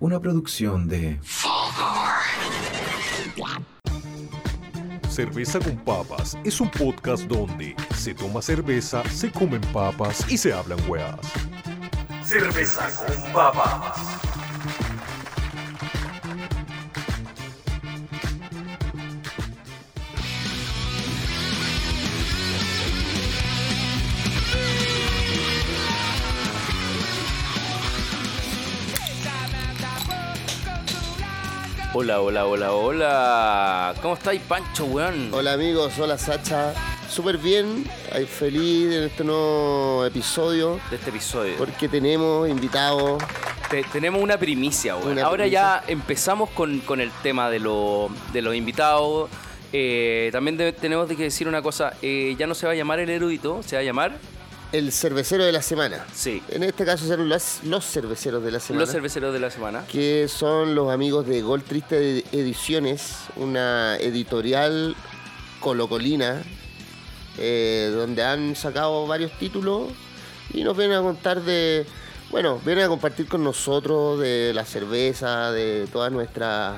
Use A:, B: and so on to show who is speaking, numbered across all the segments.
A: Una producción de
B: Cerveza con Papas es un podcast donde se toma cerveza, se comen papas y se hablan weas. Cerveza con Papas.
C: Hola, hola, hola, hola. ¿Cómo estáis, Pancho, weón?
D: Hola amigos, hola Sacha. Súper bien, ahí feliz en este nuevo episodio
C: De este episodio.
D: porque tenemos invitados.
C: Te- tenemos una primicia, weón.
D: Una
C: Ahora
D: primicia.
C: ya empezamos con, con el tema de, lo- de los invitados. Eh, también de- tenemos que decir una cosa. eh, ya no se va a llamar el erudito, se va a llamar
D: El cervecero de la semana.
C: Sí.
D: En este caso serán las- los cerveceros de la semana.
C: los cerveceros de la semana.
D: que son los amigos de Gol Triste Ediciones, una editorial colocolina, eh, donde han sacado varios títulos y nos vienen a contar de, bueno, vienen a compartir con nosotros de la cerveza, de toda nuestra,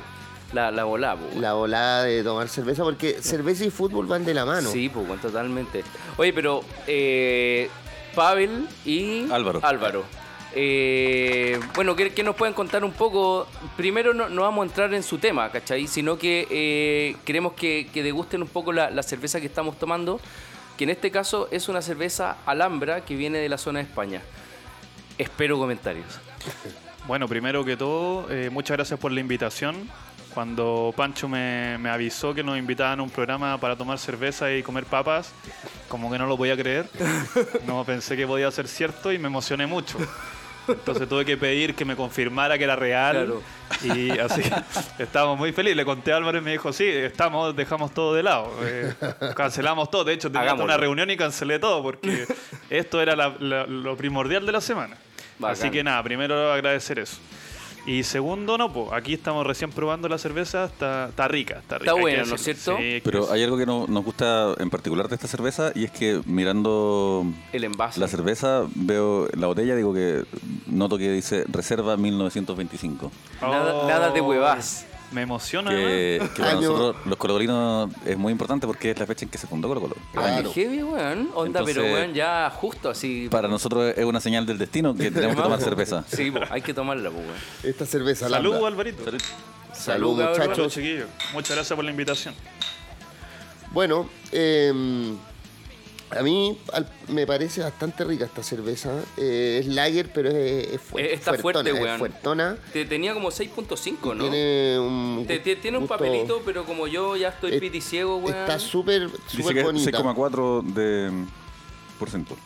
C: La, la volá, po, weón.
D: la volada de tomar cerveza, porque cerveza y fútbol van de la
E: Ah,
D: mano.
C: Sí, pues, weón, totalmente. Oye, pero eh, Pavel y
E: Álvaro.
C: Álvaro. Eh, bueno, ¿qué, qué nos pueden contar un poco? Primero no, no vamos a entrar en su tema, ¿cachai? Sino que eh, queremos que, que degusten un poco la, la cerveza que estamos tomando, que en este caso es una cerveza Alhambra que viene de la zona de España. Espero comentarios.
F: Bueno, primero que todo, eh, muchas gracias por la invitación. Cuando Pancho me, me avisó que nos invitaban a un programa para tomar cerveza y comer papas, como que no lo podía creer. No pensé que podía ser cierto y me emocioné mucho. Entonces tuve que pedir que me confirmara que era real.
C: Claro.
F: Y así estábamos muy felices. Le conté a Álvaro y me dijo, sí, estamos, dejamos todo de lado. Eh, cancelamos todo. De hecho, tenía hasta
C: Hagámoslo.
F: una reunión y cancelé todo porque esto era la- la- lo primordial de la semana.
C: Bacán.
F: Así que nada, primero agradecer eso. Y segundo, no, pues aquí estamos recién probando la cerveza, está, está rica, está rica. hay que
C: buena, ¿no es
F: decirlo.
C: cierto?
F: Sí, hay que
E: Pero
F: decirlo.
E: hay algo que no- nos gusta en particular de esta cerveza y es que mirando
C: El envase.
E: la cerveza veo la botella, digo que noto que dice Reserva 1925.
C: Nada- nada de huevas.
F: Oh, Me emociona. además.
E: Que, que para
D: Año.
E: nosotros los colocolinos es muy importante porque es la fecha en que se fundó Colo Colo.
C: Ay,
D: Claro.
C: Ah, heavy, weón. Onda,
E: Entonces-
C: pero weón, ya justo así.
E: Para nosotros es una señal del destino que tenemos que tomar cerveza.
C: Sí, po, hay que tomarla, po, weón.
D: Esta cerveza.
F: Salud,
D: Lambda.
F: Alvarito. Salud,
D: Salud,
C: Salud, cabrón.
D: muchachos.
F: chiquillos. Muchas gracias por la invitación.
D: Bueno, eh, a mí al- me parece bastante rica esta cerveza. Eh, es lager, pero es, es fu-
C: Eh, está fuerte,
D: fuertona, es
C: weón.
D: fuertona.
C: Te tenía como 6.5, ¿no?
D: Tiene un,
C: Te- te- tiene un
D: gusto-
C: papelito, pero como yo ya estoy
D: Eh,
C: piti ciego, weón.
D: Está súper
E: Dice
D: súper
E: que es
D: bonita.
E: 6,4 de por ciento.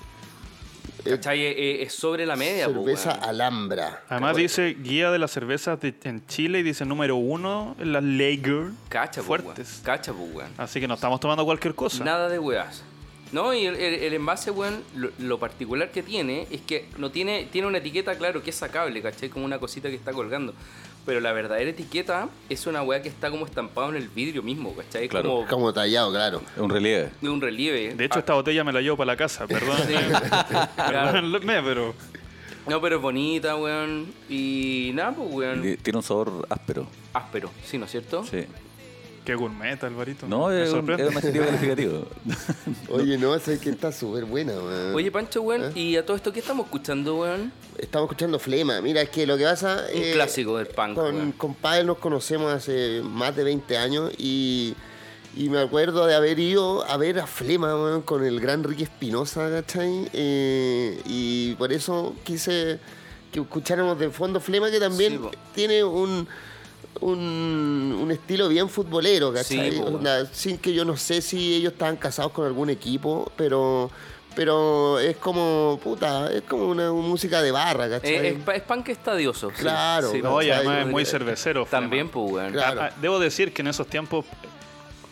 C: ¿Cachai? Eh, eh, Es sobre la media, po,
D: cerveza
C: weón.
D: alhambra.
F: Además dice guía de las cervezas de- en Chile y dice número uno en las Lager
C: Cacha, po, weón.
F: fuertes.
C: Cacha, po, weón.
F: Así que no estamos tomando cualquier cosa.
C: Nada de weas. No, y el, el- el envase, weón, lo, lo particular que tiene es que no tiene, tiene una etiqueta, claro, que es sacable, ¿cachai? Como una cosita que está colgando. Pero la verdadera etiqueta es una wea que está como estampada en el vidrio mismo, ¿cachai? Es
E: Claro.
C: Como
D: Como tallado, claro.
E: Es un relieve.
C: de un relieve.
F: De hecho,
C: Ah,
F: esta botella me la llevo para la casa, perdón.
C: Sí.
F: Perdónenme, pero...
C: No, pero es bonita, weón. Y nada, pues,
E: Y
C: weón.
E: Tiene un sabor áspero.
C: Áspero, sí, ¿no es cierto?
E: Sí.
F: Qué gourmet, Alvarito.
E: No,
F: Me
E: es un, es
F: sorprende.
E: un adjetivo calificativo.
D: Oye, no, sé que está súper buena. weón.
C: Oye, Pancho,
D: ¿Eh?
C: weón, ¿y a todo esto qué estamos escuchando, weón?
D: Estamos escuchando Flema. Mira, es que lo que pasa eh,
C: Un clásico del punk, weón.
D: Con, con Pavel nos conocemos hace más de 20 años y, y me acuerdo de haber ido a ver a Flema weón, con el gran Ricky Espinosa, ¿cachai? Eh, y por eso quise que escucháramos de fondo Flema, que también
C: Sí, po.
D: tiene un. Un, un estilo bien futbolero, ¿cachai?
C: Sí, po, weón.
D: Onda, sin que yo no sé si ellos estaban casados con algún equipo, pero pero es como, puta, es como una música de barra, ¿cachai?
C: Eh, es, pa- es punk estadioso. sí.
D: Claro,
C: Sí,
D: no,
C: po,
F: No, y
D: ¿cachai?
F: además es muy
C: También,
F: cervecero. Flema.
C: También, pues, weón.
D: Claro.
F: Ah, Debo decir que en esos tiempos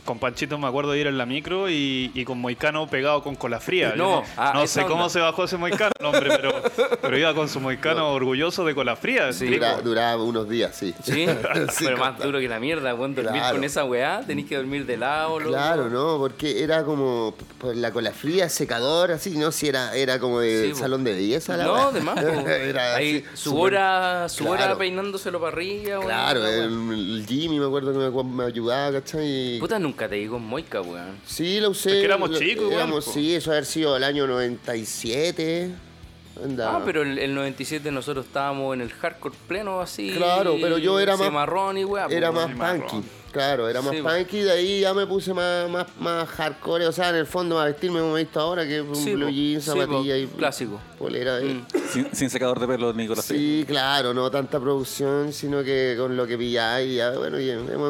F: con Panchito me acuerdo de ir en la micro y, y con Moicano pegado con cola fría.
C: No,
F: Yo
C: ah,
F: no
C: esa
F: sé cómo
C: onda.
F: se bajó ese Moicano, no, hombre, pero, pero iba con su Moicano orgulloso de cola fría.
C: Sí.
F: explico.
D: Dura- duraba unos días, sí.
C: Sí,
D: Sí,
C: pero más
D: compadre.
C: duro que la mierda, weón. Dormir
D: Claro.
C: con esa weá, tenés que dormir de lado, loco.
D: Claro, ¿no? Porque era como p- por la cola fría, secador, así, ¿no? Si era, era como de
C: Sí, po.
D: salón de belleza. La
C: No,
D: weá.
C: de más, po.
D: Era
C: Ahí,
D: así,
C: su
D: súper-
C: hora, su hora
D: Claro.
C: peinándoselo para arriba, weón.
D: Claro,
C: la weá.
D: el, el Jimmy me acuerdo que me, me ayudaba, ¿cachai? Y-
C: Puta, nunca te digo moica, weón.
D: Sí, lo usé.
F: Es que éramos
D: lo-
F: chicos igual,
D: éramos-
F: po.
D: sí, eso haber sido el año 97. Anda.
C: Ah, pero el, el 97 nosotros estábamos en el hardcore pleno así.
D: Claro, pero yo era más-
C: marrón y weá.
D: Era
C: po,
D: más
C: weón.
D: punky. Claro, era más
C: Sí, po.
D: punky, de ahí ya me puse más, más, más hardcore. O sea, en el fondo, a vestirme como he visto ahora, que un
C: Sí,
D: blue
C: po.
D: jeans,
C: Sí,
D: zapatilla
C: po.
D: y.
C: Clásico.
D: Polera. eh.
C: Mm.
E: Sin, sin secador de pelo, Nicolás.
D: Sí, claro, no tanta producción, sino que con lo que pilláis, ya, bueno, y hemos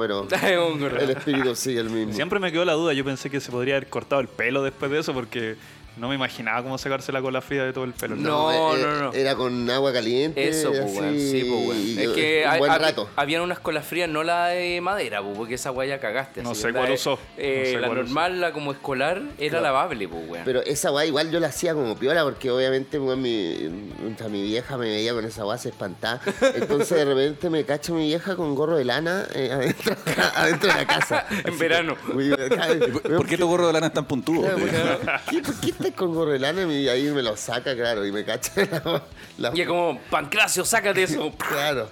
D: pero
C: Es un gorro.
D: el espíritu sigue el mismo.
F: Siempre me quedó la duda, yo pensé que se podría haber cortado el pelo después de eso porque no me imaginaba cómo sacarse la cola fría de todo el pelo.
C: No.
D: eh,
C: no, no.
D: Era con agua caliente.
C: Eso, pues,
D: así,
C: weón. Sí, pues, weón.
D: y
C: Es que
D: un
C: hay-
D: buen
C: hab-
D: rato.
C: habían unas colas frías, no la de madera, pues, porque esa guaya cagaste.
F: No
C: así
F: sé
C: que la
F: cuál
C: de-
F: usó. No
C: eh,
F: sé
C: la
F: cuál usó.
C: normal, la como escolar, era lavable, pues, weón.
D: Pero esa weá igual yo la hacía como piola, porque obviamente weón, mi, mientras mi vieja me veía con esa weá se espantaba. Entonces de repente me cacho mi vieja con gorro de lana eh, adentro, adentro de la casa.
C: En verano.
D: Uy, ay,
E: ¿Por qué tu gorro de lana es tan puntudo?
D: claro, ¿Qué, ¿Por qué estás con gorro de lana? Y ahí me lo saca, claro, y me cacha la, la-
C: Y es como, Pancracio, sácate eso.
D: Claro.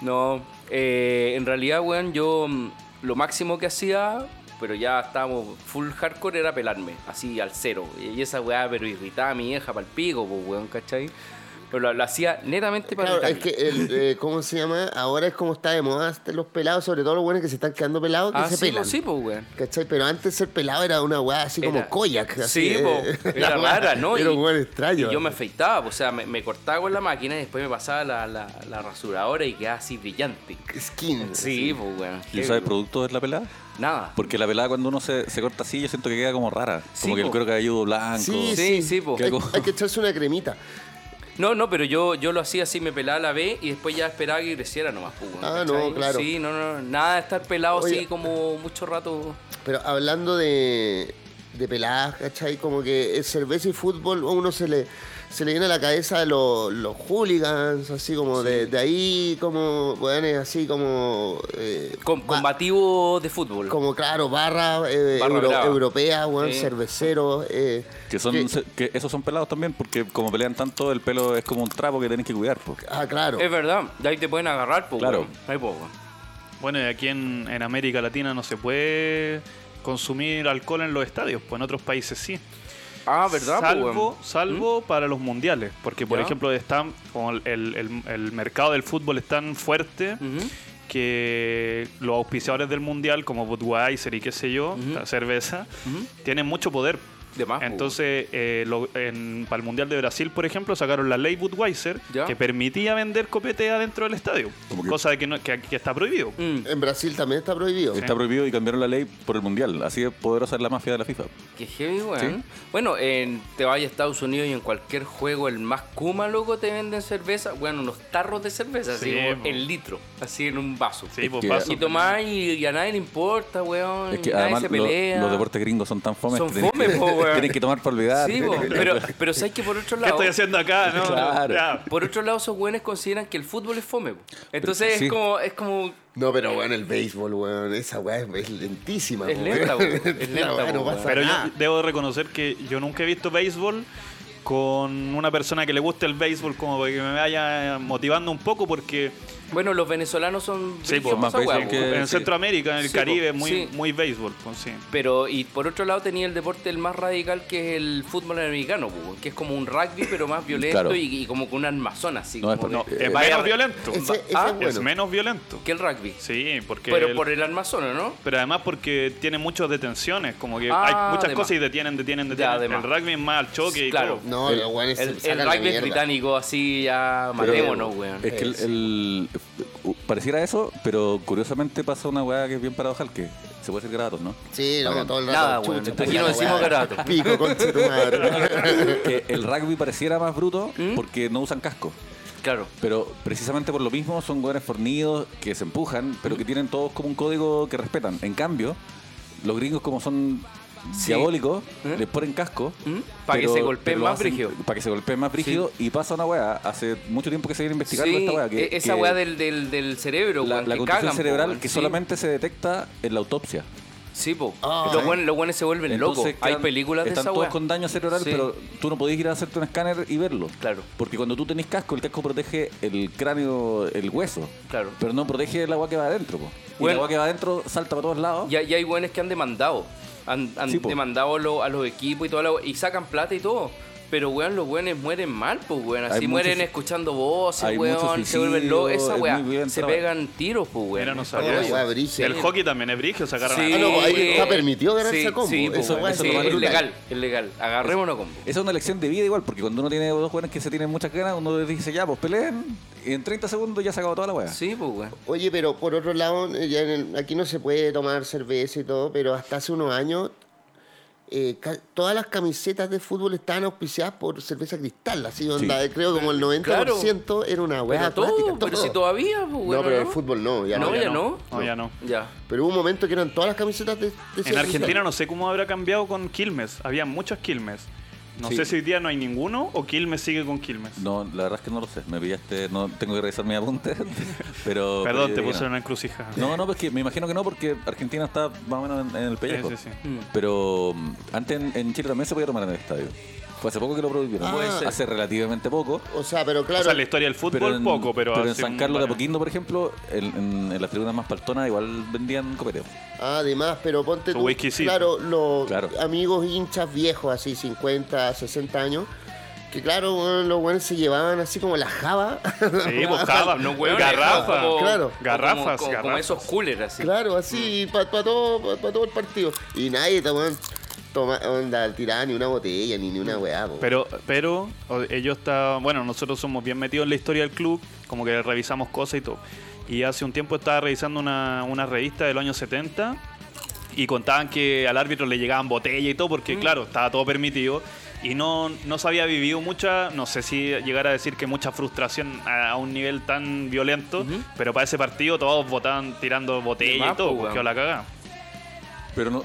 C: No, eh, en realidad, weón, yo mm, lo máximo que hacía, pero ya estábamos full hardcore, era pelarme, así al cero. Y esa weá, pero irritaba a mi vieja para el pico, pues, weón, ¿cachai? Pero lo, lo hacía netamente para
D: Claro, es
C: irritarme.
D: que, el, eh, ¿cómo se llama? Ahora es como está de moda este, los pelados, sobre todo los buenos que se están quedando pelados, que
C: Ah,
D: se
C: sí,
D: pelan.
C: pues, sí, pues, weón.
D: ¿Cachai? Pero antes ser pelado era una weá así como
C: Era-
D: koyak.
C: Sí,
D: así, eh.
C: po, era
D: La weá
C: rara, ¿no?
D: Era
C: Y-
D: un weón extraño.
C: Y yo me afeitaba, pues, o sea, me, me cortaba con la máquina y después me pasaba la, la, la rasuradora y quedaba así brillante.
D: Skin.
C: Sí, pues, weón.
E: ¿Y usas el producto de la pelada?
C: Nada.
E: Porque la pelada cuando uno se, se corta así, yo siento que queda como rara.
C: Sí,
E: Como que el
C: po.
E: cuero cabelludo blanco.
D: Sí,
C: Sí, sí, po.
D: Hay, hay que echarse una cremita.
C: No, no, pero yo, yo lo hacía así, me pelaba la B y después ya esperaba que creciera nomás. pues, weón,
D: Ah, no,
C: ¿cachai?
D: claro.
C: Sí, no, no, nada de estar pelado así
D: Oye.
C: como mucho rato.
D: Pero hablando de, de peladas, ¿cachai? Como que el cerveza y fútbol a uno se le, se le viene a la cabeza los, los hooligans, así como de, de ahí, como, bueno, así como... eh,
C: Com-
D: ba-
C: combativo de fútbol.
D: Como, claro, barra, eh,
C: Barra
D: euro-
C: brava.
D: europea, weón,
C: Sí.
D: cerveceros. eh,
E: Que son,
D: que-
E: se- que esos son pelados también, porque como pelean tanto, el pelo es como un trapo que tenés que cuidar. po.
D: ah, claro.
C: Es verdad, de ahí te pueden agarrar, pues.
E: Claro.
C: weón. Ahí, pues, weón.
F: Bueno, y aquí en, en América Latina no se puede consumir alcohol en los estadios, pues en otros países sí.
C: Ah, verdad, pues, weón.
F: Salvo, salvo para los mundiales, porque por
C: Ya.
F: ejemplo están, como el, el- el- el mercado del fútbol es tan fuerte
C: Ujú.
F: que los auspiciadores del mundial, como Budweiser y qué sé yo, la cerveza, tienen mucho poder.
C: De más, pues,
F: Entonces, eh, lo- en- para el Mundial de Brasil, por ejemplo, sacaron la ley Budweiser
C: Ya.
F: que permitía vender copete adentro del estadio, cosa de que, no- que- que está prohibido.
C: Mm,
D: En Brasil también está prohibido.
E: Está prohibido y cambiaron la ley por el mundial. Así de poderosa es la mafia de la FIFA.
C: qué heavy, weón. Bueno, en, te vayas a Estados Unidos y en cualquier juego, el más kuma, loco, te venden cerveza. Bueno, unos tarros de cerveza,
F: Sí,
C: así como
F: po.
C: el litro, así en un vaso.
F: Sí, pues
E: que-
F: pasa.
C: Y tomás y, y a nadie le importa, weón.
E: Es que
C: nadie
E: además
C: se
E: lo-
C: pelea.
E: los deportes gringos son tan fomes
C: Son
E: que, tenés
C: fome,
E: que-
C: po, weón.
E: tienes que tomar para olvidar.
C: Sí, po, pero, pero sabes que por otro
F: ¿Qué
C: lado.
F: estoy haciendo acá? No,
E: Claro.
F: Ya.
C: Por otro lado, esos güeyes consideran que el fútbol es fome. po. Entonces
E: sí.
C: es como, es como.
D: No, pero bueno, el béisbol, weón, esa weá es, es lentísima.
C: Es
D: po,
C: lenta,
D: weón.
C: po, es
D: La
C: lenta,
D: weá
C: po,
D: no
C: weón.
D: pasa
F: Pero yo
D: nada.
F: debo reconocer que yo nunca he visto béisbol con una persona que le guste el béisbol como para que me vaya motivando un poco porque
C: Bueno, los venezolanos son.
F: Sí, po,
C: brígidos
E: más
C: pa' esa
E: béisbol
C: weá,
E: que-
C: po.
F: en
E: sí.
F: Centroamérica, en el
C: Sí,
F: Caribe,
C: po,
F: muy,
C: sí.
F: muy béisbol. Pues, sí.
C: Pero, y por otro lado, tenía el deporte el más radical que es el fútbol americano, po, que es como un rugby, pero más violento
E: Claro.
C: y, y como con un armazón así.
E: No, es
C: como
F: No,
E: porque-
C: de-
F: es
C: vaya-
F: menos violento.
D: Ese- ese
C: ah,
D: es bueno.
F: Es menos violento.
C: Que el rugby.
F: Sí, porque...
C: Pero
F: el-
C: por el armazón, ¿o ¿no?
F: pero además porque tiene muchas detenciones, como que
C: Ah,
F: hay muchas
C: de
F: cosas
C: más.
F: y detienen, detienen,
C: Ya,
F: detienen.
C: de
F: el
C: más.
F: rugby es más al choque y
C: Claro.
F: todo.
D: No, los weones
C: El,
D: se
C: el
D: sacan la
C: rugby es
D: mierda.
C: británico, así ya matémonos, weón.
E: Es que el, el- u- pareciera eso, pero curiosamente pasa una weá que es bien paradojal, que se puede hacer gratos, ¿no?
D: Sí, no,
E: Bacán.
D: todo el rato.
C: Nada, weón.
D: chucha,
C: Aquí
D: puta
C: no
D: la
C: decimos
D: weá.
C: garato.
D: Pico, concha tu madre.
C: ¿Mm?
E: Que el rugby pareciera más bruto porque no usan casco.
C: Claro.
E: Pero precisamente por lo mismo son hueones fornidos que se empujan, pero
C: ¿Mm?
E: que tienen todos como un código que respetan. En cambio, los gringos como son
C: Sí.
E: diabólicos,
C: ¿Eh?
E: les ponen casco.
C: ¿Mm? Pa' que se golpeen más brígido.
E: Para que se golpeen más brígido. Y pasa una hueá, hace mucho tiempo que se viene investigando
C: Sí,
E: esta hueá. Que,
C: e- esa
E: que
C: weá del, del, del cerebro,
E: La,
C: weón,
E: la
C: que
E: contusión
C: cagan, po,
E: cerebral
C: weón.
E: que
C: Sí,
E: solamente se detecta en la autopsia.
C: Sí, po.
D: Ah,
C: los,
D: sí.
C: buenos, los buenos se vuelven locos.
E: Entonces,
C: Hay
E: quedan-
C: películas de
E: están
C: esa
E: todos
C: weá.
E: con daño cerebral,
C: Sí.
E: pero tú no podías ir a hacerte un escáner y verlo.
C: Claro.
E: Porque cuando tú tenés casco, el casco protege el cráneo, el hueso.
C: Claro.
E: Pero no protege el agua que va adentro, po. Y
C: Bueno.
E: el agua que va adentro salta para todos lados.
C: Y, hay- y hay buenos que han demandado. Han, han
E: Sí, po.
C: demandado lo- a los equipos y toda la weá, Y sacan plata y todo. Pero, weón, los weones mueren mal, pues, weón. Así
E: Hay
C: mueren
E: muchos-
C: escuchando voces,
E: hay muchos
C: weón. Se vuelven
E: suicidios,
C: locos. Esa
E: es
C: weá.
E: muy violento
C: Se
E: la weá.
C: pegan tiros, pues, weón.
F: Mira, no
C: Es
F: sabía
C: para
F: eso.
C: weón.
D: brígida.
F: El hockey también es brigio, sacar a
D: Ah, no, pues, ahí
C: eh,
D: está permitido agarrarse
C: sí,
D: a combo.
C: Sí,
D: Eso-
C: pues,
E: eso
C: weón,
E: es lo
C: sí,
E: más
C: es
E: brutal.
C: legal, es legal. Agarrémonos a combo.
E: Esa es una elección de vida igual, porque cuando uno tiene dos jóvenes que se tienen muchas ganas, uno les dice, ya, pues peleen, y en 30 segundos ya se acabó toda la weá.
C: Sí, pues, weón.
D: Oye, pero por otro lado, eh, ya en el- aquí no se puede tomar cerveza y todo, pero hasta hace unos años eh, ca- todas las camisetas de fútbol estaban auspiciadas por cerveza cristal, así onda, eh, creo como el 90% era una
C: Pero
D: hueá
C: todo,
D: acuática,
C: pero
D: todo.
C: si todavía, pues, weón.
D: No, pero el fútbol no, ya no.
C: No, ya no.
F: No, ya no.
C: Ya.
D: Pero hubo un momento que eran todas las camisetas de, de
F: En
D: cerveza
F: Argentina
D: cristal.
F: no sé cómo habrá cambiado con Quilmes. Había muchos Quilmes. No
E: Sí.
F: sé si hoy día no hay ninguno o Quilmes sigue con Quilmes.
E: No, la verdad es que no lo sé. Me pillaste, no tengo que revisar mis apuntes. pero. pero
F: Perdón,
E: yo
F: te
E: diría
F: puse
E: no.
F: en una encrucijada.
E: No, no, pues que me imagino que no, porque Argentina está más o menos en, en el pellejo.
F: Sí, sí, sí.
C: Mm.
E: Pero mm, antes en, en Chile también se podía tomar en el estadio. Fue hace poco que lo prohibieron.
D: Ah. Puede ser.
E: hace relativamente poco.
D: O sea, pero claro,
F: o sea, la historia del fútbol
E: en,
F: poco, pero,
E: en
F: hace
E: San
F: un-
E: Carlos de
F: varios-
E: Apoquindo, por ejemplo, en, en- en las tribunas más paltonas igual vendían copeteo.
D: además, pero ponte
F: Su
D: tú,
F: whiskycito.
D: claro, los
E: Claro.
D: amigos hinchas viejos, así 50, 60 años, que claro, weón, los buenos se llevaban así como la java.
F: Sí, pues, jabas, no,
C: Weón,
F: Garrafa.
C: como-
D: Claro.
C: como-
F: Garrafas,
C: como, como
F: garrafas.
C: esos coolers así.
D: Claro, así, para todo, pa- pa todo el partido. Y nadie tomaba, toma, onda, tiraba ni una botella, ni, ni una weá. po.
F: Mm. Pero, pero o- ellos está, bueno, nosotros somos bien metidos en la historia del club, como que revisamos cosas y todo. Y hace un tiempo estaba revisando una, una revista del año 70 y contaban que al árbitro le llegaban botella y todo,
C: Mm.
F: porque claro, estaba todo permitido. Y no, no se había vivido mucha, no sé si llegar a decir que mucha frustración a, a un nivel tan violento, pero para ese partido todos votaban tirando botella
C: más,
F: y todo,
C: pues,
F: porque
C: weón.
F: la cagada.
E: Pero no,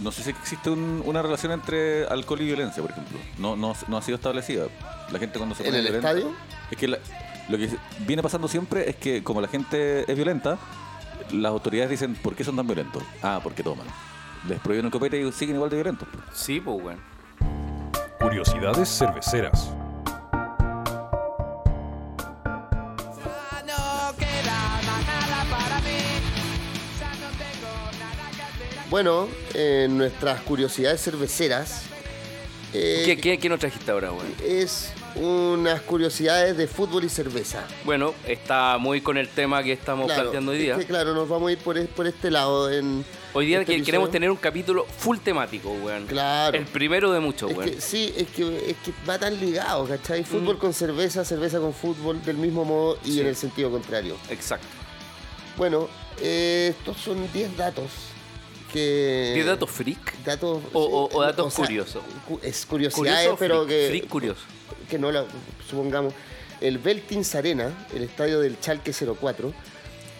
E: no sé si existe un- una relación entre alcohol y violencia, por ejemplo. No, no, no ha sido establecida. La gente cuando se
D: ¿En
E: pone
D: el
E: violenta-
D: estadio?
E: Es que la- lo que viene pasando siempre es que como la gente es violenta, las autoridades dicen, ¿por qué son tan violentos? Ah, porque toman. Les prohíben el copete y siguen igual de violentos.
C: Sí, pues, weón.
B: Curiosidades cerveceras.
D: Bueno, en nuestras curiosidades cerveceras, eh,
C: ¿Qué, qué, qué nos trajiste ahora, weón?
D: es unas curiosidades de fútbol y cerveza.
C: Bueno, está muy con el tema que estamos
D: Claro,
C: planteando hoy
D: es
C: día.
D: que, claro, nos vamos a ir por, es- por este lado. En
C: Hoy día
D: este
C: que- queremos
D: episodio.
C: tener un capítulo full temático, weón.
D: Claro.
C: El primero de muchos,
D: Es
C: weón. Mm.
D: que, sí, es que, es que va tan ligado, ¿cachai? Fútbol con cerveza, cerveza con fútbol, del mismo modo y
C: Sí.
D: en el sentido contrario.
C: Exacto.
D: Bueno, eh, estos son 10 datos que...
C: ¿Qué datos freak?
D: Datos...
C: O- o- o
D: eh,
C: datos curiosos.
D: cu- Es
C: Curioso,
D: curiosidades,
C: freak?
D: eh, pero
C: freak
D: que,
C: curioso.
D: que no la... Supongamos, el Beltins Arena, el estadio del Chalque 04,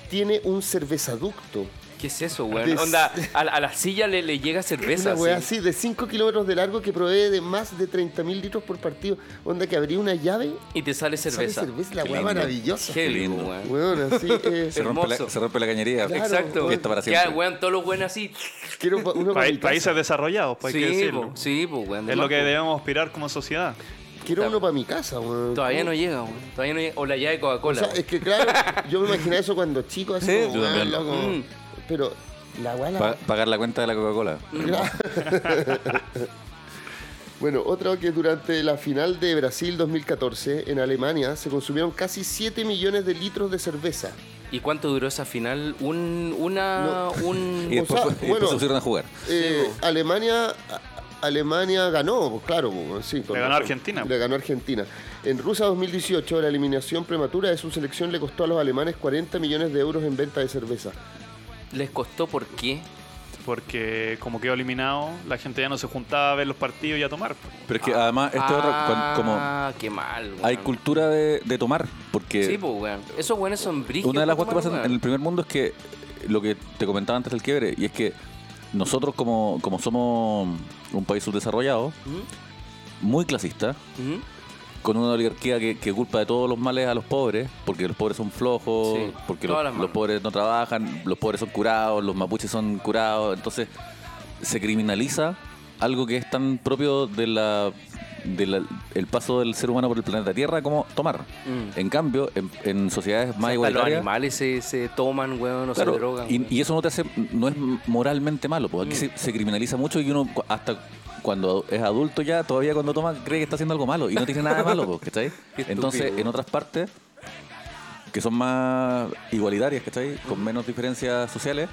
D: tiene un cervezaducto.
C: ¿Qué es eso, weón?
D: Des-
C: Onda, a, la- a la silla le, le llega cerveza.
D: Una weá
C: así.
D: así de 5 kilómetros de largo que provee de más de 30.000 litros por partido. Onda que abría una llave
C: Y te sale
D: sale
C: cerveza.
D: cerveza, la
E: Qué
D: weá
E: lindo.
D: maravillosa.
C: Qué lindo,
E: lindo.
C: weón.
D: Weón, así. eh,
E: Se rompe, la,
C: Hermoso.
E: se rompe la cañería.
D: Claro,
C: Exacto.
D: Fiesta
E: para
C: Ya,
E: siempre.
C: weón, todos los buenos así.
D: quiero pa- uno
F: Pa-
D: para mi casa.
F: países desarrollados, pues, hay que
C: Sí,
F: decirlo.
C: po, sí, pues, weón. de
F: Es lo
C: más,
F: que
C: po.
F: debemos aspirar como sociedad.
D: Quiero uno para mi casa, weón.
C: Todavía no llega, weón. Todavía no llega. O la llave de
D: O
C: Coca-Cola.
D: sea, es que claro, yo me imaginaba eso cuando chico, así
E: Sí,
D: como,
E: yo
D: weón,
E: también.
D: loco.
C: Mm.
D: Pero la weá la-
E: Pa- pagar la cuenta de la Coca-Cola.
D: Bueno, otra que durante la final de Brasil 2014 en Alemania se consumieron casi 7 millones de litros de cerveza.
C: weón. ¿Y cuánto duró esa final? Un, una, un...
E: Y después,
D: sea,
E: fue- y después
D: bueno.
E: se pusieron a jugar.
D: Eh, Alemania a- Alemania ganó, pues, claro, pues, sí, con
F: Le ganó
D: razón.
F: Argentina.
D: Le ganó Argentina. En Rusia 2018 la eliminación prematura de su selección le costó a los alemanes 40 millones de euros en venta de cerveza.
C: ¿Les costó por qué?
F: porque como quedó eliminado, la gente ya no se juntaba a ver los partidos y a tomar.
E: Pero es que además, esto es otro, cuan- como
C: Ah, qué mal, weón.
E: hay cultura de, de tomar, porque
C: Sí, pues, weón. Esos weones son brígidos.
E: una de las
C: para
E: cosas que
C: tomar,
E: pasan en el
C: weón.
E: primer mundo es que lo que te comentaba antes del quiebre, y es que nosotros como, como somos un país subdesarrollado, muy clasista,
C: Ujú.
E: ¿Mm? con una oligarquía que, que culpa de todos los males a los pobres, porque los pobres son flojos,
C: Sí,
E: porque
C: todas
E: los,
C: las malas.
E: los pobres no trabajan, los pobres son curados, los mapuches son curados, entonces se criminaliza algo que es tan propio de la del el paso del ser humano por el planeta Tierra como tomar.
C: Mm.
E: En cambio, en, en sociedades
C: O sea,
E: más
C: hasta los
E: igualitarias,
C: animales se, se toman, weón, o
E: claro,
C: se drogan. Mm.
E: y,
C: weón.
E: y eso no te hace, no es moralmente malo, porque aquí se, se criminaliza mucho y uno cu- hasta cuando es adulto ya, todavía cuando toma, cree que está haciendo algo malo y no tiene nada de malo, po, ¿cachai?
C: Qué estúpido,
E: Entonces, en
C: weón.
E: otras partes que son más igualitarias, ¿cachai?
C: Mm.
E: Con menos diferencias sociales,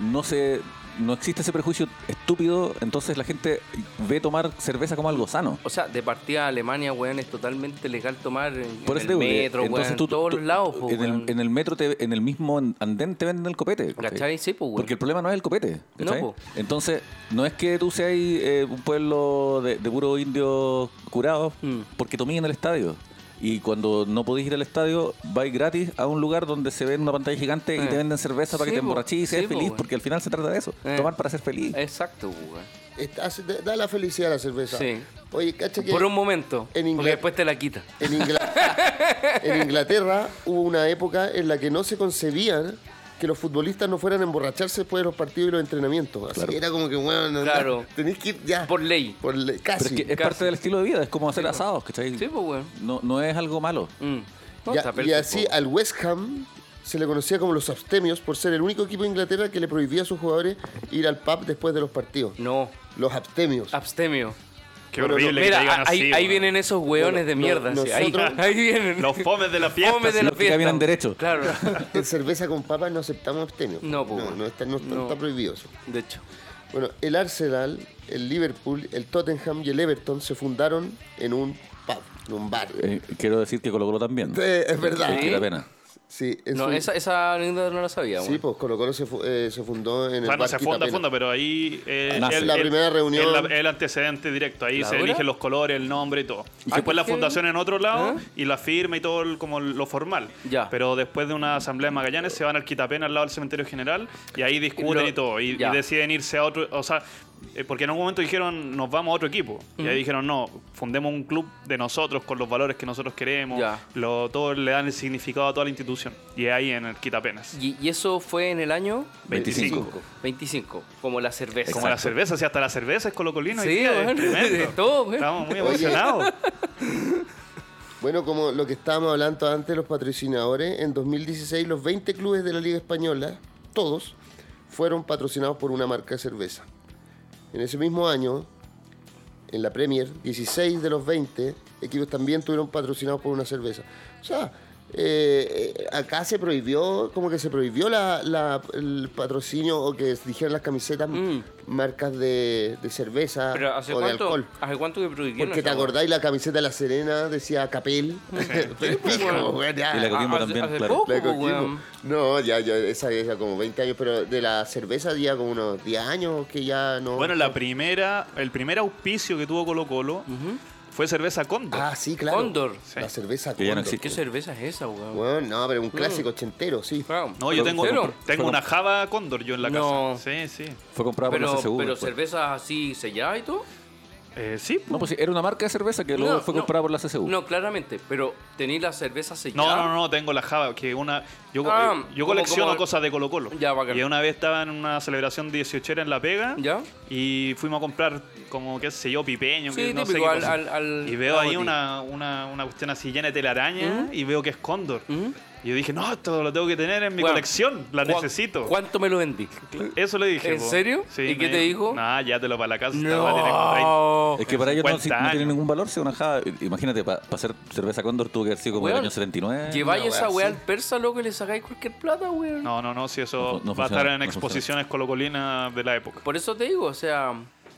E: no se no existe ese prejuicio estúpido, entonces la gente ve tomar cerveza como algo sano.
C: O sea, de partida a Alemania, weón, es totalmente legal tomar en,
E: Por
C: en
E: eso
C: el
E: te digo que
C: metro,
E: entonces
C: weón, en
E: tú-
C: todos
E: tú-
C: los lados, po,
E: en,
C: weón.
E: el, en el metro, te- en el mismo andén te venden el copete. ¿cachai?
C: ¿Cachai? Sí, po, weón.
E: Porque el problema no es el copete.
C: No,
E: ¿cachai?
C: po.
E: Entonces, no es que tú seas eh, un pueblo de, de puros indios curados
C: Mm.
E: porque tomís en el estadio. Y cuando no podés ir al estadio, vais gratis a un lugar donde se ve una pantalla gigante y
C: Eh.
E: te venden cerveza para
C: Sí,
E: que te
C: po.
E: emborrachís
C: Sí,
E: y seas
C: po,
E: feliz,
C: weón.
E: porque al final se trata de eso.
C: Eh.
E: Tomar para ser feliz.
C: Exacto, pues, weón.
D: Es- hace- da- Da la felicidad a la cerveza.
C: Sí.
D: Oye, cacha que
C: Por un momento.
D: en inglés-
C: Porque después te la quita.
D: en, Ingla- en Inglaterra hubo una época en la que no se concebían que los futbolistas no fueran a emborracharse después de los partidos y los entrenamientos. Así
E: Claro.
D: que era como que, bueno,
C: Claro.
D: tenéis que ir ya.
C: Por ley.
D: Por le-
E: Pero
D: casi.
E: es que es
C: casi.
E: parte del estilo de vida, es como hacer asados, ¿cachai?
C: Sí, pues, weón.
E: No, no es algo malo.
C: Mm. No,
D: Ya-
C: está
D: y
C: perfecto,
D: así
C: weón.
D: al West Ham se le conocía como los abstemios por ser el único equipo de Inglaterra que le prohibía a sus jugadores ir al pub después de los partidos.
C: No,
D: Los abstemios.
C: abstemio.
F: Qué
D: Bueno,
F: horrible que te
C: Mira,
F: digan
C: ahí, ahí
F: así. weón.
C: vienen esos weones
D: Bueno,
C: de
D: no-
C: mierda. sí, ahí-
D: nosotros-
C: ahí, vienen.
F: Los fomes de la fiesta.
C: Fomes de
F: sí.
C: la
E: Los que
C: fiesta.
E: caminan
C: weón.
E: derecho.
C: Claro,
D: en cerveza con papas no aceptamos abstemios.
C: No, pues,
D: no,
C: bueno.
D: no está, no está-
C: No.
D: está prohibido eso.
C: de hecho.
D: Bueno, el Arsenal, el Liverpool, el Tottenham y el Everton se fundaron en un pub, en un bar.
E: Eh, quiero decir que Colo Colo también.
D: Eh, es verdad.
E: Que da pena.
D: Sí, es
C: No,
D: un-
C: esa, esa anécdota no la sabía,
D: sí,
C: weón.
D: pues Colo Colo se, fu- eh, se fundó en el
F: O sea, Ah, no
D: bar
F: se funda,
D: Quitapena.
F: funda, pero ahí eh,
E: Nace.
D: La primera reunión.
F: el- el antecedente directo, ahí
C: ¿La
F: se
C: dura?
F: eligen los colores, el nombre y todo. Y
C: Ah,
F: después la
C: qué
F: fundación en otro lado
C: ¿Ah?
F: y la firma y todo el- como lo formal.
C: Ya.
F: Pero después de una asamblea en Magallanes se van al Quitapena al lado del cementerio general y ahí discuten
C: Lo-
F: y todo. Y, y
C: ya.
F: deciden irse a otro, o sea, eh, porque en un momento dijeron nos vamos a otro equipo. Y ahí dijeron no, fundemos un club de nosotros con los valores que nosotros queremos.
C: Ya.
F: Lo, todo le dan el significado a toda la institución. Y ahí en el Quitapenas.
C: Y, y eso fue en el año
E: 25.
C: 25, como la cerveza.
F: Como la cerveza, si hasta la cerveza es colocolino. hoy
C: Sí,
F: día, es
C: bueno,
F: tremendo.
C: de todo, bueno.
F: Estamos muy
D: Oye.
F: emocionados.
D: Bueno, como lo que estábamos hablando antes de los patrocinadores, en 2016 los 20 clubes de la Liga Española, todos, fueron patrocinados por una marca de cerveza. En ese mismo año, en la Premier, 16 de los 20 equipos también tuvieron patrocinados por una cerveza. O sea, eh, eh, acá se prohibió, como que se prohibió la- la- el patrocinio o que dijeran las camisetas
C: Mm.
D: marcas de, de cerveza
C: Pero ¿hace
D: o de
C: cuánto,
D: alcohol.
C: ¿hace cuánto que prohibieron
D: Porque te
C: esa weá?
D: acordáis la camiseta de la Serena decía Capel. Pero
C: pues,
D: como,
C: bueno.
D: bueno, ya.
E: Y la
D: La
E: Coquimbo
C: Ah, hace-
E: también,
C: hace
E: claro.
C: poco,
D: Coquimbo.
C: weón.
D: No, ya, ya, esa es como 20 años, pero de la cerveza ya como unos 10 años que ya no.
F: Bueno, la primera, el primer auspicio que tuvo Colo Colo fue cerveza Condor.
D: Ah, sí, claro.
C: Cóndor.
D: La cerveza
E: Que ya no
D: Cóndor.
E: existe.
C: ¿Qué cerveza es esa, weón?
D: Bueno, no, pero un clásico ochentero, sí.
C: Claro.
F: no, yo
E: Fue-
F: tengo,
E: fue
F: tengo
E: compro-
F: una Java Condor yo en la
C: No.
F: casa. Sí, sí.
E: Fue comprado por
C: Pero,
E: la CSU.
C: pero
E: después.
C: cervezas así selladas y todo.
F: Eh, sí. po.
E: No, pues sí, era una marca de cerveza que luego
C: No,
E: fue
C: no.
E: comprada por la CSU.
C: No, claramente. Pero tenéis la cerveza
F: No,
C: sellada.
F: no, no, tengo la Java, que una. Yo,
C: Ah,
F: eh, yo
C: como-
F: colecciono
C: como-
F: cosas de Colo Colo.
C: Ya, bacán.
F: Y una vez estaba en una celebración 18 en La Pega.
C: ¿Ya?
F: Y fuimos a comprar como, qué sé yo, pipeño,
C: Sí,
F: que no sé
C: típico,
F: qué
C: al-
F: cosa.
C: al- al-
F: Y veo
C: la
F: ahí
C: botella.
F: una, una, una cuestión así llena de
C: ¿Mm?
F: telaraña y veo que es Cóndor. Y yo dije, no, esto lo tengo que tener en mi
C: Bueno,
F: colección, la
C: ¿cuán-
F: necesito.
C: ¿Cuánto me lo vendí?
F: Eso le dije.
C: ¿En
F: po.
C: serio?
F: Sí,
C: ¿Y
F: me
C: qué te dijo?
F: No, ya te lo para la casa. esta weá tiene como 30.
C: No.
E: es que para ellos no,
F: 50
E: no tiene
F: años.
E: ningún valor, si una java. Imagínate, para hacer cerveza Cóndor tuvo que haber sido como
C: Weón,
E: el año 79.
C: Lleváis
D: una weá
C: esa weá
D: así.
C: al persa, loco, y le sacáis cualquier plata, weón.
F: No, no, no, si
E: No
F: eso
E: fu- no
F: va a estar
E: funciona,
F: en
E: no
F: exposiciones colocolinas de la época.
C: Por eso te digo, o sea,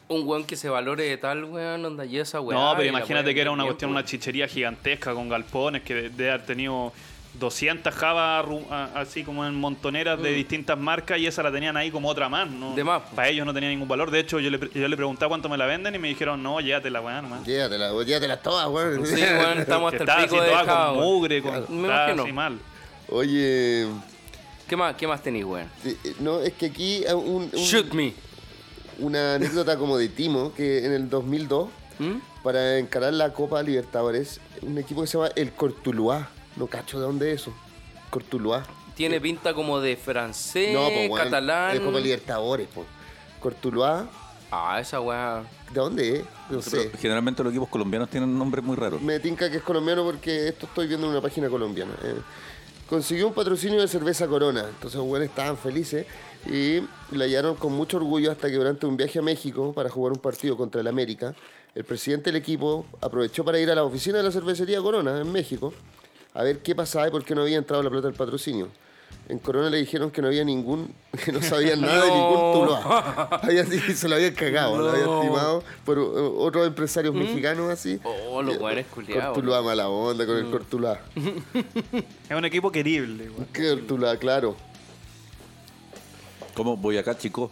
C: un weón que se valore de tal weón, onda y esa weá.
F: no, pero
C: y la
F: imagínate
C: weá
F: que era una
C: bien,
F: cuestión,
C: pues.
F: una chichería gigantesca con galpones que de, de haber tenido 200 jabas ru- a- así como en montoneras de distintas marcas y esa la tenían ahí como otra más. ¿no?
C: Mm. De más, pues.
F: Para ellos no tenía ningún valor. De hecho, yo le, pre- yo le preguntaba cuánto me la venden y me dijeron, no, llévate la weá nomás.
D: Llévatela, weón, llévatelas todas, weón.
C: Sí, weón, estamos
F: Que
C: hasta
F: estaba
C: el
F: así
C: pico de
F: toda
C: dejado,
F: con
C: weón.
F: mugre, con,
C: Me
F: estaba
C: imagino.
F: así mal.
D: Oye,
C: ¿Qué más, qué más tenéis, weón?
D: te- no, es que aquí eh, un- un-
C: Shoot me.
D: una anécdota como de Timo, que en el 2002,
C: ¿Mm?
D: para encarar la Copa Libertadores, un equipo que se llama el Cortuluá. No cacho de dónde es eso. Cortuluá.
C: Tiene pinta como de francés,
D: no, pues, weón, Es Copa
C: catalán.
D: Libertadores, pues. Cortuluá,
C: Ah, esa weá.
D: ¿de dónde es? No sé.
E: Pero Generalmente los equipos colombianos tienen nombres muy raros.
D: Me tinca que es colombiano porque esto estoy viendo en una página colombiana. Eh, consiguió un patrocinio de cerveza Corona. Entonces, bueno, estaban felices y la hallaron con mucho orgullo hasta que durante un viaje a México para jugar un partido contra el América, el presidente del equipo aprovechó para ir a la oficina de la cervecería Corona en México a ver qué pasaba y por qué no había entrado la plata del patrocinio. En Corona le dijeron que no había ningún, que no sabían nada de ningún
C: No.
D: Tuluá. Había- se lo habían cagado, lo habían
C: No. ¿Mm?
D: timado por eh, otros empresarios mexicanos así.
C: Oh, los weones culiados.
D: Cortuluá mala onda con
C: Mm.
D: el Cortuluá.
F: Es un equipo querible, weón.
D: Cortuluá, claro.
E: Como Boyacá Chico,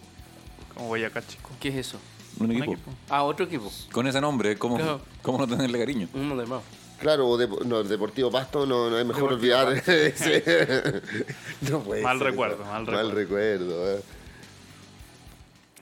F: Como Boyacá, chico.
C: ¿Qué es eso?
E: un
F: Un
E: equipo.
F: equipo.
C: Ah, otro equipo.
E: Con ese nombre, ¿cómo,
C: Claro.
E: cómo no tenerle cariño?
C: Uno de más.
D: Claro, o Dep- no, el Deportivo Pasto no, no es mejor olvidar ese. no puede
F: Mal
D: ser,
F: recuerdo,
D: no.
F: mal
D: Mal recuerdo. eh.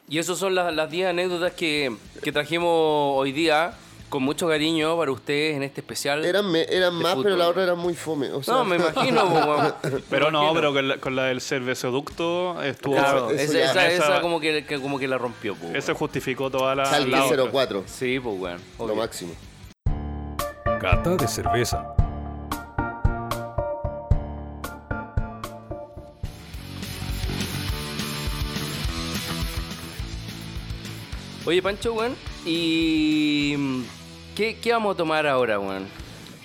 C: Y esas son las las 10 anécdotas que, que trajimos hoy día con mucho cariño para ustedes en este especial.
D: Eran, me- eran
C: De
D: más, pero
C: fútbol.
D: la otra era muy fome. O sea,
C: No, me imagino, po, weón.
F: Pero
C: Me
F: no,
C: imagino.
F: pero con la, con la del cerveceducto estuvo.
C: Claro,
D: Eso- eso
C: esa, esa,
D: ya-
C: esa
F: esa-
C: como, que, que- como que la rompió, po, weón.
F: Eso justificó toda la.
D: Salque
F: la otra.
D: 04,
C: Sí, pues, weón.
D: lo
C: obvio.
D: máximo.
B: Cata de cerveza.
C: Oye, Pancho, weón, ¿y mm, qué, qué vamos a tomar ahora, weón?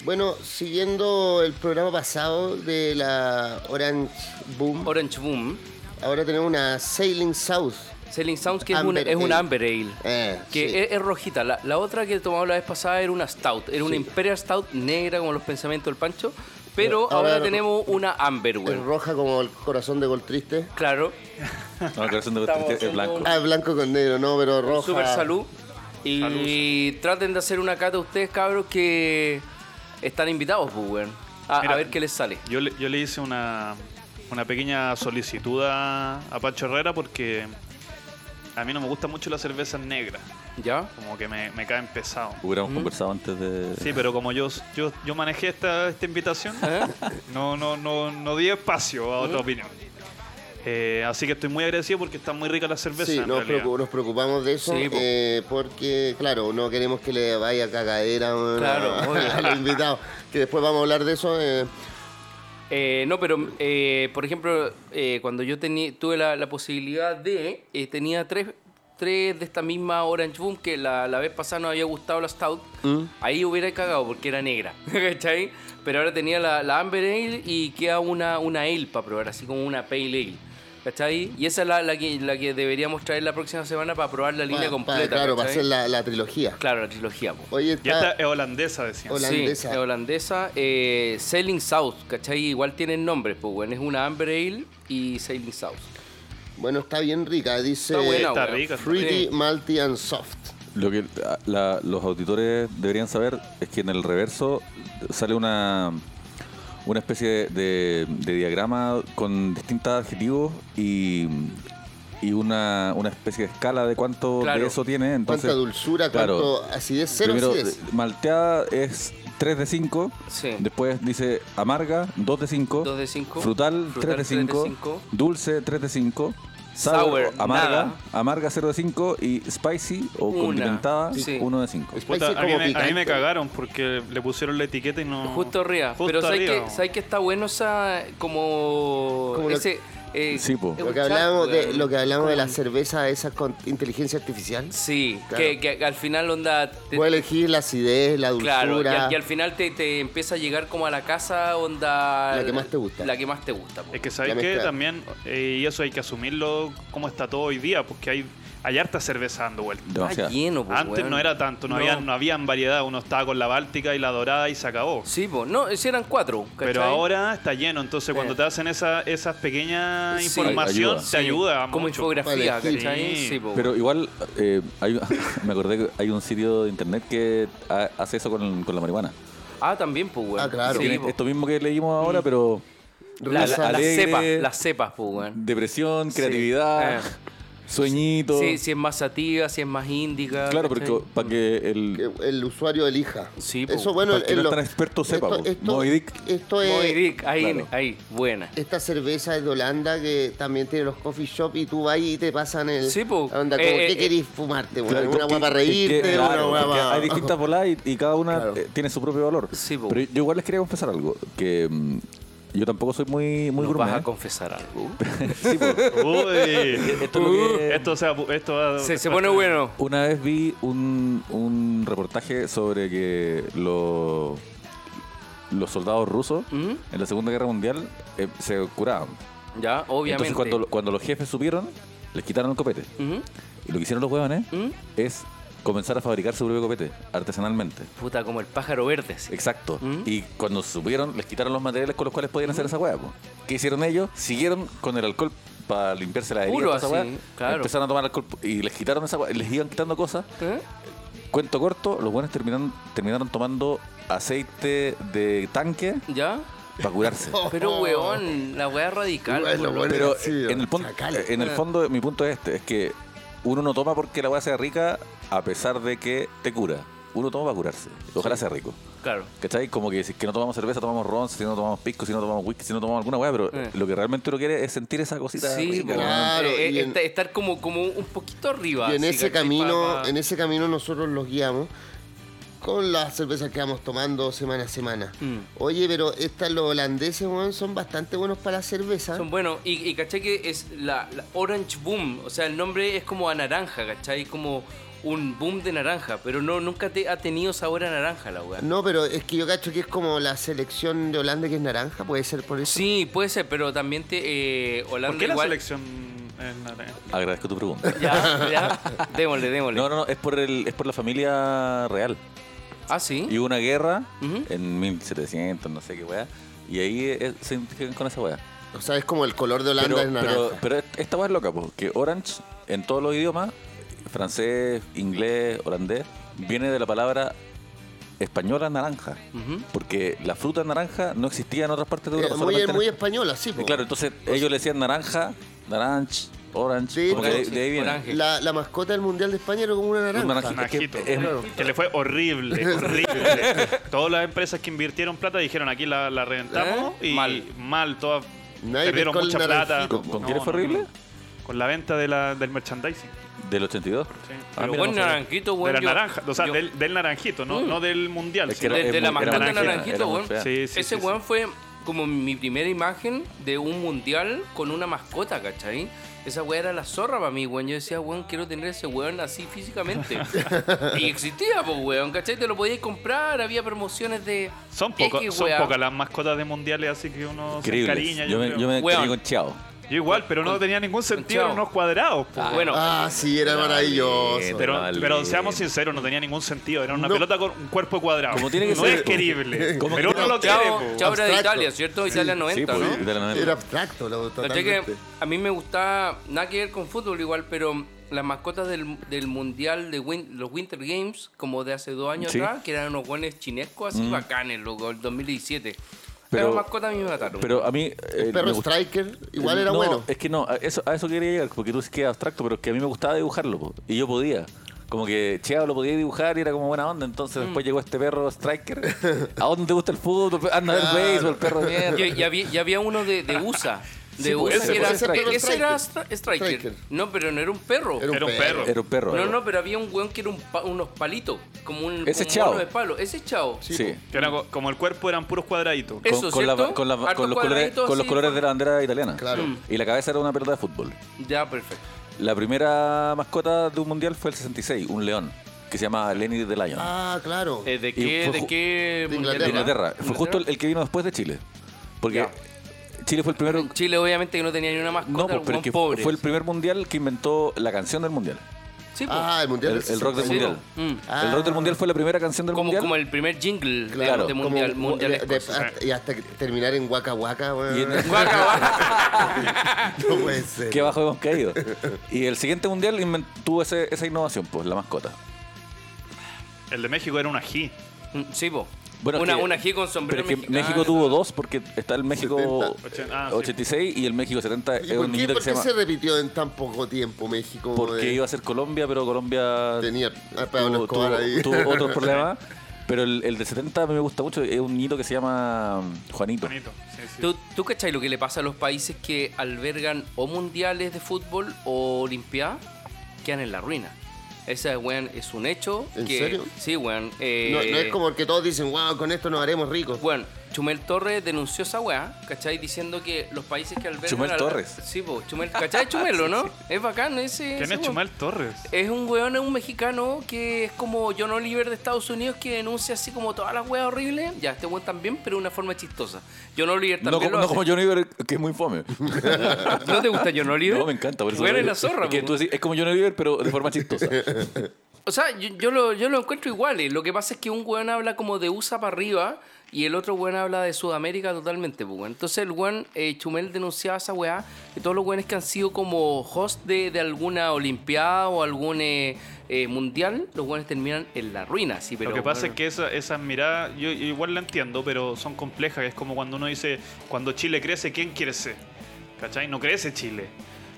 D: Bueno, siguiendo el programa pasado de la Orange Boom,
C: Orange Boom,
D: ahora tenemos una Sailing South.
C: Selling Sounds, que es
D: Amber
C: una, es una
D: Ale.
C: Amber Ale.
D: Eh,
C: Que
D: sí.
C: es, es rojita. La, la otra que tomamos la vez pasada era una Stout. Era una Imperial Stout negra, como los pensamientos del Pancho. Pero
D: Ahora
C: ahora,
D: ro-
C: tenemos una Amber,
D: Es
C: weón.
D: roja como el corazón de Gol Triste.
C: Claro.
E: No, la declaración de
C: Estamos
E: Bautista es
C: haciendo
E: blanco.
D: Ah, blanco con negro, no, pero roja.
C: Super salud. Y traten de hacer una cata ustedes, cabros, que están invitados, pues, weón. A, a
F: Mira.
C: ver qué les sale.
F: Yo le, yo le hice una, una pequeña solicitud a, a Pancho Herrera porque a mí no me gustan mucho las cervezas negras,
C: ¿Ya?
F: como que me, me caen pesado.
E: Hubiéramos conversado antes de.
F: Sí, pero como yo yo, yo manejé esta, esta invitación,
C: ¿Eh?
F: no, no, no, no di espacio a otra opinión. Eh, así que estoy muy agradecido porque están muy ricas las cervezas.
D: Sí,
F: en
D: nos,
F: realidad.
D: preocu- nos preocupamos de eso
C: Sí, po.
D: eh, porque, claro, no queremos que le vaya cagadera bueno,
C: Claro,
D: a,
C: obvio.
D: a los invitados. Que después vamos a hablar de eso. eh,
C: Eh, no, pero eh, por ejemplo, eh, cuando yo tení- tuve la, la posibilidad de, eh, tenía tres, tres de esta misma Orange Boom que la, la vez pasada no había gustado la Stout.
D: Mm.
C: Ahí hubiera cagado porque era negra, ¿cachai? Pero ahora tenía la, la Amber Ale y queda una, una Ale para probar, así como una Pale Ale. ¿Cachai? Y esa es la, la que, la que deberíamos traer la próxima semana para probar la línea
D: pa- pa-
C: completa.
D: claro, para
C: ¿cachai?
D: hacer la, la trilogía.
C: Claro, la trilogía. po.
D: Oye,
F: Y esta
D: está,
F: es holandesa, decían.
D: Hola. Holandesa.
C: Sí, es holandesa. Eh, Sailing South, ¿cachai? Igual tienen nombres, pues, bueno, es una Amber Ale y Sailing South.
D: bueno, está bien rica. Dice
C: Está buena,
F: está
C: weón.
F: rica.
D: Fruity,
C: Sí.
D: Malty and Soft.
E: Lo que la- los auditores deberían saber es que en el reverso sale una, una especie de, de diagrama con distintos adjetivos y, y una, una especie de escala de cuánto
C: Claro.
E: de eso tiene. Entonces,
D: Cuánta dulzura,
E: claro.
D: cuánto acidez, cero
E: Primero,
D: acidez.
E: malteada es 3 de 5.
C: Sí.
E: Después dice amarga, 2 de 5.
C: Dos de cinco.
E: Frutal,
C: Frutal,
E: 3 de
C: tres de
E: 5.
C: cinco.
E: Dulce, 3 de 5.
C: Sour,
E: amarga,
C: nada.
E: amarga 0 de 5 y spicy o
C: Una,
E: condimentada
C: sí.
E: 1 de 5.
D: Spicy
F: eh, Puta, a, mí
D: como
F: me, a mí me
D: picante.
F: cagaron porque le pusieron la etiqueta y no.
C: Justo arriba.
F: Mm. Justo
C: Pero ¿sabes
F: arriba,
C: que, ¿sabes que está bueno esa. como.
D: Como lo-
C: ese. eh,
E: Sí, po.
C: es
D: Lo
C: un
D: que
C: chat,
D: hablamos de,
C: weón,
D: lo que hablamos de la
C: con-
D: cerveza, esa con inteligencia artificial.
C: Sí,
D: Claro.
C: que, que al final onda. te-
D: Puedes elegir la acidez, la dulzura.
C: Claro, y al, y al final te, te empieza a llegar como a la casa, onda.
D: La que más te gusta.
C: La que más te gusta. po.
F: Es que sabes
D: La
F: que
D: mezcla.
F: también, eh, y eso hay que asumirlo como está todo hoy día, porque hay, hay harta cerveza dando vueltas.
E: Demasiado.
C: Está lleno, po,
F: Antes
C: pues, weón.
F: no era tanto, no,
C: No.
F: había no habían variedad. Uno estaba con la Báltica y la Dorada y se acabó.
C: Sí, pues, no, si eran cuatro. ¿cachai?
F: Pero ahora está lleno, entonces cuando
C: Eh.
F: te hacen esa, esas pequeñas
C: Sí.
F: información,
E: Ayuda.
F: te ayuda.
C: Como
F: mucho.
C: infografía,
D: Vale, sí.
C: ¿cachai?
F: Sí.
C: Sí, po,
E: Pero igual, eh, hay- me acordé que hay un sitio de internet que ha- hace eso con, con la marihuana.
C: weón. Ah, también, pues, weón.
D: Ah, claro.
C: Sí,
E: Tiene
C: po. Mm.
E: Esto mismo que leímos ahora, pero
C: La- la-
E: Risa.
C: las
E: Alegre.
C: cepas, las cepas, pues, weón.
E: depresión,
C: Sí.
E: creatividad,
C: Eh.
E: sueñito.
C: Sí, si es más sativa, si es más índica.
E: Claro,
C: ¿cachai?
E: porque para que el.
D: que el usuario elija.
C: Sí, po.
D: Eso bueno,
E: Para que
D: en
E: no
D: lo-
E: tan experto sepa, po. Moby Dick.
D: esto es
C: Moby Dick, ahí,
E: claro.
C: ahí, buena.
D: esta cerveza Pues, es de Holanda que también tiene los coffee shop y tú vas y te pasan el
C: Sí, po.
D: la onda como,
C: Eh,
D: ¿qué
C: eh,
D: querís fumarte? weón?
E: Claro,
D: una
E: porque-
D: guapa para
E: es que,
D: reírte,
E: claro,
D: una
E: porque
D: guapa
E: Hay distintas bolas y, y cada una
D: Claro.
E: eh, tiene su propio valor.
C: Sí, po.
E: Pero yo igual les quería confesar algo, que mm, yo tampoco soy muy, muy
C: ¿Nos
E: gourmet.
C: vas a
E: ¿eh?
C: confesar algo?
E: Sí, po.
F: Uy.
E: Esto es lo
C: Uh.
E: que-
F: esto, o sea, esto va-
C: Se, se pone bueno.
E: Una vez vi un, un reportaje sobre que lo- los soldados rusos
C: ¿Mm?
E: en la Segunda Guerra Mundial eh, se curaban.
C: Ya, obviamente.
E: Entonces cuando, cuando los jefes supieron, les quitaron el copete.
C: Ujú,
E: Y lo que hicieron los huevones
C: ujú.
E: es comenzar a fabricar su propio copete artesanalmente.
C: Puta, como el pájaro verde. así.
E: Exacto.
C: ¿Mm?
E: Y cuando supieron, les quitaron los materiales con los cuales podían hacer esa hueá. po. ¿Qué hicieron ellos? Siguieron con el alcohol para limpiarse la herida.
C: Puro
E: toda esa
C: así,
E: hueá.
C: claro.
E: Empezaron a tomar alcohol y les quitaron esa hueá. Les iban quitando cosas
C: ¿Eh?
E: Cuento corto, los buenos terminaron, terminaron tomando aceite de tanque
C: ¿Ya?
E: para curarse.
C: Pero, weón, la weá radical.
D: Oh. Bueno,
C: por lo-
D: bueno.
E: Pero
D: Sí,
E: en, el pon-
D: chacales.
E: en el fondo, mi punto es este, es que uno no toma porque la weá sea rica a pesar de que te cura. Uno toma para curarse. Ojalá sea rico.
C: Claro.
E: ¿Cachai? Como que si es que no tomamos cerveza, tomamos ron, si no tomamos pisco, si no tomamos whisky, si no tomamos alguna weá, pero
C: Eh.
E: lo que realmente uno quiere es sentir esa cosita.
C: Sí,
E: rica,
C: po,
E: weón.
D: Claro,
C: eh,
D: y
C: eh,
D: en-
C: esta- estar como, como un poquito arriba.
D: Y en
C: así,
D: ese
C: ¿cachai?
D: camino,
C: Pa- pa-
D: en ese camino nosotros los guiamos con las cervezas que vamos tomando semana a semana.
C: Mm.
D: Oye, pero estas los holandeses, weón, son bastante buenos para la cerveza.
C: Son buenos. Y, y caché que es la, la Orange Boom. O sea, el nombre es como a naranja, ¿cachai? Como un boom de naranja. Pero no, nunca te ha tenido sabor a naranja la weá.
D: No, pero es que yo cacho que es como la selección de Holanda que es naranja, puede ser por eso.
C: Sí, puede ser, pero también te. Eh, Holanda
F: ¿Por qué la
C: igual.
F: selección en naranja?
E: Agradezco tu pregunta.
C: Ya, ya. Démosle, démosle.
E: No, no, no, es por, el, es por la familia real.
C: Ah, sí.
E: Y hubo una guerra
C: Ujú.
E: en 1700, no sé qué weá. Y ahí eh, se identifican con esa weá.
D: O sea, es como el color de Holanda
E: Pero,
D: es naranja. Eh,
E: pero, pero esta weá es loca, porque Orange, en todos los idiomas, francés, inglés, holandés, viene de la palabra española naranja.
C: Ujú.
E: Porque la fruta naranja no existía en otras partes de Europa.
D: Eh, muy,
E: solamente en-
D: muy española, sí.
E: Y
D: po.
E: claro, entonces ellos le decían naranja, naranja,
D: Pues
E: orange.
D: Sí, pues,
E: como que de,
D: sí,
E: de ahí viene.
C: naranja.
D: La, la mascota del Mundial de España era como una naranja.
E: Un naranjito. Es que-
F: Najito.
E: es-
F: Que le fue horrible, horrible. Todas las empresas que invirtieron plata dijeron aquí la, la reventamos
C: ¿Eh?
F: y
C: Mal.
F: mal, todas
D: Nadie
F: perdieron
D: pescó el
F: mucha plata.
D: naranjito.
E: ¿Con- con quién le fue horrible?
F: Con la venta de la, del merchandising.
E: Del 82.
F: Sí.
E: Ah,
C: Pero
E: mira,
C: buen
E: no sabía.
C: naranjito,
F: de
C: weón.
F: la
C: yo-
F: naranja, o sea,
C: yo- Mm.
F: del, del naranjito, no, no del mundial.
E: Es que
F: sino-
E: era-
C: de, de
E: es
C: la
E: muy-
C: mascota
E: era muy fea, era
C: naranjito,
E: muy
C: weón.
E: fea.
F: Sí, sí,
C: Ese
F: sí, sí.
C: weón fue como mi primera imagen de un mundial con una mascota, ¿cachai? Esa weá era la zorra para mí, weón. Yo decía, weón, quiero tener ese weón así físicamente. y existía, pues, weón, ¿cachai? Te lo podías comprar, había promociones de.
F: Son, poco-
C: X,
F: son
C: weá.
F: pocas las mascotas de mundiales, así que uno se
E: Increíble.
F: encariña.
E: Yo,
F: Yo,
E: me,
F: creo.
E: yo me
C: Weón.
E: quedé con Chao.
F: Yo igual, pero no tenía ningún sentido
C: chao.
F: en unos cuadrados. pues, po.
C: Bueno,
D: Ah, sí, era maravilloso.
F: Pero,
E: Vale.
F: pero seamos sinceros, no tenía ningún sentido. Era una
D: No.
F: pelota con un cuerpo cuadrado.
E: Como tiene que
F: no
E: ser.
F: es querible.
E: Como
F: pero
E: que-
F: uno lo quiere.
C: chao,
F: po.
C: chao era de
D: Abstracto.
C: Italia, ¿cierto? Italia 90,
E: pues,
C: ¿no?
E: de la novela.
D: Era abstracto, lo,
C: Caché
D: totalmente.
C: que a mí me gustaba, nada que ver con fútbol igual, pero las mascotas del, del mundial de win- los Winter Games, como de hace dos años
E: Sí. Mm.
C: atrás, que eran unos guanes chinescos así bacanes, loco, el 2017. Pero,
E: Pero-
C: las mascotas a mí me mataron.
E: Pero a mí. eh,
D: El perro
E: me gust-
D: Striker igual era
E: No,
D: bueno.
E: Es que no, a eso, a eso quería llegar, porque tú dices que es abstracto, pero es que a mí me gustaba dibujarlo, po, y yo podía. Como que Cheo lo podía dibujar y era como buena onda,
C: Mm.
E: entonces después llegó este perro Striker. ¿A dónde te gusta el fútbol? Anda a ver
D: Claro.
E: béisbol, perro de mierda.
C: y, y había, y había uno de, de USA. De
E: Sí, pues,
C: USA
E: ese,
C: que
E: pues,
C: era,
E: ese perro
C: ese era
D: Striker.
C: Stri- Striker.
D: Striker.
C: No, pero no era un perro.
F: Era un perro.
E: Era un perro.
C: no, no, pero había un weón que era un pa- unos palitos, como un,
E: Ese
C: un
E: Chao.
C: mono de palo. Ese es chao.
E: Sí.
D: Sí,
F: Que era co- como el cuerpo eran puros cuadraditos.
C: Eh,
E: Con,
C: Eso,
E: con la-
C: ¿cierto?
E: con la-
C: Hartos
E: con los colores,
C: cuadraditos,
E: con los
C: sí,
E: colores
C: con-
E: de la bandera italiana.
D: Claro. Mm.
E: Y la cabeza era una pelota de fútbol.
C: Ya, perfecto.
E: La primera mascota de un mundial fue el 66, un león, que se llama Lenny the Lion.
D: Ah, claro.
C: Eh, ¿De
E: Y
C: qué?
E: fue
C: ¿De
E: ju-
C: qué?
D: de
C: mundial
E: de
C: era?
E: Inglaterra. Fue justo el, el que vino después de Chile. Porque Chile fue el primero.
C: Chile obviamente que no tenía ni una mascota,
E: No, pues,
C: el
E: pero
C: weón
E: es que
C: pobre.
E: fue el primer mundial que inventó la canción del mundial.
C: Sí, pues, po.
D: Ah, el mundial.
E: El-
D: del
E: el rock del
C: Sí,
D: 60.
E: mundial.
C: po. Mm.
D: Ah.
E: El rock del mundial fue la primera canción del
C: Como,
E: mundial.
C: como el primer jingle
D: Claro,
C: de mundial.
D: como-
C: mundial
D: de-
C: escocés.
D: hasta- y hasta que terminar en Waka Waka, weón.
E: Y en-
C: Guaca, guaca.
D: No puede ser.
E: Qué bajo hemos caído. Y el siguiente mundial inven- tuvo ese- esa innovación, pues, la mascota.
F: El de México era un ají.
C: Mm, Sí, po.
E: Bueno,
C: una,
E: que-
C: una G con sombrero
E: Pero es que
C: mexicano.
E: México tuvo dos porque está el México
D: 70.
F: Ochen- ah, sí.
E: 86 y el México 70
D: ¿Y
E: es
D: ¿Por qué,
E: un niñito
D: por
E: que se
D: qué
E: llama...
D: se repitió en tan poco tiempo México?
E: Porque
D: eh?
E: iba a ser Colombia, pero Colombia
D: Tenía a Pablo
E: tuvo,
D: Escobar
E: tuvo-
D: ahí.
E: tuvo otros problemas. Pero el, el de 70 me gusta mucho. Es un niño que se llama Juanito.
F: Bonito. Sí, sí.
C: ¿Tú, ¿Tú cachai lo que le pasa a los países que albergan o mundiales de fútbol o olimpiadas? Quedan en la ruina. Esa, weón, es un hecho.
D: ¿En
C: que-
D: serio?
C: Sí, weón. eh,
D: No, no es como el que todos dicen, wow, con esto nos haremos ricos.
C: Bueno, Chumel Torres denunció esa weá, ¿cachai? Diciendo que los países que albergan...
E: Chumel
C: al-
E: Torres.
C: Sí, po, Chumel, ¿cachai? Chumel, ¿o ¿no? Es bacán ese...
F: ¿Quién
C: ese
F: es
C: weón.
F: Chumel Torres?
C: Es un weón, es un mexicano que es como John Oliver de Estados Unidos que denuncia así como todas las weas horribles. Ya, este weón también, pero de una forma chistosa. John Oliver
E: No,
C: también
E: como-
C: lo
E: no
C: hace.
E: como Johnny Oliver, que es muy fome.
C: ¿No te gusta John Oliver?
E: No, me encanta. Por eso
C: Weón
E: lo
C: es
E: digo.
C: la zorra,
E: Es que
C: po.
E: tú decís, es como Johnny Oliver, pero de forma chistosa.
C: O sea, yo, yo lo, yo lo encuentro igual. eh. Lo que pasa es que un weón habla como de USA para arriba y el otro weón habla de Sudamérica totalmente. pues, weón. Entonces el weón eh, Chumel denunciaba a esa weá que todos los weones que han sido como host de, de alguna olimpiada o algún eh, eh, mundial, los weones terminan en la ruina. Sí, pero,
F: Lo que pasa
C: bueno.
F: es que esa- esas miradas, yo, yo igual la entiendo, pero son complejas. Es como cuando uno dice, cuando Chile crece, ¿quién crece? ¿Cachai? No crece Chile.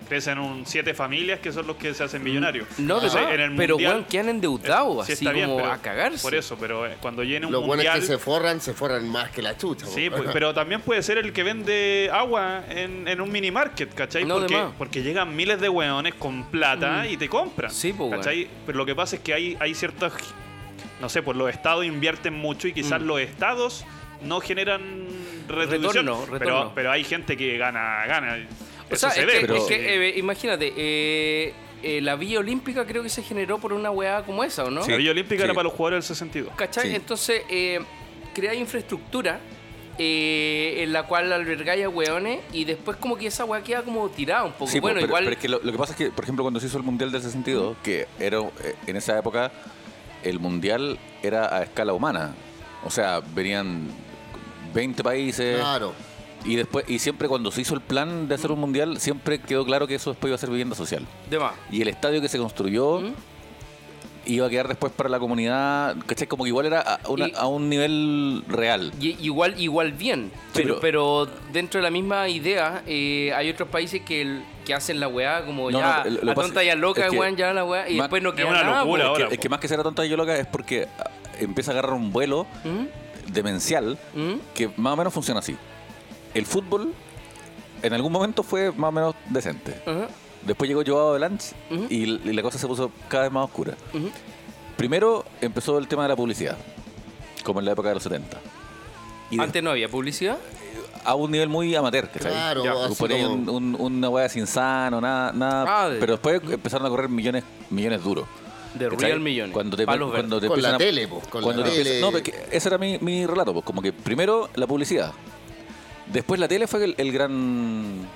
F: Crecen un siete familias que son los que se hacen millonarios.
C: Mm, No, de
F: Entonces,
C: verdad,
F: en el
C: pero
F: mundial-
C: weón, quedan endeudados,
F: Sí,
C: así
F: está bien,
C: como
F: pero
C: a cagarse.
F: Por eso, pero eh, cuando llene un
D: Los buenos
F: mundial...
D: que se forran, se forran más que la chucha.
F: Sí,
D: po.
F: pues, pero también puede ser el que vende agua en, en un mini market, ¿cachai?
C: No, de
F: porque,
C: más. Mm.
F: porque llegan miles de hueones con plata y te compran.
C: Sí, po, weón.
F: ¿cachai? Pero lo que pasa es que hay, hay ciertos. No sé, pues los estados invierten mucho y
C: Mm.
F: quizás los estados no generan retribución.
C: Retorno,
F: Pero-
C: retorno.
F: Pero, hay gente que gana, gana.
C: O
F: Eso
C: sea,
F: se
C: es,
F: ve.
C: que,
E: pero-
C: es que, eh, imagínate, eh, eh, la Villa Olímpica creo que se generó por una weá como esa, ¿o no?
E: Sí.
F: La Villa Olímpica
E: Sí.
F: era para los jugadores del 62.
C: ¿Cachai?
E: Sí.
C: Entonces, eh, creáis infraestructura eh, en la cual albergáis a hueones y después como que esa hueá queda como tirada un poco.
E: Sí,
C: bueno,
E: pero,
C: igual...
E: pero es que lo, lo que pasa es que, por ejemplo, cuando se hizo el Mundial del 62, que era eh, en esa época el Mundial era a escala humana. O sea, venían 20 países
D: Claro.
E: y después y siempre cuando se hizo el plan de hacer un Mundial, siempre quedó claro que eso después iba a ser vivienda social.
C: De más.
E: Y el estadio que se construyó
C: ¿Mm?
E: iba a quedar después para la comunidad, ¿cachai? Como que igual era a, una-
C: Y-
E: a un nivel real.
C: Y- igual, igual bien, pero, pero dentro de la misma idea eh, hay otros países que, el- que hacen la weá como
E: No,
C: ya
E: no, lo- lo
C: la
E: pasa-
C: tonta ya loca,
E: es que-
C: weón, ya la weá, y
E: Ma-
C: después no
F: es
C: queda
F: una
C: nada,
F: locura,
C: po.
F: ahora,
E: es que más que ser tonta y yo loca es porque ah, empieza a agarrar un vuelo
C: ¿Mm?
E: demencial
C: ¿Mm?
E: que más o menos funciona así. El fútbol en algún momento fue más o menos decente.
C: Ajá,
E: Después llegó Joao Lanz
C: Ujú.
E: y, l- y la cosa se puso cada vez más oscura.
C: ujú.
E: Primero empezó el tema de la publicidad, como en la época de los 70. Y de-
C: Antes no había publicidad.
E: a un nivel muy amateur, ¿cachai?
D: Claro,
E: Ya,
D: así
E: por ahí
D: como-
E: un- un- una hueá sin sano, nada, nada.
C: Ah, de-
E: Pero después empezaron a correr millones, millones duros.
C: De
E: ¿cachai?
C: Real Millones.
E: Cuando te,
C: Palos verdes.
E: cuando te
D: Con la
E: empiezan a-
D: tele, pues. Con
E: cuando
D: la
E: te
D: tele.
E: empiezan- No, porque ese era mi, mi relato, pues como que primero la publicidad, después la tele fue el, el gran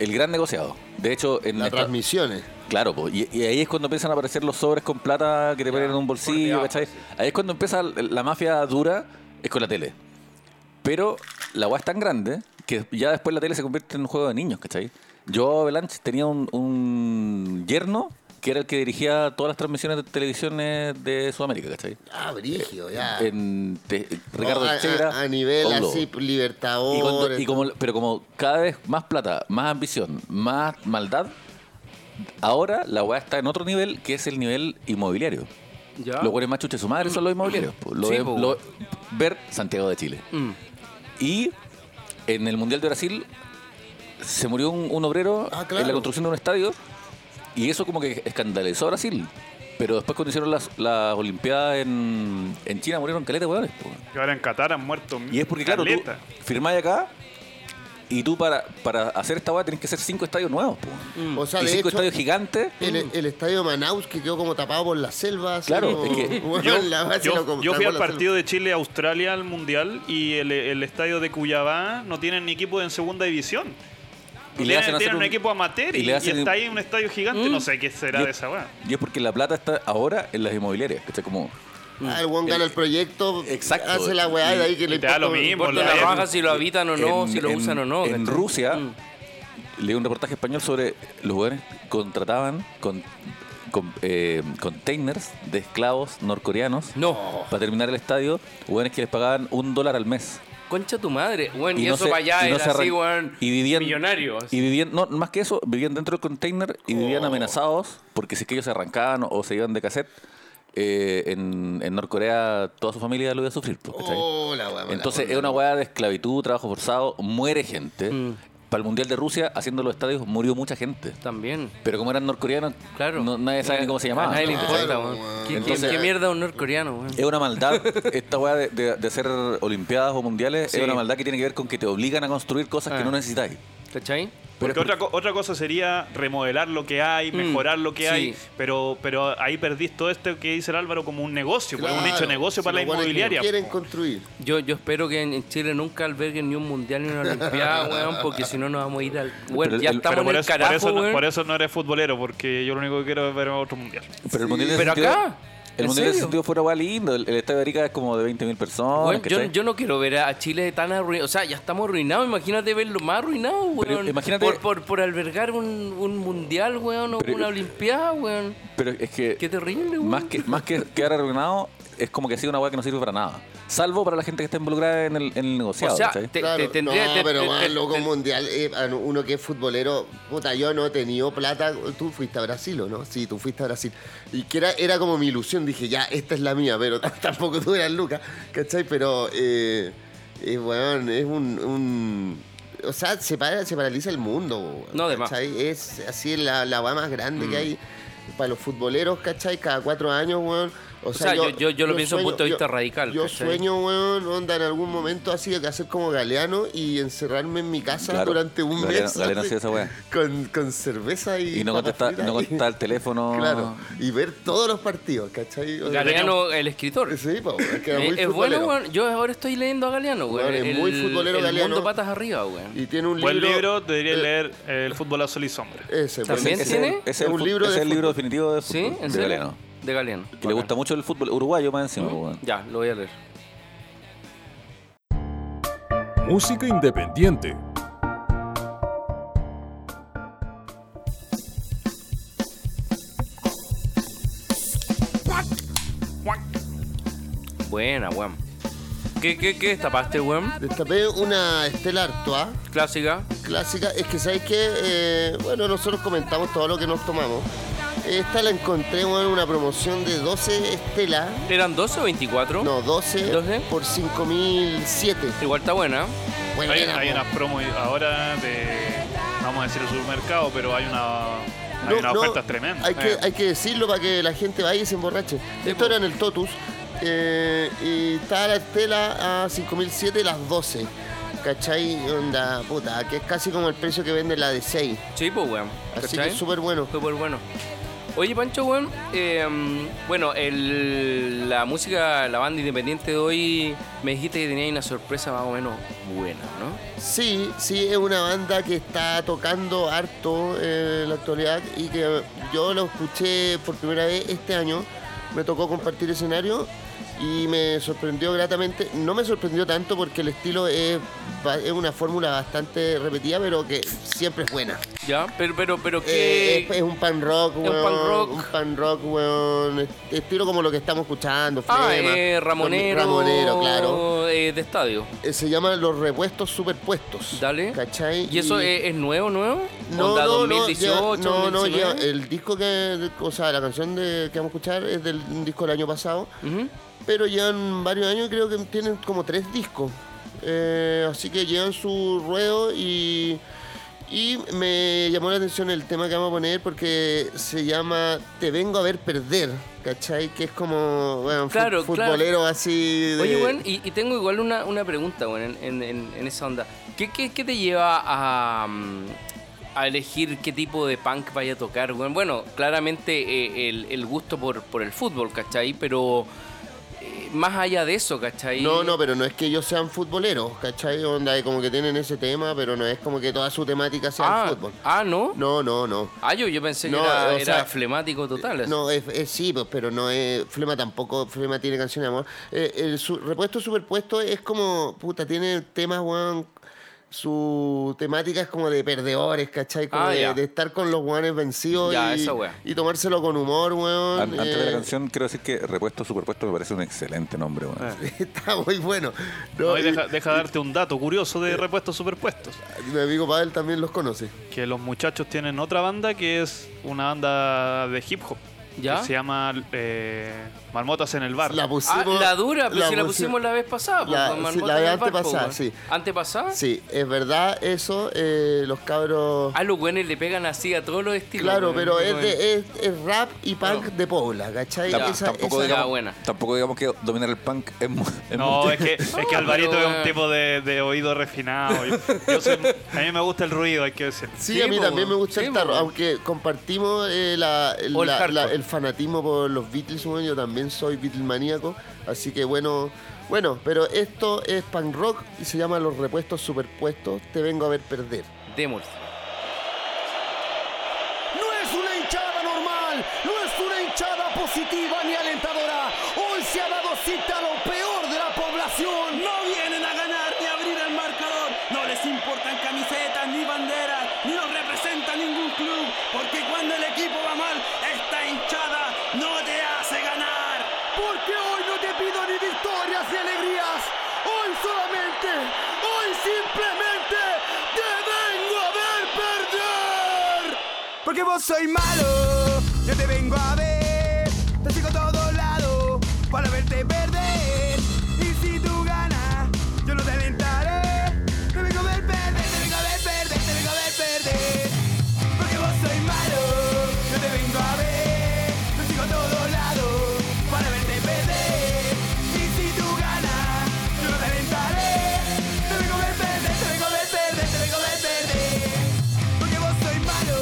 E: el gran negociado. De hecho, en
D: Las
E: esta-
D: transmisiones.
E: claro, pues, y, y ahí es cuando empiezan a aparecer los sobres con plata que te ponen en un bolsillo,
C: debajo,
E: ¿cachai? Ahí es cuando empieza la mafia dura, es con la tele. Pero la weá es tan grande que ya después la tele se convierte en un juego de niños, ¿cachai? Yo, Avalanche, tenía un, un yerno que era el que dirigía todas las transmisiones de televisiones de Sudamérica, ¿cachai?
D: Ah, brígido, ya.
E: en te- Ricardo
D: No, a-
E: Teixeira,
D: a, a nivel
E: Oslo.
D: así,
E: Y cuando-
D: libertador.
E: y como, pero como cada vez más plata, más ambición, más maldad, ahora la weá está en otro nivel que es el nivel inmobiliario.
C: Ya.
E: Los cuales más chuches su madre son los inmobiliarios. po. Lo
C: Sí,
E: de-
C: po.
E: lo- ver Santiago de Chile.
C: Mm.
E: Y en el Mundial de Brasil se murió un, un obrero
D: Ah, claro.
E: en la construcción de un estadio y eso como que escandalizó a Brasil. Pero después cuando hicieron las, las Olimpiadas en, en China murieron caletas, weones. po.
F: Y ahora en Qatar han muerto.
E: Y es porque, claro, tú
F: caleta.
E: firmáis acá y tú para, para hacer esta weá tenés que hacer cinco estadios nuevos. po.
C: Mm.
D: o sea,
E: y
D: de
E: cinco
D: hecho,
E: estadios gigantes.
D: el, el estadio de Manaus que quedó como tapado por la selva. así
E: Mm. Claro,
D: como-
E: es que-
D: Bueno,
F: Yo,
D: la base
F: yo-
D: lo como-
F: yo fui
D: tapó
F: al
D: la
F: partido de Chile-Australia al Mundial y el, el estadio de Cuyabá no tienen ni equipo en segunda división.
E: Y le
F: Tienen-
E: hacen hacer
F: tienen un
E: un-
F: equipo amateur y,
E: y le hacen-
F: y está ahí en un estadio gigante. No sé qué será
E: Yo-
F: de esa weá.
E: Y es porque la plata está ahora en las inmobiliarias, ¿cachai? Como,
D: Ah, el weón gana el proyecto,
E: Eh, Exacto.
D: hace la weá y de ahí que
F: Y
D: le
F: te da lo
D: importa-
F: mismo,
C: Importa
F: la
C: la
F: verga.
C: raja si lo habitan o no, si lo
E: en-
C: usan o no.
E: En
C: ¿cachai?
E: Rusia,
C: Mm.
E: leí un reportaje español sobre los jóvenes contrataban con, con, eh, containers de esclavos norcoreanos
C: No,
E: para terminar el estadio, jóvenes que les pagaban un dólar al mes.
C: concha tu madre. Bueno, y,
E: no
C: eso
E: se-
C: para allá
E: y no
C: era
E: se
C: así,
E: arran-
C: weón.
E: y vivían-
C: Millonarios.
E: Y vivían, no, más que eso, vivían dentro del container y
C: Oh.
E: vivían amenazados porque si es que ellos se arrancaban o, o se iban de cassette, eh, en, en Norcorea toda su familia lo iba a sufrir. pues, ¿cachai?
D: Oh, la weá mala
E: Entonces
D: onda.
E: es una weá de esclavitud, trabajo forzado, muere gente.
C: Mm.
E: Para el Mundial de Rusia, haciendo los estadios, murió mucha gente.
C: También.
E: Pero como eran norcoreanos,
C: Claro.
E: no- nadie sabe ni cómo se llamaba.
C: A nadie le
D: Ah,
C: importa,
D: claro,
C: weón.
D: weón.
C: ¿Qué- qué-
E: Entonces- eh,
C: ¿Qué mierda un norcoreano, weón?
E: Es una maldad, esta weá de, de- de hacer olimpiadas o mundiales,
C: Sí.
E: es una maldad que tiene que ver con que te obligan a construir cosas
C: Ah.
E: que no necesitáis.
C: ¿Cachai?
E: Pero
F: Porque
E: es
F: otra, co- otra cosa sería remodelar lo que hay,
E: Mm,
F: mejorar lo que
C: sí.
F: hay, pero, pero ahí perdís todo esto que dice el Álvaro como un negocio, pues, un
D: Claro,
F: hecho de negocio
D: si
F: para la
D: los weones
F: inmobiliaria.
D: Quieren construir.
C: Yo, yo espero que en, en Chile nunca alberguen ni un mundial ni una olimpiada, weón, porque si no nos vamos a ir al. Bueno,
E: Pero
C: ya
E: el-
F: Pero
C: estamos en
F: por
C: el
F: eso, por
C: carajo,
F: eso no-
C: weón.
F: por eso no eres futbolero, porque yo lo único que quiero es ver otro mundial.
E: Pero el mundial de
C: Pero
E: sentido,
C: acá,
E: El
C: ¿en
E: mundial de
C: serio?
E: sentido fuera weá lindo. El, el estadio de Arica es como de 20.000 personas.
C: Weón, yo,
E: ¿cachai?
C: yo no quiero ver a Chile tan arruinado. O sea, ya estamos arruinados. Imagínate verlo más arruinado,
E: Pero
C: weón.
E: imagínate-
C: Por, por, por albergar un, un mundial, weón, o
E: Pero-
C: una olimpiada, weón.
E: Pero es que.
C: Qué terrible, weón.
E: Más que, más que quedar arruinado, es como que ha sido una weá que no sirve para nada. Salvo para la gente que está involucrada en el, en el negociado.
C: O sea,
E: ¿cachai?
C: te-
D: Claro,
C: te- tendría-
D: no,
C: te-
D: pero
C: te-
D: más
C: te-
D: loco
C: te-
D: mundial, eh, a uno que es futbolero, puta, yo no he tenido plata, tú fuiste a Brasil o no, sí, tú fuiste a Brasil. Y que era, era como mi ilusión, dije, ya, esta es la mía, pero tampoco tú eras Lucas, ¿cachai? Pero, eh, eh, weón, es un... un- o sea, se, para- se paraliza el mundo, weón,
C: No, de más. Mm.
D: ¿cachai? Es así la, la weá más grande que hay para los futboleros, ¿cachai? Cada cuatro años, weón. O sea,
C: sea, yo- yo- yo lo pienso desde un punto de vista radical,
D: Yo
C: ¿cachai?
D: sueño sueño, weón, onda en algún momento así de que hacer como Galeano y encerrarme en mi casa
E: Claro,
D: durante un
E: Galeano-
D: mes.
E: Galeano
D: así,
E: hacía esa weá.
D: Con, con cerveza y.
E: y no
D: papas
E: contestar
D: fritas
E: no
D: y-
E: contestar el teléfono.
D: Claro. Y ver todos los partidos, ¿cachai? O sea,
C: Galeano, el escritor.
D: Sí, po, es que era
C: Eh,
D: muy
C: es bueno,
D: futbolero.
C: weón. Yo ahora estoy leyendo a Galeano, weón.
D: Weón, es
C: El-
D: muy futbolero
C: el
D: Galeano.
C: mundo patas arriba, weón.
D: Y tiene un
F: Buen
D: libro.
F: libro, te debería
D: eh,
F: leer eh, El fútbol a sol y sombra.
D: Ese, pues,
C: ¿También
E: Ese-
C: tiene?
E: ese
D: Es
E: es el,
D: un
E: fu-
D: libro
E: ese
D: de
E: es el libro definitivo de,
C: ¿Sí?
E: fútbol,
C: ¿En
E: de
C: serio? Mm,
E: Galeano.
C: De Galeano.
E: Que le gusta mucho el fútbol uruguayo más encima. weón.
C: Ya, lo voy a leer.
B: Música independiente.
C: Buena, weón. ¿Qué, qué, qué destapaste, weón?
D: Destapé una Estela Artois
C: Clásica.
D: clásica. Es que, ¿sabes qué? Eh, bueno, nosotros comentamos todo lo que nos tomamos. Esta la encontré weón, en una promoción de 12 Estela.
C: ¿Eran 12 o 24?
D: No, 12,
C: 12.
D: por 5007.
C: Igual está buena.
D: Buena,
F: Hay,
D: po.
F: hay unas promos ahora de, vamos a decir, el supermercado, pero hay una, hay
D: No,
F: unas
D: no,
F: ofertas tremendas.
D: Hay que,
F: Eh,
D: hay que decirlo para que la gente vaya y se emborrache. Esto era en el Totus. eh, y estaba la estela a 5007 las 12. ¿Cachai? Onda, puta, que es casi como el precio que vende la de 6.
C: Sí, pues, weón.
D: Así que
C: ¿Cachai?
D: es súper bueno.
C: Súper bueno. Oye, Pancho, weón. eh, bueno, el- la música, la banda independiente de hoy, me dijiste que tenía una sorpresa más o menos buena, ¿no?
D: Sí, sí, es una banda que está tocando harto eh, en la actualidad y que yo lo escuché por primera vez este año. Me tocó compartir escenario y me sorprendió gratamente. No me sorprendió tanto porque el estilo es, ba- es una fórmula bastante repetida, pero que siempre es buena.
C: Ya, pero, pero, pero,
D: Eh,
C: ¿qué?
D: es, es un pan rock,
C: un
D: weón.
C: pan rock.
D: Un pan rock, weón. es- Estilo como lo que estamos escuchando.
C: ah,
D: Flema,
C: eh, Ramonero.
D: Ramonero, claro.
C: eh, de estadio.
D: Eh, se llaman los repuestos superpuestos.
C: Dale.
D: ¿Cachai?
C: ¿Y eso es, es nuevo, nuevo? Onda
D: lleva-
C: 2018,
D: no, no,
C: 2019?
D: lleva- el disco que, o sea, la canción de- que vamos a escuchar es del un disco del año pasado,
C: Ujú.
D: pero llevan varios años, creo que tienen como tres discos, Eh, así que llevan su ruedo y, y me llamó la atención el tema que vamos a poner porque se llama Te vengo a ver perder, ¿cachai? Que es como, bueno, fut-
C: Claro, claro.
D: futbolero así de...
C: Oye, weón, y, y tengo igual una, una pregunta, weón, en, en- en- en esa onda. ¿Qué, qué, qué te lleva a, mm, a elegir qué tipo de punk vaya a tocar, weón? Bueno, claramente eh, el, el gusto por, por el fútbol, ¿cachai? Pero eh, más allá de eso, ¿cachai?
D: No, no, pero no es que ellos sean futboleros, ¿cachai? Onda, como que tienen ese tema, pero no es como que toda su temática
C: ah,
D: sea el fútbol.
C: ah, no.
D: No, no, no.
C: Ah, yo, yo pensé
D: No,
C: que era,
D: o
C: era
D: sea,
C: flemático total. Ah, así.
D: No, es, es- sí, pues, pero no es. Flema tampoco. Flema tiene canción de amor. Eh, el su- repuesto superpuesto es como. Puta, tiene temas, weón. Su temática es como de perdedores, ¿cachai? Como
C: Ah,
D: de,
C: ya.
D: de estar con los guanes vencidos
C: Ya,
D: y,
C: esa wea.
D: y tomárselo con humor, weón.
E: An- Antes de
D: eh,
E: la canción, quiero decir que Repuesto Superpuesto me parece un excelente nombre.
F: Eh.
E: weón.
D: Está muy bueno. No,
F: No,
D: y
F: y deja, deja darte un dato curioso de repuestos superpuestos.
D: Mi amigo Pavel también los conoce.
F: Que los muchachos tienen otra banda que es una banda de hip hop.
C: ¿Ya?
F: Que se llama eh, Marmotas en el Bar.
D: La
C: Ah,
D: pusimos.
C: la dura, pero si la
D: pusi-
C: pusimos la vez pasada. pues,
D: La-
C: con
D: sí,
C: Marmota
D: la
C: en
D: vez
C: el barco,
D: antepasada,
C: weón.
D: sí.
C: ¿Antepasada?
D: Sí, es verdad eso. eh, los cabros.
C: A los güenes le pegan así a todos los estilos.
D: Claro,
C: weón.
D: pero es,
C: Weón.
D: de- es, es rap y punk de Pobla, ¿cachai?
E: Tam-
D: Esa-
E: tampoco,
D: esa-
C: Ya,
E: digamos,
C: buena.
E: tampoco digamos que dominar el punk es, mu- es
F: No,
E: mucho.
F: es que, es que
C: No,
F: Alvarito
C: pero,
F: es
C: eh,
F: un tipo de, de oído refinado. Yo- yo soy- a mí me gusta el ruido, hay que decir.
D: Sí,
C: Sí,
D: a mí
C: po,
D: también me
C: weón.
D: gusta
C: Sí,
D: el
C: po,
D: tarro,
C: weón.
D: aunque compartimos eh, la- el,
C: O el
D: la-
C: hardcore.
D: la- el fanatismo por los Beatles, weón, yo también soy Beatles maníaco, así que bueno, bueno, pero esto es punk rock y se llama Los Repuestos Superpuestos, te vengo a ver perder.
C: Demos.
A: No es una hinchada normal, no es una hinchada positiva ni alentadora. Hoy se ha dado cita a lo peor de la población.
G: No vienen a ganar ni a abrir el marcador. No les importan camisetas ni banderas, ni los representa ningún club. Porque cuando el equipo va mal, esta hinchada no te hace ganar.
A: Porque hoy no te pido ni victorias ni alegrías. Hoy solamente, hoy simplemente te vengo a ver perder. Porque vos soy malo, yo te vengo a ver. Te sigo a todos lados para verte perder. Y si tú ganas, yo no te alentaré. Te vengo a ver perder, te vengo a ver perder, te vengo a ver perder. Porque vos soy malo, yo te vengo a ver. Te sigo a todos lados para verte perder. Y si tú ganas, yo no te alentaré. Te vengo a ver perder, te vengo a ver perder, te vengo a ver perder. Porque vos soy malo,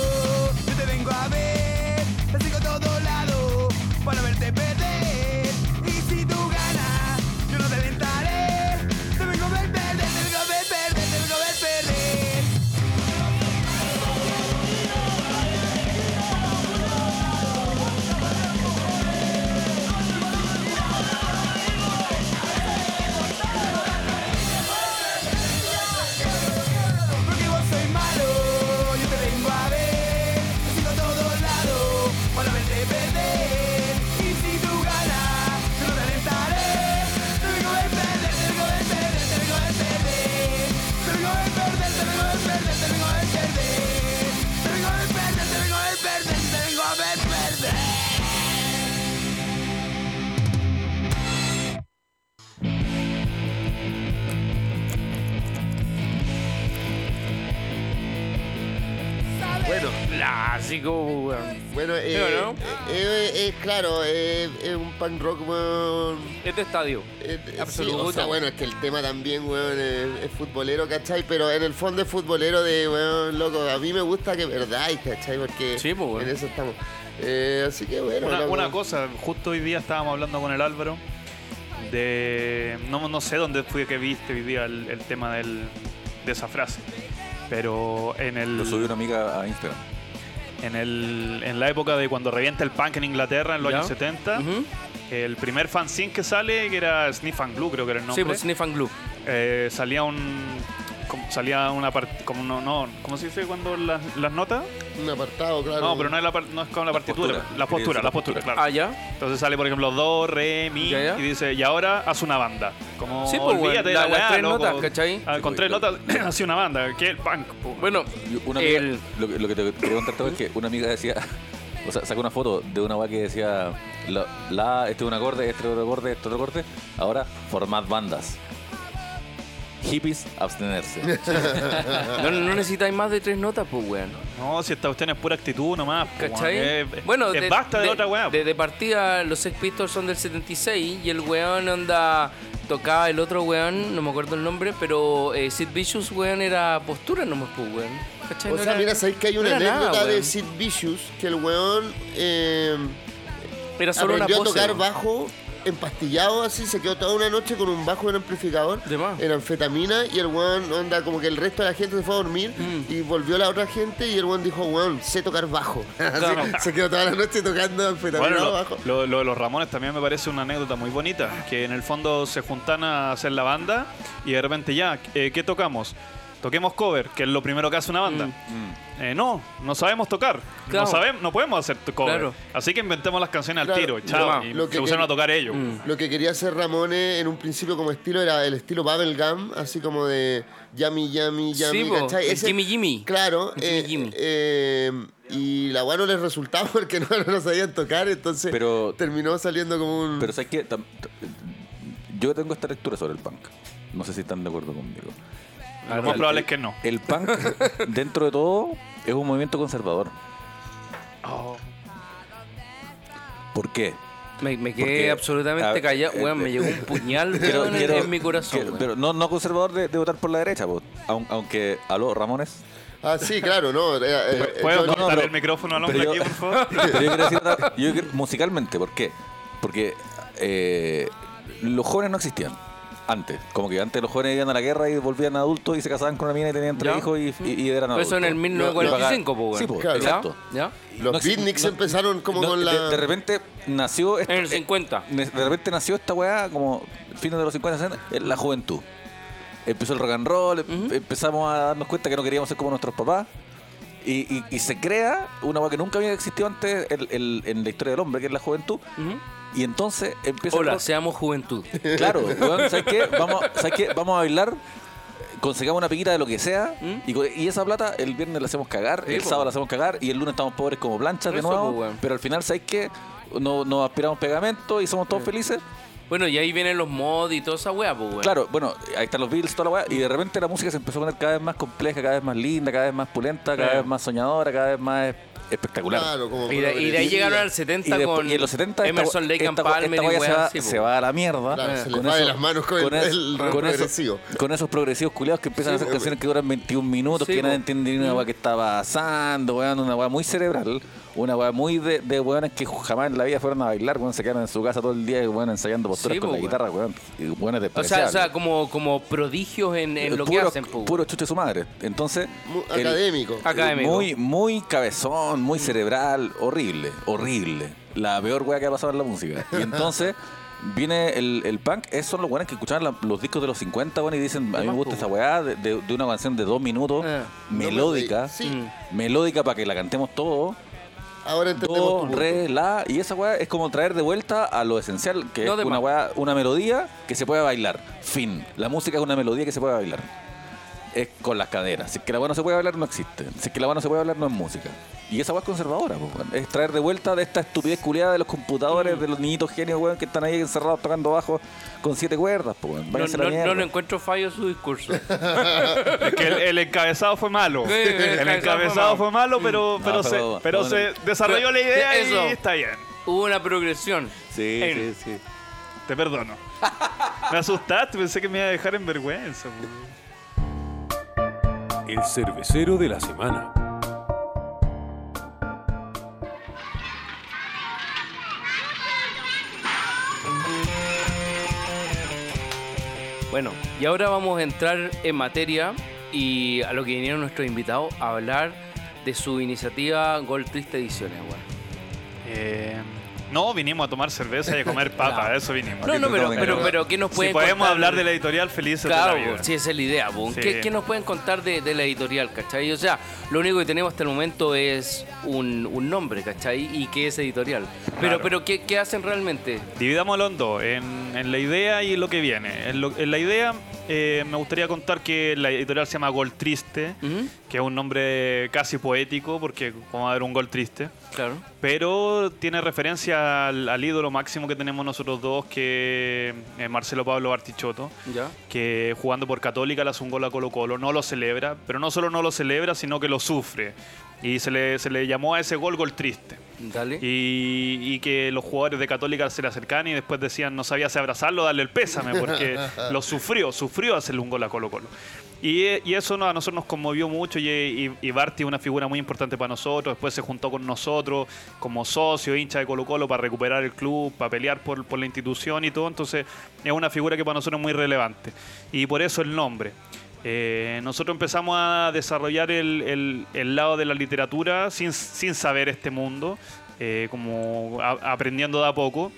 A: yo te vengo a ver. Te sigo a todos lados para verte perder. Y si tú ganas, yo no te alentaré. Te vengo a ver perder, te vengo a ver perder, te vengo a ver perder. Porque vos soy malo, yo te vengo a ver. Te sigo a todos lados para verte perder. Y si tú ganas, yo no te alentaré. Te vengo a ver perder, te vengo a ver perder, te vengo a ver perder. Te vengo a ver perder, te vengo a ver perder, te vengo a ver perder. Te vengo a ver perder, te vengo a ver perder, te vengo a ver perder.
D: Bueno,
C: Clásico, weón.
D: bueno, eh,
C: Pero no.
D: eh, eh, eh, claro, eh, es un punk rock, weón,
C: Este estadio.
D: Eh, eh,
C: Absoluto.
D: sí, o sea, bueno, es que el tema también, weón, es, es futbolero, ¿cachai? Pero en el fondo es futbolero de, weón, loco, a mí me gusta que perdáis, ¿cachai? Porque
C: Sí, pues, weón.
D: en eso estamos. Eh, así que, bueno.
F: Una,
D: loco.
F: una cosa, justo hoy día estábamos hablando con el Álvaro de. No, no sé dónde fue que viste hoy día el, el tema del- de esa frase, pero en
E: Lo subió
F: el,
E: una amiga a Instagram.
F: en el en la época de cuando revienta el punk en Inglaterra en los
C: ¿Ya?
F: años 70,
C: Ujú.
F: el primer fanzine que sale, que era Sniff and Glue, creo que era el nombre,
C: Sí, pues Sniff and Glue.
F: eh, salía un. como- salía una parte. Como no, no, ¿Cómo se dice cuando las, las notas?
D: Un apartado, claro.
F: No, pero no es, la, par- no es con la partitura.
E: postura.
F: La
E: Quería
F: postura,
E: decir
F: la
E: la
F: postura,
E: postura.
F: claro.
C: Ah, ya.
F: Entonces sale, por ejemplo, do, re, mi,
C: Ya, ya.
F: y dice, y ahora haz una banda. Como,
C: Sí, pues,
F: olvídate de
C: la-
F: la
C: las
F: weá,
C: tres
F: loco.
C: notas, ¿cachai?
F: Ah, con
E: Sí,
F: tres
E: pues,
F: notas, hace una banda, que el punk. po.
C: Bueno,
E: Y Una amiga-
C: el-
E: lo, que- lo que te quería contar Tavo, es que una amiga decía, o sea, sacó una foto de una weá que decía, la, la, este es un acorde, este es otro acorde, este otro acorde, ahora formad bandas. Hippies, abstenerse.
C: no, no necesitáis más de tres notas, pues, weón.
F: No, si esta cuestión es pura actitud nomás. po,
C: ¿Cachai?
F: weón.
E: eh,
F: Es- es basta de, otra weá. po.
C: De, de partida, los Sex Pistols son del 76 y el weón onda tocaba el otro weón, no me acuerdo el nombre, pero eh, Sid Vicious, weón, era postura nomás, pues, weón. ¿Cachai?
D: O
C: No
D: sea,
C: era-
D: mira, sabéis que hay
C: no
D: una
C: era nada,
D: anécdota de
C: weón.
D: Sid Vicious que el weón eh,
C: Era solo una
D: aprendió a
C: pose.
D: tocar
C: weón.
D: bajo empastillado así, se quedó toda una noche con un bajo en amplificador,
C: De más.
D: en anfetamina, y el weón, onda, como que el resto de la gente se fue a dormir,
C: Mm.
D: y volvió la otra gente, y el weón dijo, weón, sé tocar bajo. Así,
C: Claro.
D: se quedó toda la noche tocando anfetamina
F: Bueno, lo,
D: bajo.
F: lo- lo de los Ramones también me parece una anécdota muy bonita, que en el fondo se juntan a hacer la banda y de repente ya, eh, ¿qué tocamos? Toquemos cover, que es lo primero que hace una banda. Eh, no, no sabemos tocar.
C: Claro.
F: No sabemos, no podemos hacer t- cover.
C: Claro.
F: Así que inventemos las canciones
D: Claro,
F: al tiro.
D: lo-
F: Chao. Y
D: lo que
F: se pusieron
D: quer-
F: a tocar ellos.
C: Mm.
D: Lo que quería hacer Ramones en un principio como estilo era el estilo Bubblegum, así como de Yami, Yami,
C: Sí,
D: Yami,
C: po,
D: ¿cachai?
C: el Jimmy, Jimmy.
D: Claro.
C: El
D: eh,
C: Jimmy, Jimmy.
D: eh, y la weá no les resultaba porque no, no lo sabían tocar, entonces
E: Pero-
D: terminó saliendo como un...
E: Pero sabes que yo tengo esta lectura sobre el punk. No sé si están de acuerdo conmigo.
F: Lo más probable es que no.
E: El punk, dentro de todo, es un movimiento conservador.
F: Oh.
E: ¿Por qué?
C: Me, me quedé
E: Porque-
C: absolutamente
E: a-
C: callado.
E: eh,
C: Weón, me llegó un puñal
E: Quiero-
C: weón, en-
E: quiero-
C: en mi corazón.
E: quiero-
C: weón.
E: pero no, no conservador de, de votar por la derecha, po. Aun- aunque a los Ramones.
D: Ah, sí, claro, no. eh, eh, eh,
F: ¿Puedo
D: yo-
E: no, no,
F: cortar
E: pero-
F: el micrófono al
E: pero
F: hombre aquí,
E: yo-
F: por favor?
E: Pero yo quiero decir otra- yo quiero- musicalmente, ¿por qué? Porque eh, los jóvenes no existían antes. Como que antes los jóvenes iban a la guerra y volvían adultos y se casaban con una mina y tenían tres
C: Ya.
E: hijos y, y- y eran
C: Pero
E: adultos.
C: eso en el 1945, po, weón.
E: Sí, po,
D: Claro.
E: exacto.
C: pues, ¿Ya? ¿Ya?
D: Los
E: No exi-
D: beatniks
E: no-
D: empezaron como
E: No,
D: con
E: de-
D: la...
E: de, repente nació esta-
C: En el
E: eh,
C: 50.
E: de repente nació esta weá como fines de los 50, 60, en la juventud. Empezó el rock and roll, em- empezamos a darnos cuenta que no queríamos ser como nuestros papás. Y, y- y se crea una weá que nunca había existido antes en, en- en la historia del hombre, que es la juventud. Y entonces empieza el
C: Hola,
E: rock-
C: seamos juventud.
E: Claro, weón, ¿sabes qué? Vamos, ¿sabes qué? Vamos a bailar, consigamos una piquita de lo que sea, y, co- y esa plata el viernes la hacemos cagar,
C: ¿Mm? Sí,
E: el
C: po.
E: sábado la hacemos cagar, y el lunes estamos pobres como planchas de
C: Eso,
E: nuevo,
C: po, weón.
E: pero al final, ¿sabes qué? No- Nos aspiramos pegamento y somos todos felices.
C: Bueno, y ahí vienen los mods y toda esa weá, pues, weón.
E: Claro, bueno, ahí están los Bills, toda la weá, y de repente la música se empezó a poner cada vez más compleja, cada vez más linda, cada vez más pulenta, cada
C: Sí.
E: vez más soñadora, cada vez más espectacular.
D: Claro, como
C: Y de, y de ahí
D: colores.
C: llegaron al
E: Y,
C: 70
E: después-
C: con
E: y en los 70 esta-
C: Emerson, Lake and
E: esta- esta
C: Palmer y
E: weá se,
C: weas
E: va,
C: así, pues. po.
E: se va a la mierda.
D: Claro, se
E: Eh.
D: les va de las manos con el- el rock
E: con esos-
D: progresivo.
E: con esos progresivos culiados que empiezan a hacer
D: Sí, pues,
E: canciones que duran 21 minutos,
C: Sí,
E: que nadie
C: po.
E: entiende ni una weá que está pasando, weón, una weá muy cerebral, una weá muy de, de weones que jamás en la vida fueron a bailar, weón, se quedaron en su casa todo el día, weón, ensayando posturas
C: Sí,
E: con
C: po,
E: la
C: weón.
E: guitarra, pues, weón, y weones
C: O sea, o
E: despreciables.
C: sea como, como prodigios en, en lo que
E: Puro-
C: hacen, pues.
E: Puro chuche su madre. Entonces.
D: Mu-
E: el- Ah,
D: Académico.
C: Académico. Mm.
E: Muy, muy cabezón, muy cerebral, horrible, horrible. La peor weá que ha pasado en la música. Y entonces viene el, el punk, esos son los weones que escuchaban la- los discos de los 50, weón, y dicen, a mí me gusta esa weá de, de- de una canción de dos minutos,
C: Eh.
E: melódica,
D: Sí.
C: Mm.
E: melódica para que la cantemos todos,
D: Ahora entendemos tu
E: do,
D: punto.
E: re, la, y esa weá es como traer de vuelta a lo esencial, que
C: No, de
E: es una
C: más.
E: weá, una melodía que se puede bailar. Fin. La música es una melodía que se puede bailar. Es con las caderas. Si es que la weá no se puede bailar, no existe. Si es que la weá no se puede bailar, no es música. Y esa weá es conservadora, po, weón. es traer de vuelta de esta estupidez culiada de los
C: Mm.
E: computadores, de los niñitos genios, weón, que están ahí encerrados tocando bajo con siete cuerdas, po, weón.
C: No,
E: Váyanse a la
C: no-
E: mierda.
C: no le encuentro fallo a su discurso.
F: Es que el, el encabezado fue malo.
C: Sí, el
F: El encabezado fue malo, pero,
E: No,
F: pero,
E: pero-
F: se, pero
E: pero-
F: se desarrolló la idea
C: Eso.
F: y está bien.
C: Hubo una progresión.
E: Sí,
F: En-
E: sí, sí.
F: Te perdono. Me asustaste, pensé que me iba a dejar en vergüenza. po.
B: El cervecero de la semana.
C: Bueno, y ahora vamos a entrar en materia y a lo que vinieron nuestros invitados a hablar de su iniciativa Gol Triste Ediciones, weón.
F: Eh, no, vinimos a tomar cerveza y a comer papa,
C: Claro.
F: a eso
E: Ah,
F: vinimos.
C: No, no, pero,
E: tengo
C: pero,
E: que-
C: pero ¿qué nos
F: si
C: pueden
F: podemos
C: contar?
F: hablar de la editorial feliz
C: Claro,
F: de la vida.
C: sí, esa es la idea. po.
F: Sí.
C: ¿Qué, qué nos pueden contar de, de la editorial, cachai? O sea, lo único que tenemos hasta el momento es un, un nombre, cachai, y qué es editorial. Pero,
F: Claro.
C: pero ¿qué, qué hacen realmente?
F: Dividámoslo en dos, en, en la idea y en lo que viene. En, lo- en la idea eh, me gustaría contar que la editorial se llama Gol Triste,
C: ¿Mm?
F: que es un nombre casi poético porque como va a haber un gol triste.
C: Claro.
F: Pero tiene referencia al, al ídolo máximo que tenemos nosotros dos, que es Marcelo Pablo Bartichotto,
C: Ya.
F: que jugando por Católica le hace un gol a Colo Colo, no lo celebra, pero no solo no lo celebra, sino que lo sufre. Y se le, se le llamó a ese gol gol triste.
C: Dale. Eh,
F: Y, y que los jugadores de Católica se le acercaban y después decían no sabía si abrazarlo, darle el pésame, porque lo sufrió, sufrió hacerle un gol a Colo Colo. Y, eh, y eso no- a nosotros nos conmovió mucho y, y, y Barty es una figura muy importante para nosotros. Después se juntó con nosotros como socio, hincha de Colo Colo, para recuperar el club, para pelear por, por la institución y todo. Entonces es una figura que para nosotros es muy relevante. Y por eso el nombre. Eh, nosotros empezamos a desarrollar el, el- el lado de la literatura sin, sin saber este mundo, eh, como a- aprendiendo de a poco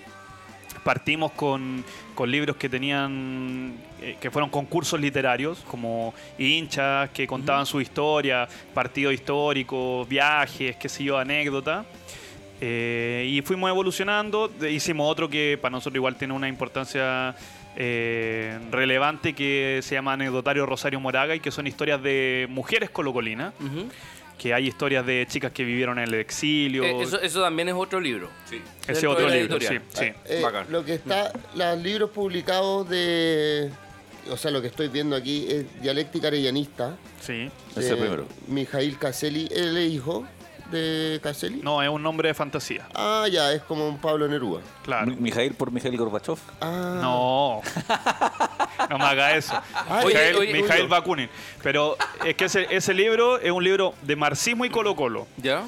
F: partimos con, con libros que tenían eh, que fueron concursos literarios como hinchas que contaban su historia partido histórico viajes qué sé yo anécdota Eh, y fuimos evolucionando de- hicimos otro que para nosotros igual tiene una importancia eh, relevante que se llama anecdotario Rosario Moraga y que son historias de mujeres colocolinas
C: Ujú.
F: que hay historias de chicas que vivieron en el exilio
C: Eh, eso, eso también es otro libro.
F: ese
C: dentro
F: otro
C: de la Ah,
F: libro sí,
C: editorial.
F: sí.
D: Eh,
H: Bacán.
D: lo que está, los libros publicados de. O sea, lo que estoy viendo aquí es Dialéctica Areyanista.
C: eh.
F: sí.
E: Ese es
D: de
E: el primero.
D: Mijail Caselli. ¿Él es hijo de Caselli?
F: no es un nombre de fantasía
D: Ah, ya, es como un Pablo Neruda.
F: claro
E: Mi- Mijail por Mijail Gorbachev.
D: Ah,
F: No. No me haga eso.
D: Ay,
F: Mijail,
C: oye, oye,
F: Mijail
C: oye.
F: Bakunin. Pero es que ese, ese libro es un libro de marxismo y Colo-Colo.
C: ¿Ya?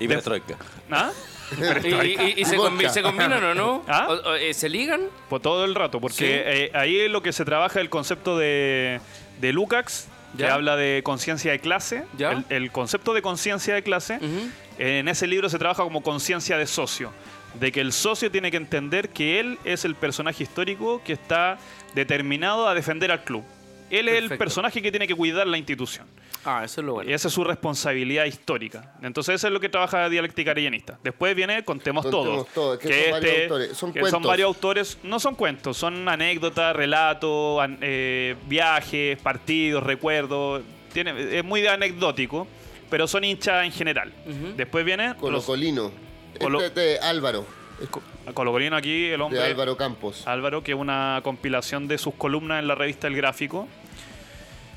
E: Y Perestroika.
F: ¿Ah?
C: ¿Y, y- y se,
D: Vodka.
C: combi- se combinan o no?
F: ¿Ah?
C: O- o, eh, ¿Se ligan?
F: Por todo el rato, porque
C: Sí.
F: eh, ahí es lo que se trabaja el concepto de, de Lukács, que
C: Ya.
F: habla de conciencia de clase.
C: Ya.
F: El, el concepto de conciencia de clase,
C: Ujú.
F: en ese libro se trabaja como conciencia de socio. De que el socio tiene que entender que él es el personaje histórico que está determinado a defender al club. Él es el
C: Perfecto.
F: personaje que tiene que cuidar la institución.
C: Ah, eso es lo bueno.
F: Esa es su responsabilidad histórica. Entonces, eso es lo que trabaja Dialéctica Areyanista. Después viene Contemos,
D: Contemos
F: Todos.
D: Todo, que son varios autores. Son
F: que
D: cuentos.
F: varios autores. No son cuentos, son anécdotas, relatos, an- eh, viajes, partidos, recuerdos. Tiene, es muy anecdótico, pero son hinchas en general. Después viene. los-
D: Colocolino.
F: Colo-
D: Este de Álvaro. es co-
F: Colocolino aquí, el hombre.
D: de Álvaro Campos.
F: Álvaro, que es una compilación de sus columnas en la revista El Gráfico.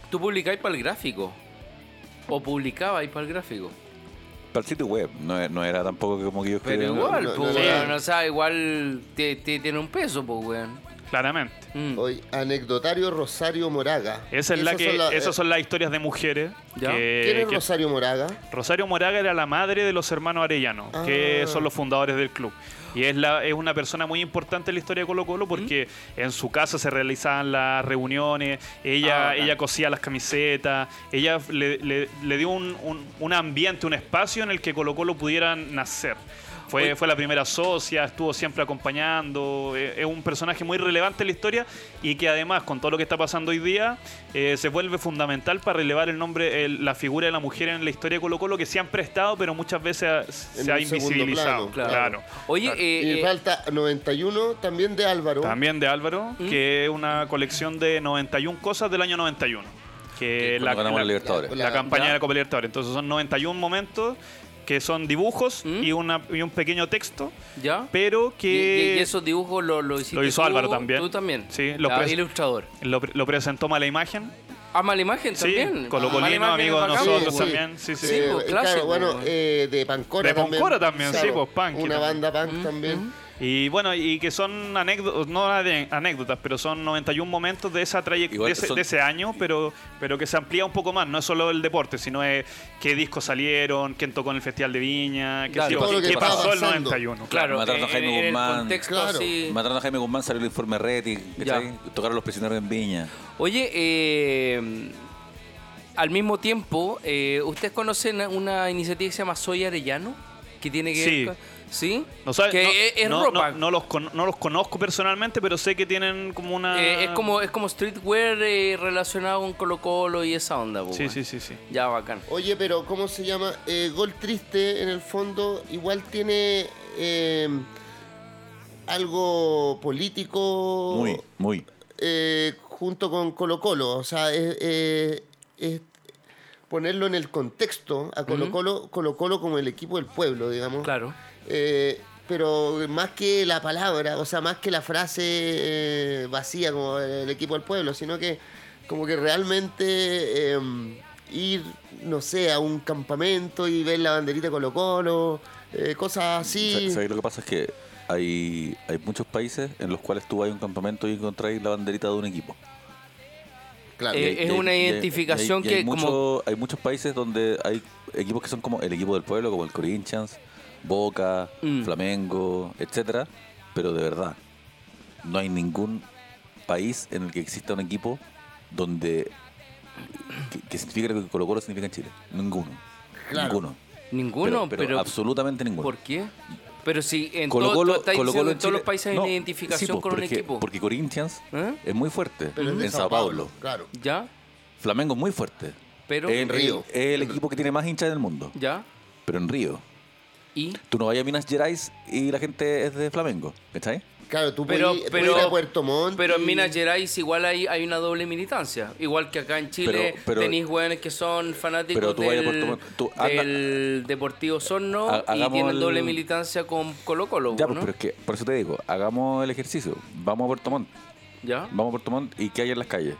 C: ¿Tú publicáis para el gráfico? ¿O publicabais para el gráfico?
E: Para el sitio web. No, e- no era tampoco como que yo
C: Pero
E: escribía.
C: igual,
D: no,
C: pues,
D: no, no,
C: weón,
D: no.
C: o sea, igual te, te- tiene un peso, pues, weón.
F: Claramente.
C: Mm.
D: Hoy, Anecdotario Rosario Moraga.
F: Esa es la
D: Esas
F: que,
D: son eh, la-
F: esas son las historias de mujeres.
C: Ya.
F: que-
D: ¿Quién es
F: que-
D: Rosario Moraga?
F: Rosario Moraga era la madre de los hermanos Arellano, que
D: Ah.
F: son los fundadores del club. Y es, la, es una persona muy importante en la historia de Colo Colo porque en su casa se realizaban las reuniones, ella,
C: Ah,
F: ella cosía las camisetas, ella le, le- le dio un, un- un ambiente, un espacio en el que Colo Colo pudiera nacer. Fue,
C: Oye.
F: fue la primera socia, estuvo siempre acompañando, eh, es, un personaje muy relevante en la historia y que además con todo lo que está pasando hoy día eh, se vuelve fundamental para relevar el nombre, el- la figura de la mujer en la historia de Colo Colo que siempre ha estado pero muchas veces ha-
D: En
F: se ha
D: un segundo
F: invisibilizado.
D: plano,
F: claro.
D: claro.
C: Oye,
D: y
C: eh, eh,
D: falta 91, también de Álvaro.
F: También de Álvaro, que es una colección de 91 cosas del año 91. Que
E: Cuando ganamos la Libertadores.
F: la
D: La-
F: campaña
C: ya.
F: de la Copa Libertadores. Entonces son 91 momentos que son dibujos
C: ¿Mm?
F: y, una, y un pequeño texto,
C: ¿ya.
F: pero
C: Y,
F: que
C: y- y esos dibujos lo, lo hiciste
F: Lo hizo
C: tú,
F: Álvaro también.
C: Tú también.
F: Sí, lo
C: Ya,
F: pres-
C: ilustrador.
F: lo, pre- lo presentó mala imagen.
C: Ama la imagen
F: Sí,
C: también. Ama la
F: Colocolino,
C: imagen
F: amigo
C: es
F: de
C: bacán,
F: nosotros
C: pues.
F: también. Sí,
C: Sí,
F: sí, sí.
D: Eh,
C: pues,
D: claro,
C: clásico,
D: bueno,
C: pues.
D: eh, de Pancora
F: De
D: también.
F: Pancora también, sí, pues, punk
D: Una
F: también.
D: banda punk también.
F: Y bueno, y que son anécdotas, no ane- anécdotas, pero son 91 momentos de esa trayectoria,
E: Igual
F: de, ese-
E: son-
F: de ese año, pero, pero que se amplía un poco más. No es solo el deporte, sino es qué discos salieron, quién tocó en el Festival de Viña, qué,
E: Claro,
F: sé yo,
E: todo lo
F: qué
E: que
F: pasó
E: estaba
F: el
D: pasando.
F: 91.
C: Claro,
E: Mataron a
C: en-
E: Jaime
C: en el
E: Guzmán.
C: contexto
D: Claro.
C: así-
E: Mataron a Jaime Guzmán, salió el informe Reti. ¿cachai? Tocaron los prisioneros en Viña.
C: Oye, eh, al mismo tiempo, eh, ¿ustedes conocen una iniciativa que se llama Soy Arellano? Que tiene que
F: Sí.
C: ver con- ¿Sí?
F: No sabe-
C: que
F: no-
C: es, es
F: no-
C: ropa.
F: No, no los con- no los conozco personalmente, pero sé que tienen como una.
C: Eh, es como es como streetwear eh, relacionado con Colo Colo y esa onda, pues,
F: Sí,
C: bueno.
F: sí, sí, sí.
C: Ya, bacán.
D: Oye, pero ¿cómo se llama? Eh, Gol Triste, en el fondo, igual tiene eh, algo político
E: Muy, muy.
D: eh, junto con Colo Colo. O sea, es, eh, es ponerlo en el contexto a Colo Colo, Colo Colo como el equipo del pueblo, digamos.
C: Claro.
D: Eh, pero más que la palabra, o sea, más que la frase eh, vacía como el equipo del pueblo, sino que como que realmente eh, ir, no sé, a un campamento y ver la banderita Colo Colo, eh, cosas así.
E: ¿Sabéis lo que pasa? Es que hay, hay muchos países en los cuales tú vas a un campamento y encontráis la banderita de un equipo.
D: Claro.
C: Eh, es una
E: y hay-
C: identificación
E: y hay- y hay
C: que como-
E: mucho- hay muchos países donde hay equipos que son como el equipo del pueblo, como el Corinthians, Boca,
C: Mm.
E: Flamengo, etcétera, pero de verdad no hay ningún país en el que exista un equipo donde que, que significa lo que Colo Colo significa en Chile. Ninguno.
D: Claro.
E: Ninguno.
C: Ninguno,
E: pero, pero absolutamente ninguno.
C: ¿por qué? Pero si en,
E: Colo
C: todo-
E: Colo-
C: tú estás
E: Colo
C: diciendo
E: Colo
C: en
E: en
C: todos los
E: Chile-
C: países hay
E: no,
C: una identificación
E: sí, pues,
C: con
E: porque-
C: un equipo.
E: Porque Corinthians
C: ¿Eh?
E: es muy fuerte
D: Pero es de
E: en Sao Paulo.
D: Claro.
C: ¿Ya?
E: Flamengo es muy fuerte.
C: Pero,
E: en
D: Río.
E: Río. Es el equipo que tiene más hinchas del mundo.
C: ¿ya?
E: Pero en Río.
C: ¿Y?
E: Tú no vas a Minas Gerais y la gente es de Flamengo. ¿Está
D: Claro, tú
C: Pero,
D: puedes, ir- puedes
C: pero,
D: ir a Puerto Montt.
C: pero en
D: y-
C: Minas Gerais igual hay, hay una doble militancia. Igual que acá en Chile
E: Pero- pero-
C: tenéis hueones que son fanáticos
E: Pero tú vayas a
C: del,
E: Puerto Montt, tú anda-
C: del Deportivo Sorno
E: Ha-
C: y
E: hagamos
C: tienen
E: el-
C: doble militancia con Colo Colo.
E: Ya,
C: ¿no?
E: pues, pero es que, por eso te digo, hagamos el ejercicio. Vamos a Puerto Montt.
C: ¿Ya?
E: Vamos a Puerto Montt y ¿qué hay en las calles?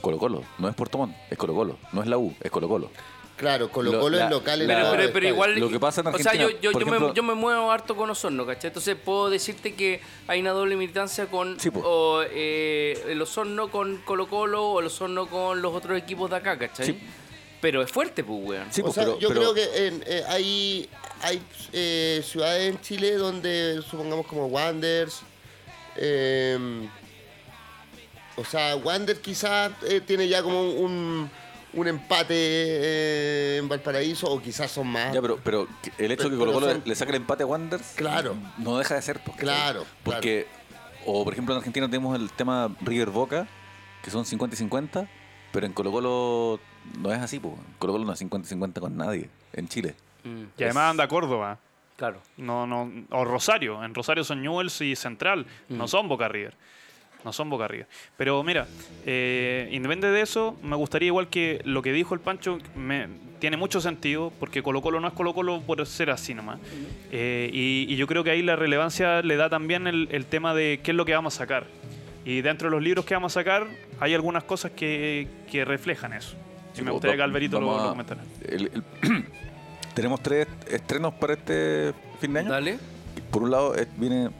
E: Colo Colo. No es Puerto Montt, es Colo Colo. No es la U, es Colo Colo.
D: Claro, Colo
E: Lo-
D: Colo
E: la-
D: es local en
E: la-
C: Pero,
D: todos
C: pero-
D: los
C: pero
D: estadios.
C: igual.
E: Ah, Lo que pasa en
C: O
E: Argentina,
C: sea, yo, yo,
E: por
C: yo me- yo
E: ejemplo-
C: me, muevo harto con Osorno, ¿cachai? Entonces puedo decirte que hay una doble militancia con
E: Sí, po.
C: o, eh, el Osorno con Colo-Colo o el Osorno con los otros equipos de acá, ¿cachai?
E: Sí.
C: Pero es fuerte, pues, weón.
E: Sí,
D: O
E: pues,
D: sea,
E: pero,
D: yo
E: pero-
D: creo que en- eh, hay, hay eh, ciudades en Chile donde, supongamos como Wanders, eh, o sea, Wander quizás eh, tiene ya como un, un empate eh, en Valparaíso, o quizás son más.
E: Ya, pero, pero que- el hecho de que
D: Pero
E: Colo Colo
D: son-
E: le saque el empate a Wanderers
D: Claro.
E: no deja de ser. Porque,
D: Claro,
E: Porque, o por ejemplo en Argentina tenemos el tema River Boca, que son 50 y 50, pero en Colo Colo no es así. po. Colo Colo no es 50 y 50 con nadie en Chile.
C: Mm,
F: Y además anda Córdoba.
C: claro.
F: No, no, o Rosario. En Rosario son Newells y Central.
E: Mm.
F: No son Boca River. No son Boca River. Pero mira, eh, independiente de eso, me gustaría igual que lo que dijo el Pancho me- tiene mucho sentido, porque Colo Colo no es Colo Colo por ser así nomás. Eh, y, y yo creo que ahí la relevancia le da también el, el tema de qué es lo que vamos a sacar. Y dentro de los libros que vamos a sacar, hay algunas cosas que, que reflejan eso. Y me
E: Tipo,
F: gustaría que
E: va-
F: Alberito lo,
E: pues, vamos
F: lo
E: a-
F: comentara.
E: el- el- tenemos tres estrenos para este fin de año.
C: Dale.
E: Por un lado, eh, viene,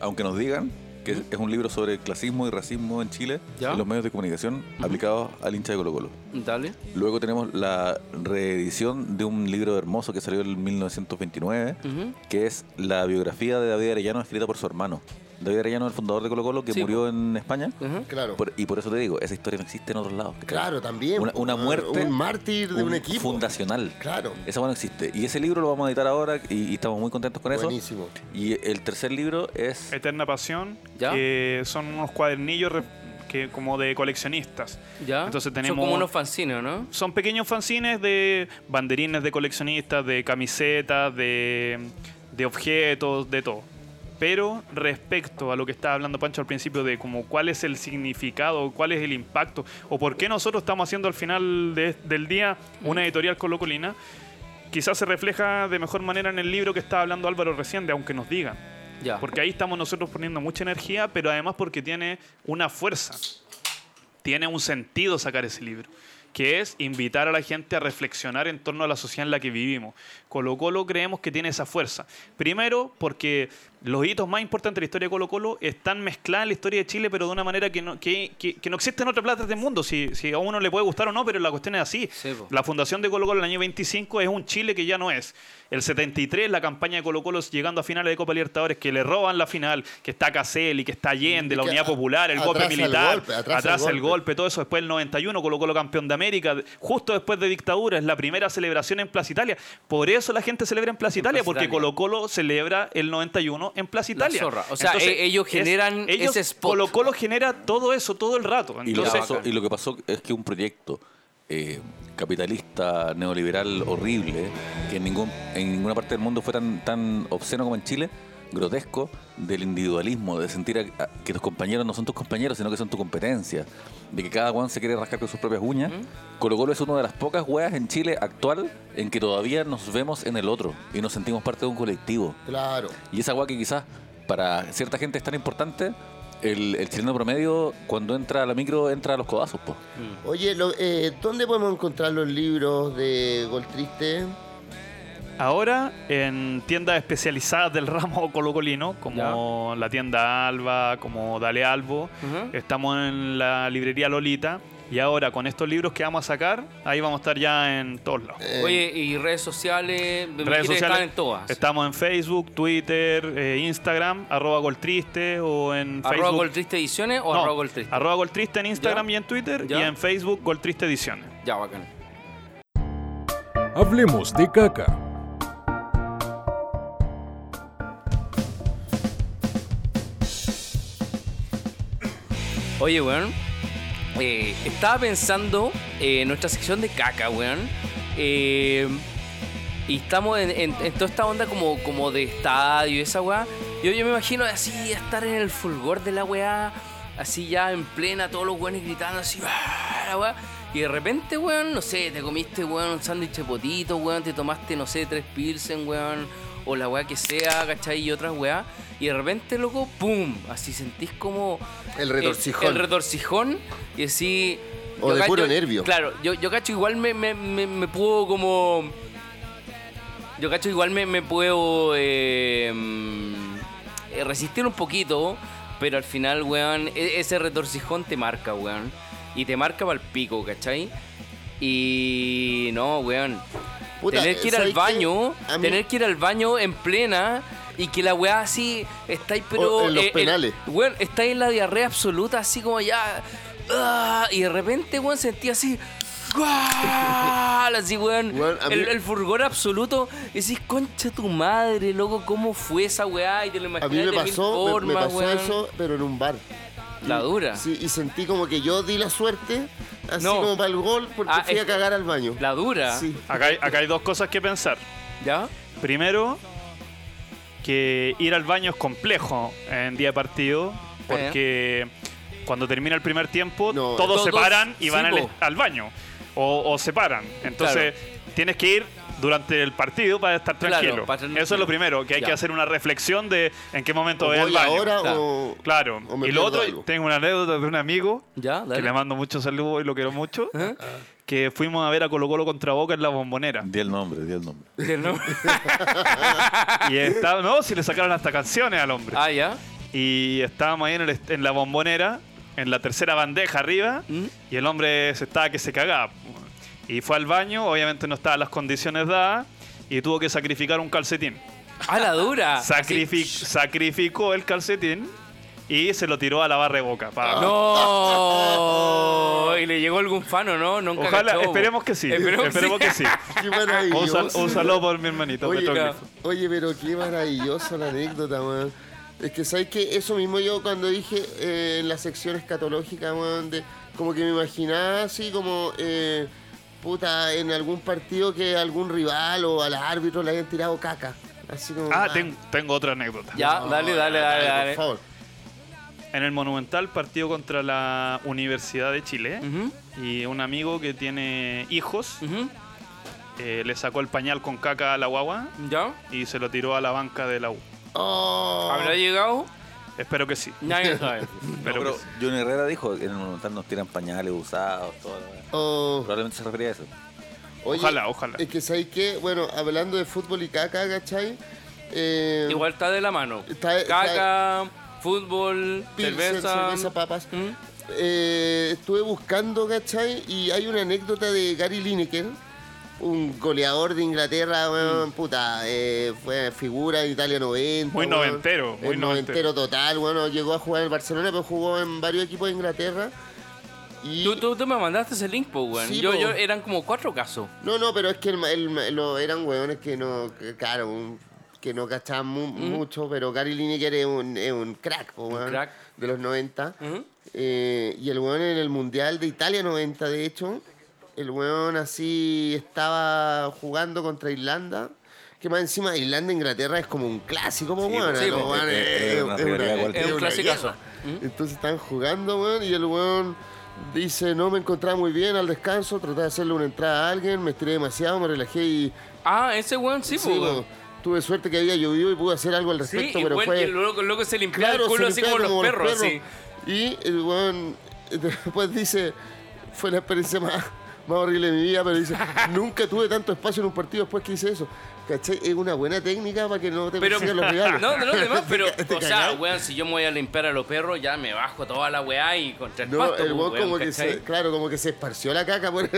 E: aunque nos digan, que es- es un libro sobre el clasismo y racismo en Chile
C: Ya.
E: en los medios de comunicación aplicados al hincha de Colo Colo.
C: Dale.
E: Luego tenemos la reedición de un libro hermoso que salió en 1929,
C: Ujú.
E: que es la biografía de David Arellano escrita por su hermano. David Arellano, el fundador de Colo Colo, que
C: Sí,
E: murió en España.
C: Ujú.
D: claro,
E: Por- y por eso te digo, esa historia no existe en otros lados. ¿cachai?
D: claro, también.
E: Una,
D: po,
E: una muerte.
D: Un mártir de un, equipo.
E: Fundacional.
D: Claro,
E: Esa no existe. Y ese libro lo vamos a editar ahora y, y estamos muy contentos con eso.
D: buenísimo.
E: Y el tercer libro es...
F: Eterna Pasión,
C: ¿Ya?
F: que son unos cuadernillos re- que como de coleccionistas.
C: Ya. Son
F: Entonces
C: como
F: tenemos-
C: unos fanzines, ¿no?
F: Son pequeños fanzines de banderines de coleccionistas, de camisetas, de, de objetos, de todo. Pero respecto a lo que estaba hablando Pancho al principio de como cuál es el significado, cuál es el impacto o por qué nosotros estamos haciendo al final de- del día
C: Mm.
F: una editorial colocolina, quizás se refleja de mejor manera en el libro que estaba hablando Álvaro recién, de aunque nos digan.
C: Ya.
F: Porque ahí estamos nosotros poniendo mucha energía, pero además porque tiene una fuerza. Tiene un sentido sacar ese libro, que es invitar a la gente a reflexionar en torno a la sociedad en la que vivimos. Colo Colo creemos que tiene esa fuerza. Primero, porque los hitos más importantes de la historia de Colo Colo están mezclados en la historia de Chile, pero de una manera que no, que, que- que no existe en otras partes del mundo. Si, si a uno le puede gustar o no, pero la cuestión es así.
C: Sí, po.
F: La fundación de Colo Colo en el año 25 es un Chile que ya no es. El 73, la campaña de Colo Colo llegando a finales de Copa Libertadores, que le roban la final, que está Caselli, que está Allende, la
D: que
F: Unidad
D: a-
F: Popular, el golpe
D: atrasa el
F: militar,
D: golpe, atrasa
F: atrás
D: el
F: el
D: golpe.
F: golpe golpe, todo eso. Después el 91, Colo Colo campeón de América. de- Justo después de dictadura, es la primera celebración en Plaza Italia. Por eso la gente celebra en Plaza Italia,
C: Plaza
F: porque
C: Italia.
F: Colo Colo celebra el 91 en Plaza
C: La
F: Italia.
C: zorra. O sea, e- ellos generan ese spot.
F: Colo Colo genera todo eso todo el rato.
E: Y lo, que
F: Entonces,
E: pasó, y lo que pasó es que un proyecto eh, capitalista, neoliberal, horrible, que en, ningún, en ninguna parte del mundo fue tan, tan obsceno como en Chile, grotesco, del individualismo, de sentir a- a- que tus compañeros no son tus compañeros, sino que son tu competencia, de que cada one se quiere rascar con sus propias uñas. Colo Colo es una de las pocas weas en Chile actual en que todavía nos vemos en el otro y nos sentimos parte de un colectivo.
D: Claro.
E: Y esa agua que quizás para cierta gente es tan importante, el, el chileno promedio cuando entra a la micro entra a los codazos, po.
D: Oye, lo- eh, ¿dónde podemos encontrar los libros de Gol Triste?
F: Ahora en tiendas especializadas del ramo colocolino, como la tienda Alba, como Dale Albo,
C: Ujú.
F: estamos en la librería Lolita. Y ahora con estos libros que vamos a sacar, ahí vamos a estar ya en todos lados.
C: Oye, y redes sociales, Eh, me
F: Redes
C: imagino que
F: sociales,
C: están en todas.
F: Estamos en Facebook, Twitter, eh, Instagram, arroba goltriste o en
C: arroba
F: Facebook.
C: Goltriste Ediciones o
F: No,
C: arroba Goltriste.
F: arroba goltriste en Instagram
C: Ya.
F: y en Twitter
C: Ya.
F: y en Facebook goltriste ediciones.
C: ya, bacán.
B: Hablemos de caca.
C: Oye, weón. eh, estaba pensando eh, en nuestra sección de caca, weón. eh, y estamos en, en- en toda esta onda como, como de estadio y esa weá. Yo, yo me imagino así estar en el fulgor de la weá. Así ya en plena, todos los weones gritando así. "Ah", la weá. Y de repente, weón, no sé, te comiste, weón, un sándwich de potito, weón, te tomaste, no sé, tres pilsen, weón, o la weá que sea, ¿cachai? Y otras weá. Y de repente, loco, ¡pum! Así sentís como
D: El
C: el-
D: retorcijón.
C: El retorcijón y así.
D: O
C: yo
D: de
C: ca-
D: puro
C: yo-
D: nervio.
C: Claro, yo, yo cacho igual me, me, me, me puedo como. Yo cacho igual me, me puedo eh, mm, eh, resistir un poquito, pero al final, weón, e- ese retorcijón te marca, weón. Y te marca para el pico, ¿cachai? Y no, weón.
D: Puta,
C: tener que ir al
D: ¿sabes qué?
C: baño,
D: A mí-
C: tener que ir al baño en plena y que la weá así estáis pero
D: O en los
C: eh, el-
D: penales.
C: weón, estáis en la diarrea absoluta así como ya ah, y de repente weón sentí así ¡guau! así weón,
D: Weón, a mí-
C: el, el furgor absoluto y decís concha tu madre loco cómo fue esa weá y te lo
D: A
C: imaginas
D: mí me
C: de mil
D: pasó, me- me,
C: formas,
D: pasó
C: weón.
D: eso, pero en un bar.
C: la dura
D: Sí, y sentí como que yo di la suerte, así
C: No.
D: como para el gol, porque
C: Ah,
D: fui
C: es-
D: a cagar al baño.
C: la dura
D: Sí.
F: Acá hay, acá hay dos cosas que pensar.
C: ya
F: Primero, que ir al baño es complejo en día de partido, porque cuando termina el primer tiempo,
D: No,
F: todos, se
C: todos-
F: paran y
C: sí,
F: van al,
C: po.
F: al baño, o, o se paran. Entonces, tienes que ir durante el partido para estar
C: Claro,
F: tranquilo.
C: para estar
F: Eso es
C: tranquilo.
F: lo primero, que hay
C: Ya.
F: que hacer una reflexión de en qué momento
D: O
F: voy al
D: voy
F: baño.
D: ahora
C: claro.
D: o...
F: Claro.
D: o me
F: Y lo
D: pierdo
F: otro,
D: algo.
F: tengo una anécdota de un amigo
C: ya
F: que le
C: dale ¿Eh?
F: mando muchos saludos y lo quiero mucho. Que fuimos a ver a Colo Colo contra Boca en la bombonera.
E: Di el nombre, di el nombre.
C: ¿No?
F: y estaba, no, si le sacaron hasta canciones al hombre.
C: ah ya
F: Y estábamos ahí en, el est- en la bombonera, en la tercera bandeja arriba,
C: ¿Mm?
F: y el hombre se estaba que se cagaba. Y fue al baño, obviamente no estaban las condiciones dadas, y tuvo que sacrificar un calcetín.
C: ah la dura
F: Sacrifi-
C: Así,
F: Sacrificó el calcetín y se lo tiró a la barra de boca.
C: Ah.
F: pa-
C: No, y le llegó algún fan o no, nunca
F: Ojalá,
C: cachó.
F: esperemos que sí. Esperemos, que sí.
D: Qué
F: Un,
D: maravilloso.
F: sal- un saludo por mi hermanito.
D: Oye,
F: Beto
D: ca-
F: Grifo.
D: oye, pero qué maravillosa la anécdota, weón. Es que, ¿sabes qué? Eso mismo yo cuando dije eh, en la sección escatológica, weón, de- como que me imaginaba así como, eh, puta, en algún partido que algún rival o al árbitro le hayan tirado caca. Así como,
F: Ah, ten- tengo otra anécdota.
C: Ya,
D: no,
C: Ah, dale, dale, dale, dale.
D: Por favor.
F: En el Monumental, partido contra la Universidad de Chile.
C: Ujú,
F: Y un amigo que tiene hijos
C: ujú,
F: eh, le sacó el pañal con caca a la guagua
C: ¿Ya?
F: y se lo tiró a la banca de la U.
D: Oh,
C: ¿Habrá llegado?
F: Espero que sí.
C: Nadie sabe.
F: Pero,
E: Pero
F: que sí.
E: John Herrera dijo que en el Monumental nos tiran pañales usados, todo.
D: oh.
E: Probablemente se refería a eso.
D: Oye,
F: Ojalá, ojalá.
D: Es que, ¿sabes qué? Bueno, hablando de fútbol y caca, ¿cachai? Eh,
C: Igual está de la mano.
D: Está- está-
C: Caca, fútbol,
D: Pilsen,
C: cerveza.
D: cerveza, papas.
C: ¿Mm?
D: Eh, estuve buscando, ¿cachai? Y hay una anécdota de Gary Lineker, un goleador de Inglaterra, weón, puta, eh, fue figura de Italia 90.
F: Muy
D: weón.
F: noventero, muy
D: Eh, noventero. total, bueno, llegó a jugar en el Barcelona, pero jugó en varios equipos de Inglaterra. Y...
C: Tú, tú, tú me mandaste ese link, po, weón.
D: Sí,
C: yo,
D: po.
C: yo, eran como cuatro casos.
D: No, no, pero es que el ma- el ma- lo- eran hueones que no, que, claro, un- que no cachaban mu- mucho, pero Gary Lineker es un, es un crack, po, weón,
C: crack.
D: de los 90.
C: Ujú.
D: Eh, y el weón en el Mundial de Italia 90, de hecho, el weón así estaba jugando contra Irlanda. Que más encima Irlanda e Inglaterra es como un clásico, po,
E: Sí,
C: pues
D: weón,
E: sí,
D: es
E: po.
D: como, weón,
E: Es- es-
D: es-
E: es una
D: es una-
E: rivalidad
D: es
E: cualquiera.
C: eh, Es un
D: una
C: clasicazo.
D: guerra. Entonces están jugando, weón, y el weón dice, no me encontraba muy bien al descanso, traté de hacerle una entrada a alguien, me estiré demasiado, me relajé y...
C: Ah, ese weón sí, po,
D: sí,
C: weón.
D: tuve suerte que había llovido y pude hacer algo al
C: Sí,
D: respecto,
C: y
D: pero
C: bueno,
D: fue...
C: y luego, luego se limpiaba el
D: Claro,
C: culo
D: se
C: así
D: le
C: como
D: pega
C: los perros, así.
D: Y el weón después dice, fue la experiencia más, más horrible de mi vida, pero dice, nunca tuve tanto espacio en un partido después que hice eso. ¿Cachai? Es una buena técnica para que no te
C: Pero,
D: consigan los regalos. Este
C: no, no, no, demás, pero,
D: Te
C: o sea,
D: cagáis.
C: weón, si yo me voy a limpiar a los perros, ya me bajo toda la weá y contra el
D: No,
C: pasto,
D: el
C: pues,
D: weón
C: weón,
D: como que
C: ¿cachai?
D: se, claro, como que se esparció la caca por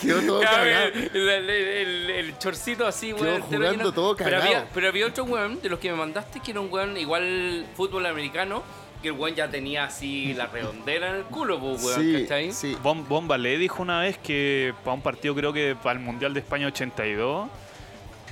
D: Quedó todo
C: Ya,
D: cagado.
C: weón, el, el, el- el chorcito así,
D: Quedó
C: weón. entero
D: jugando todo
C: pero,
D: cagado.
C: había, pero había otro weón de los que me mandaste que era un weón igual fútbol americano, que el weón ya tenía así la redondera en el culo, pues, weón,
D: Sí,
C: ¿cachai?
D: sí.
F: Bom- Bomba le dijo una vez que para un partido, creo que para el Mundial de España 82,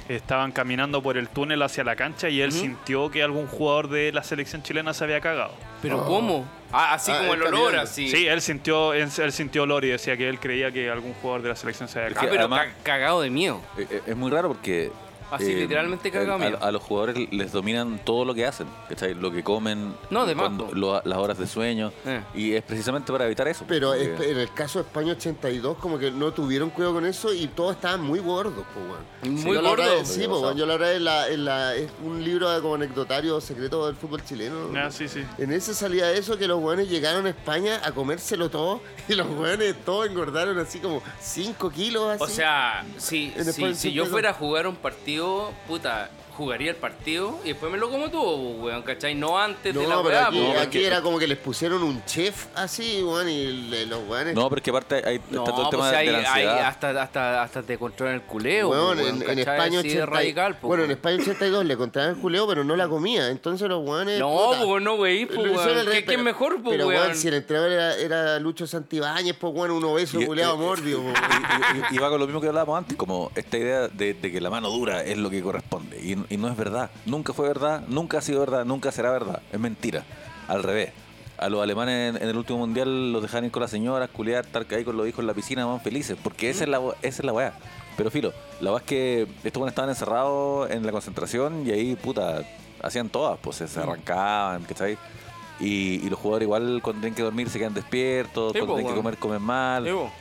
F: estaban caminando por el túnel hacia la cancha y él sintió que algún jugador de la selección chilena se había cagado.
C: Pero ¿cómo? Ah, así
D: Oh. Ah,
C: como el olor,
D: caminando.
C: así.
F: Sí, él sintió él, él sintió olor y decía que él creía que algún jugador de la selección se había
C: Ah,
E: que
F: cagado.
C: pero
E: además-
C: ca- cagado de miedo.
E: Eh, eh, Es muy raro porque.
C: Así, literalmente cagado
E: a,
C: mío.
E: a los jugadores les dominan todo lo que hacen, ¿cachai? Lo que comen,
C: No, de más,
E: cuando-
C: po.
E: lo- las horas de sueño.
C: Eh.
E: Y es precisamente para evitar eso.
D: Pero
E: porque-
D: es- en el caso de España 82, como que no tuvieron cuidado con eso y todos estaban muy gordos, pues, weón.
C: Muy
D: yo la otra
C: gordos.
D: vez- Sí, pues, weón, Yo la verdad en la, en la- es un libro de- como anecdotario secreto del fútbol chileno.
F: Ah, sí, sí.
D: En ese salía eso que los weones llegaron a España a comérselo todo y los weones todos engordaron así como 5 kilos. Así.
C: O sea, si,
D: Y después
C: si, si yo
D: empieza-
C: fuera a jugar un partido, puta, jugaría el partido y después me lo como todo, weón, ¿cachai? No antes de la
D: no, pero
C: weá,
D: aquí,
C: po,
D: aquí
C: weón.
D: era como que les pusieron un chef así, weón, y le- los weones.
E: No, porque aparte hay,
C: No,
E: está todo el
C: pues
E: tema de,
C: hay,
E: la
C: hay
E: ansiedad.
C: hasta, hasta, hasta te controlan el culeo.
D: Weón,
C: po, weón,
D: en, en
C: ¿cachai?
D: España
C: Así de
D: 80 y-
C: radical, po,
D: Bueno, en
C: weón.
D: España 82 le contaban el culeo, pero no la comía. Entonces los weones.
C: No,
D: puta,
C: pues no, wey, pues,
D: lo hicieron al
C: weón.
D: revés,
C: ¿Qué, qué
D: pero-
C: es mejor, pues,
D: pero, weón,
C: weón?
D: si el entrenador era, era Lucho Santibáñez, pues, weón, un obeso
E: Y- eh,
D: culeado
E: y-
D: mordio, pues, weón.
E: Y- y- y va con lo mismo que hablábamos antes, como esta idea de, de que la mano dura es lo que corresponde. Y, y no es verdad. Nunca fue verdad, nunca ha sido verdad, nunca será verdad. Es mentira. Al revés. A los alemanes en, en el último mundial los dejaron ir con las señoras, culiar, estar ahí con los hijos en la piscina, van felices. Porque esa es la, esa es la weá. Pero filo, la weá es que estos buenos estaban encerrados en la concentración y ahí, puta, hacían todas, pues
C: Mm.
E: se se arrancaban, ¿cachai? Y, y los jugadores igual cuando tienen que dormir se quedan despiertos,
C: Sí,
E: cuando
C: po,
E: tienen que
C: weón.
E: comer comen mal.
C: Sí, po.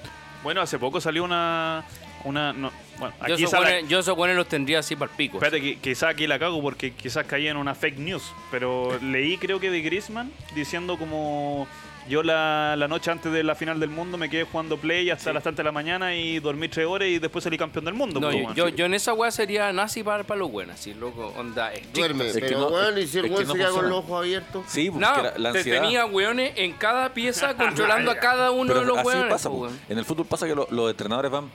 F: Bueno, hace poco salió una. una no, bueno,
C: Yo
F: aquí
C: esos
F: sale-
C: weones- Yo esos weones los tendría así para el pico.
F: Espérate, que, quizás aquí la cago porque quizás caí en una fake news, pero leí creo que de Griezmann diciendo como yo la, la noche antes de la final del mundo me quedé jugando play hasta las tantas de la mañana y dormí tres horas y después salí campeón del mundo.
C: No,
F: pues,
C: yo,
F: weón.
C: yo, yo en esa weá sería nazi para, para los buenos, así, loco, onda. estricto,
D: Duerme,
E: es que
D: pero
E: no-
D: weón, y si el
E: es que
D: weón
E: no
D: se queda con
E: funciona.
D: los ojos abiertos.
E: Sí, porque
C: No,
E: era la
C: te
E: ansiedad.
C: tenía weones en cada pieza controlando a cada uno
E: Pero
C: de los
E: así
C: weones.
E: pasa,
C: po,
E: po.
C: weón.
E: En el fútbol pasa que lo- los entrenadores van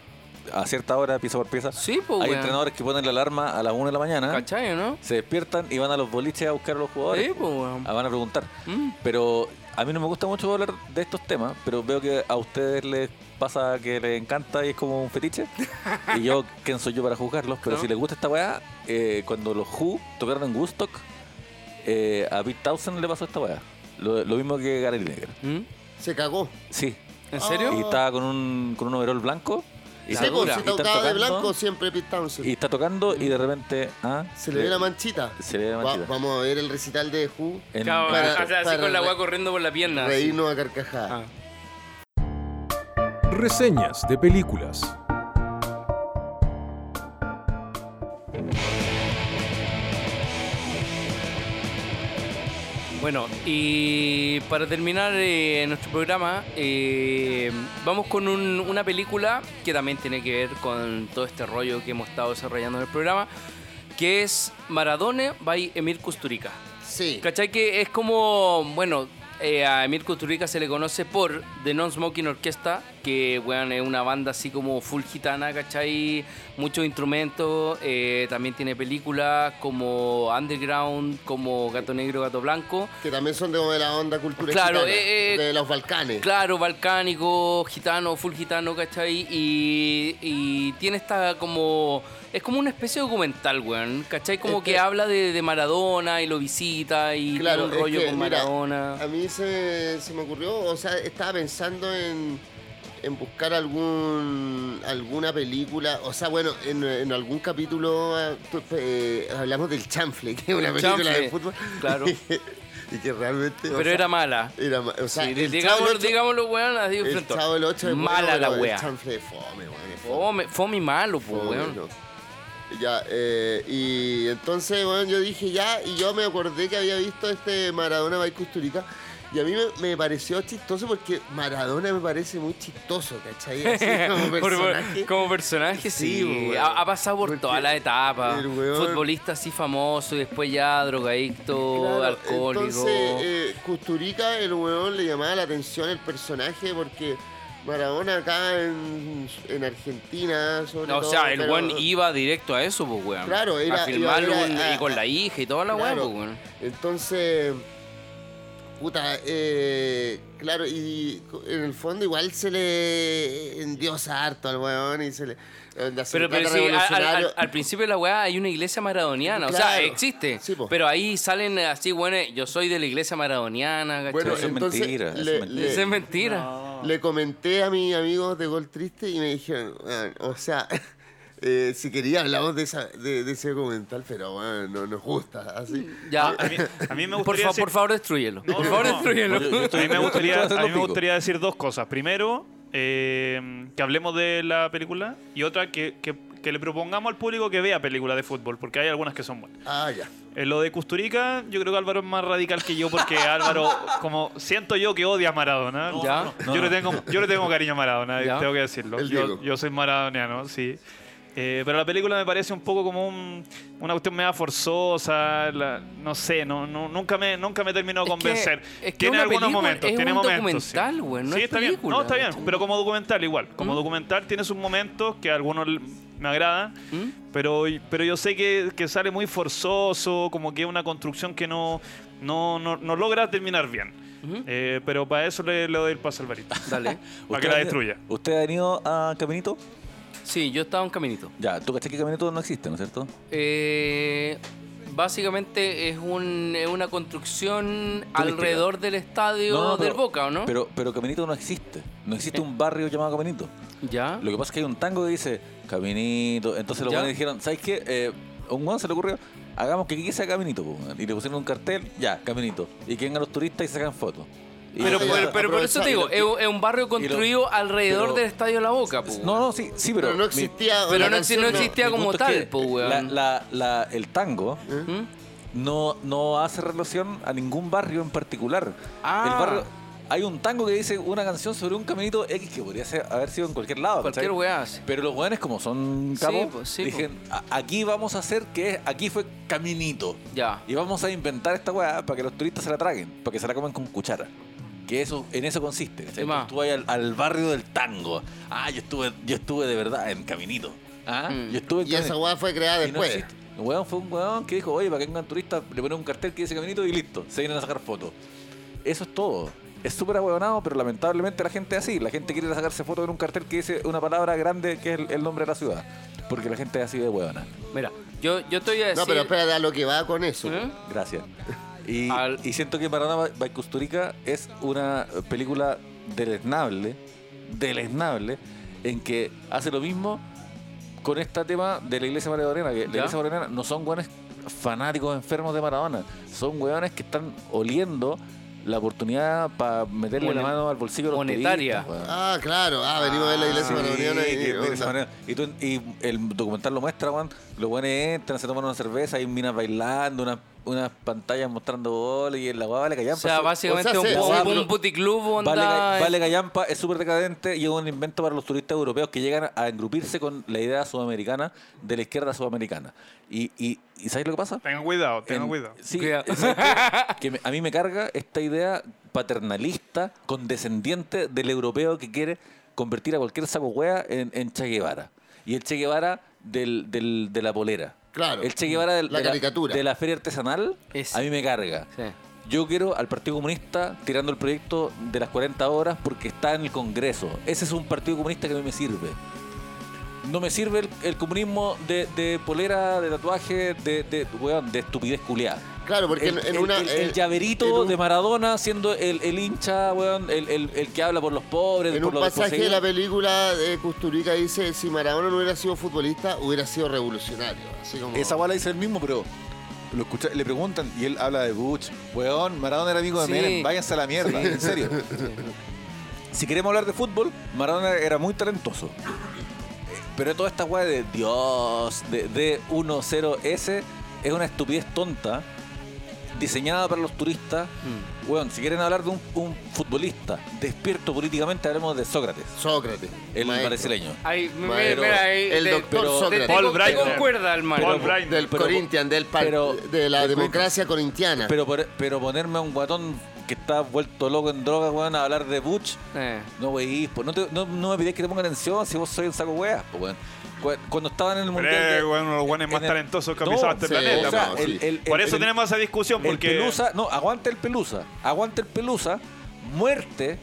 E: a cierta hora, pieza por pieza.
C: Sí, po,
E: Hay
C: weón.
E: entrenadores ¿eh? que ponen la alarma a las 1 de la mañana,
C: ¿Cachai, no?
E: se despiertan y van a los boliches a buscar a los jugadores.
C: Sí, pues. po, weón.
E: Ah, van a preguntar.
C: Mm.
E: Pero a mí no me gusta mucho hablar de estos temas, pero veo que a ustedes les pasa que les encanta y es como un fetiche. y yo, ¿quién soy yo para juzgarlos? Pero
C: No.
E: si les gusta esta weá, eh, cuando los Who tocaron en Woodstock, eh, a Pete Townsend le pasó esta weá. Lo, lo mismo que Gary Lineker.
C: ¿Mm?
D: Se cagó.
E: Sí,
C: ¿En serio?
E: y estaba con un, con un overol blanco. Y,
D: Sí,
E: está,
D: pues,
C: dura.
D: se
E: y está
D: tocaba de
E: tocando,
D: blanco siempre Pete Townsend.
E: Y está tocando y de repente. Ah,
D: Se le ve la manchita.
E: Se le ve la
D: Va-
E: manchita.
D: vamos a ver el recital de Who.
E: en-
C: Chao,
E: en-
D: para-
C: o sea, así
D: para
C: con la
D: re-
C: weá corriendo por la pierna. así.
D: Reírnos a carcajadas.
C: Ah.
B: Reseñas de películas.
C: Bueno, y para terminar eh, nuestro programa, eh, vamos con un- una película que también tiene que ver con todo este rollo que hemos estado desarrollando en el programa, que es Maradona by Emir Kusturica.
D: Sí.
C: ¿Cachai? Que es como, bueno, eh, a Emir Kusturica se le conoce por The Non-Smoking Orchestra, que, weón, es una banda así como full gitana, ¿cachai? Muchos instrumentos, eh, también tiene películas como Underground, como Gato Negro, Gato Blanco.
D: Que también son de, como de la onda cultura
C: Claro,
D: gitana,
C: eh, eh,
D: de los Balcanes.
C: Claro, balcánico, gitano, full gitano, ¿cachai? Y, y tiene esta como... Es como una especie de documental, weón, ¿cachai? Como
D: Es
C: que,
D: que-
C: habla de, de Maradona y lo visita y
D: Claro,
C: tiene
D: es
C: un rollo
D: que,
C: con
D: mira,
C: Maradona.
D: a mí se, se me ocurrió, o sea, estaba pensando en, en buscar algún alguna película, o sea, bueno, en, en algún capítulo eh, tú- eh, hablamos del chanfle, que es una
C: El
D: película
C: chanfle,
D: de fútbol.
C: claro.
D: y que realmente... o
C: Pero
D: sea,
C: era mala.
D: era ma- o sea,
C: Sí,
D: el
C: digámoslo,
D: Chavo del Ocho-
C: digámoslo, weón, así de
D: El
C: frente.
D: Chavo del 8
C: Mala la
D: El
C: wea.
D: chanfle es fome, weón, es fome.
C: Fome, fome y malo, pues,
D: Fome,
C: weón.
D: no. Ya, eh, y entonces, bueno, yo dije ya, y yo me acordé que había visto este Maradona by Custurica, Y a mí me, me pareció chistoso porque Maradona me parece muy chistoso, ¿cachai? Así como
C: Por- por-
D: personaje.
C: como personaje, sí.
D: Sí,
C: bo,
D: weón.
C: ha, ha pasado por
D: Porque
C: todas las etapas.
D: el weón-
C: Futbolista así famoso y después ya drogadicto,
D: Claro,
C: alcohólico.
D: Entonces, eh, Custurica, el huevón, le llamaba la atención el personaje porque Maradona acá en, en Argentina, sobre
C: No, o
D: todo,
C: sea, el
D: pero-
C: weón iba directo a eso, pues, weón.
D: Claro, era-
C: A filmarlo
D: iba-
C: un-
D: era-
C: y con
D: a-
C: la hija y toda la
D: Claro.
C: weón, pues, weón.
D: Entonces, puta, eh, claro, y en el fondo igual se le endiosa harto al weón y se le... onda, se
C: Pero,
D: le
C: pero
D: trata
C: sí, al- al,
D: revolucionario.
C: al- al principio de la weá hay una iglesia maradoniana, o sea,
D: Claro.
C: existe.
D: Sí, po.
C: pero ahí salen así, bueno, yo soy de la iglesia maradoniana, ¿cachai?
D: Bueno,
E: Eso es
D: entonces
E: mentira, eso es
D: le-
E: mentira.
D: le-
C: Eso es mentira.
D: Le comenté a mis amigos de Gol Triste y me dijeron, "Weón, o sea, eh, si quería hablamos de, esa, de, de ese documental, pero bueno, no nos gusta. Así.
C: Ya.
F: A mí, a mí me
C: por,
F: gustaría
C: fa-
F: decir-
C: por favor, destruyelo.
F: No,
C: por
F: no,
C: favor,
F: no.
C: destruyelo.
E: No, yo- yo
F: a mí me
E: Estoy-
F: gustaría,
E: estoy
F: a mí me
E: pico.
F: gustaría decir dos cosas. Primero, eh, que hablemos de la película y otra, que, que- que le propongamos al público que vea películas de fútbol, porque hay algunas que son buenas.
D: Ah, ya.
F: En Eh, lo de Custurica, yo creo que Álvaro es más radical que yo, porque Álvaro, como siento yo que odia a Maradona,
C: Ya.
F: yo, le tengo, yo le tengo cariño a Maradona,
C: Ya.
F: tengo que decirlo.
D: El
F: Yo,
D: Diego.
F: yo soy maradoniano, sí. Eh, pero la película me parece un poco como un- una cuestión media forzosa, la- no sé, no, no- nunca me nunca me terminó de
C: Es que-
F: convencer.
C: es que es
F: tiene
C: una
F: algunos
C: película,
F: momentos,
C: es
F: tiene
C: un
F: momentos. sí.
C: documental, güey, no
F: Sí,
C: es
F: está bien.
C: película,
F: No, está bien,
C: ¿cachai? ¿Mm?
F: pero como documental igual. Como documental tiene sus momentos que a algunos l- me agradan,
C: ¿Mm?
F: pero, pero yo sé que, que sale muy forzoso, como que es una construcción que no, no, no, no logra terminar bien. Eh, pero para eso le, le doy el paso al barito.
C: Dale.
F: Para que
E: ¿Usted
F: la
E: ha-
F: destruya.
E: ¿Usted ha venido a Caminito?
C: Sí, yo estaba en caminito.
E: Ya, tú caché que Caminito no existe, ¿no es cierto?
C: Eh, básicamente es, un, es una construcción alrededor del estadio del
E: pero-
C: Boca, ¿o no?
E: Pero, pero Caminito no existe. No existe un barrio llamado Caminito.
C: ya.
E: Lo que pasa es que hay un tango que dice Caminito. Entonces los
C: ¿Ya?
E: guanes dijeron, ¿sabes qué? Eh, a un guan se le ocurrió, hagamos que aquí sea Caminito. po, weón". Y le pusieron un cartel, ya, Caminito. Y que vengan los turistas y sacan fotos. Y-
C: Pero,
D: Ya,
C: por-
D: ya,
C: pero por eso te digo, es, un- es un barrio construido alrededor
E: pero-
C: del estadio La Boca, pues.
E: No, no, sí, sí, pero...
D: Pero no
E: mi-
D: existía.
C: pero no
D: la
C: exi-
D: canción
C: no existía
E: mi
C: como
E: punto es
C: tal,
E: que
C: po, weón.
E: la- la- la- El tango
C: ¿Mm?
E: no, no hace relación a ningún barrio en particular.
C: Ah.
E: El barrio, hay un tango que dice una canción sobre un caminito X que podría ser- haber sido en cualquier
D: Ah,
E: lado.
C: Cualquier
E: ¿cachai?
C: weá, sí.
E: Pero los weones, como son capos,
C: po, sí,
E: dijeron, "A- aquí vamos a hacer que aquí fue caminito.
C: Ya.
E: Y vamos a inventar esta weá para que los turistas se la traguen, para que se la coman con cuchara. Que eso, en eso consiste. ¿cachai?
C: ¿Qué más?
E: Tú vas al, al barrio del tango. Ah, yo estuve, yo estuve de verdad en caminito. Ah,
C: Mm.
E: yo estuve en
D: Y esa
E: Caminito".
D: weá fue creada
E: Y no
D: después.
E: existe. Un weón fue un weón que dijo, oye, para que vengan turistas, le ponen un cartel que dice caminito y listo, se vienen a sacar fotos. Eso es todo. Es súper ahueonado, pero lamentablemente la gente es así. La gente quiere ir a sacarse fotos en un cartel que dice una palabra grande que es el, el nombre de la ciudad. Porque la gente es así de hueona.
C: Mira, yo, yo estoy a decir.
D: No, pero pues, espérate a lo que va con eso.
C: ¿Eh?
E: Gracias. Y,
C: Al-
E: y siento que Maradona by Custurica es una película deleznable, deleznable, en que hace lo mismo con este tema de la iglesia maradoniana. Que la
C: ¿Ya?
E: iglesia maradoniana no son hueones fanáticos enfermos de Maradona, son hueones que están oliendo la oportunidad para meterle
C: Mone-
E: la mano al bolsillo de los
C: monetaria.
E: periodistas, weón.
D: Ah, claro. Ah, venimos a ver la iglesia
E: Sí,
D: maradoniana y-
E: que de
D: onda.
E: esa manera. Y, tú- y el documental lo muestra, weón. Los buenos entran, se toman una cerveza, hay minas bailando, unas unas pantallas mostrando goles y en la guava le callampa.
C: O sea,
E: sí.
C: básicamente
D: o sea,
C: un,
D: se-
C: un-
D: o sea,
C: un
D: pero-
C: boutique club onda.
E: Vale, Ga- Vale Gallampa es súper decadente y es un invento para los turistas europeos que llegan a engrupirse con la idea sudamericana de la izquierda sudamericana. ¿Y, y, y sabes lo que pasa?
F: Tengan cuidado, tengan
E: En-
F: cuidado.
E: Sí,
C: Cuidado.
E: ¿sabes qué? que me- a mí me carga esta idea paternalista, condescendiente del europeo que quiere convertir a cualquier saco hueá en, en Che Guevara. Y el Che Guevara del, del- de la polera.
D: Claro.
E: El Che Guevara del-
D: La
E: de,
D: caricatura.
E: de la feria artesanal,
C: Es-
E: a mí me carga.
C: Sí.
E: Yo quiero al Partido Comunista tirando el proyecto de las 40 horas porque está en el Congreso. Ese es un Partido Comunista que a mí me sirve. No me sirve el, el comunismo de, de polera, de tatuaje, de, de, weón, de estupidez culiada.
D: Claro, porque
E: el,
D: en, en
E: el-
D: una.
E: el-
D: en-
E: el llaverito
D: en un-
E: de Maradona siendo el, el hincha, weón, el, el- el que habla por los pobres,
D: En
E: por
D: un
E: los
D: pasaje de la
E: desposeídos.
D: película de Custurica dice: si Maradona no hubiera sido futbolista, hubiera sido revolucionario. Así como.
H: Esa bala dice el mismo, pero lo escucha- le preguntan y él habla de Butch. Weón, Maradona era amigo de
C: Sí.
H: Menem, váyanse a la mierda, en serio.
E: Si queremos hablar de fútbol, Maradona era muy talentoso. Pero toda esta weá de Dios, de D10S, es una estupidez tonta diseñada para los turistas.
C: Mm.
E: Weón, si quieren hablar de un, un futbolista despierto políticamente, hablemos de Sócrates,
D: Sócrates.
E: el
D: maestro.
E: brasileño.
C: Ahí, me-
D: Maestro,
C: mira, ahí,
D: el
C: te-
D: doctor
C: te-
D: Sócrates.
C: te-
F: Paul
C: te
F: Breitner.
C: concuerda el man.
F: Paul
C: Pero-
F: Breitner.
D: Del
E: Pero-
D: Corinthians, del par-
E: pero-
D: de la
E: del
D: democracia corintiana.
E: Pero, por- pero ponerme a un guatón que está vuelto loco en drogas, weón, a hablar de Butch,
C: Eh.
E: no, wey, pues no, te- no, no me pidáis que te ponga atención si vos soy un saco weas, pues, weón. Cu- Cuando estaban en
F: Pero
E: el mundial.
F: es
E: de-
F: uno de los guanes más
E: en el-
F: talentosos que ha
E: No,
F: pisado este
D: sí,
F: planeta.
E: o sea,
D: no,
F: po.
E: el-
D: sí.
E: el-
F: Por
E: el-
F: eso
E: el-
F: tenemos esa discusión,
E: El
F: porque
E: pelusa, no, aguanta el pelusa, aguanta el pelusa, muerte,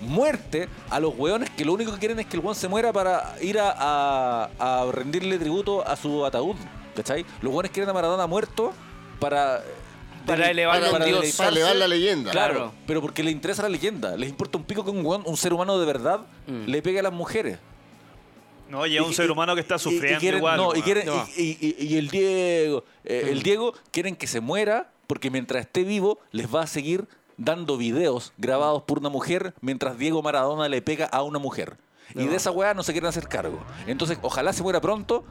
E: muerte a los hueones que lo único que quieren es que el hueón se muera para ir a, a- a rendirle tributo a su ataúd, ¿cachai? Los hueones quieren a Maradona muerto para... eh,
C: Para elevarlo a un dios.
E: deleitarse.
D: Para elevar la leyenda.
E: Claro,
C: Claro.
E: pero porque le interesa la leyenda. Les importa un pico que un, hueón, un ser humano de verdad
C: Mm.
E: le pegue a las mujeres.
F: no, y es
E: Y-
F: un ser humano que está
E: Y- y
F: sufriendo
E: quieren-
F: igual.
E: no, y,
F: weón.
E: quieren-
C: No.
E: y- y- y- y el Diego, eh, el Diego quieren que se muera porque mientras esté vivo les va a seguir dando videos grabados por una mujer mientras Diego Maradona le pega a una mujer. Y de esa weá no se quieren hacer cargo. Entonces, ojalá se muera pronto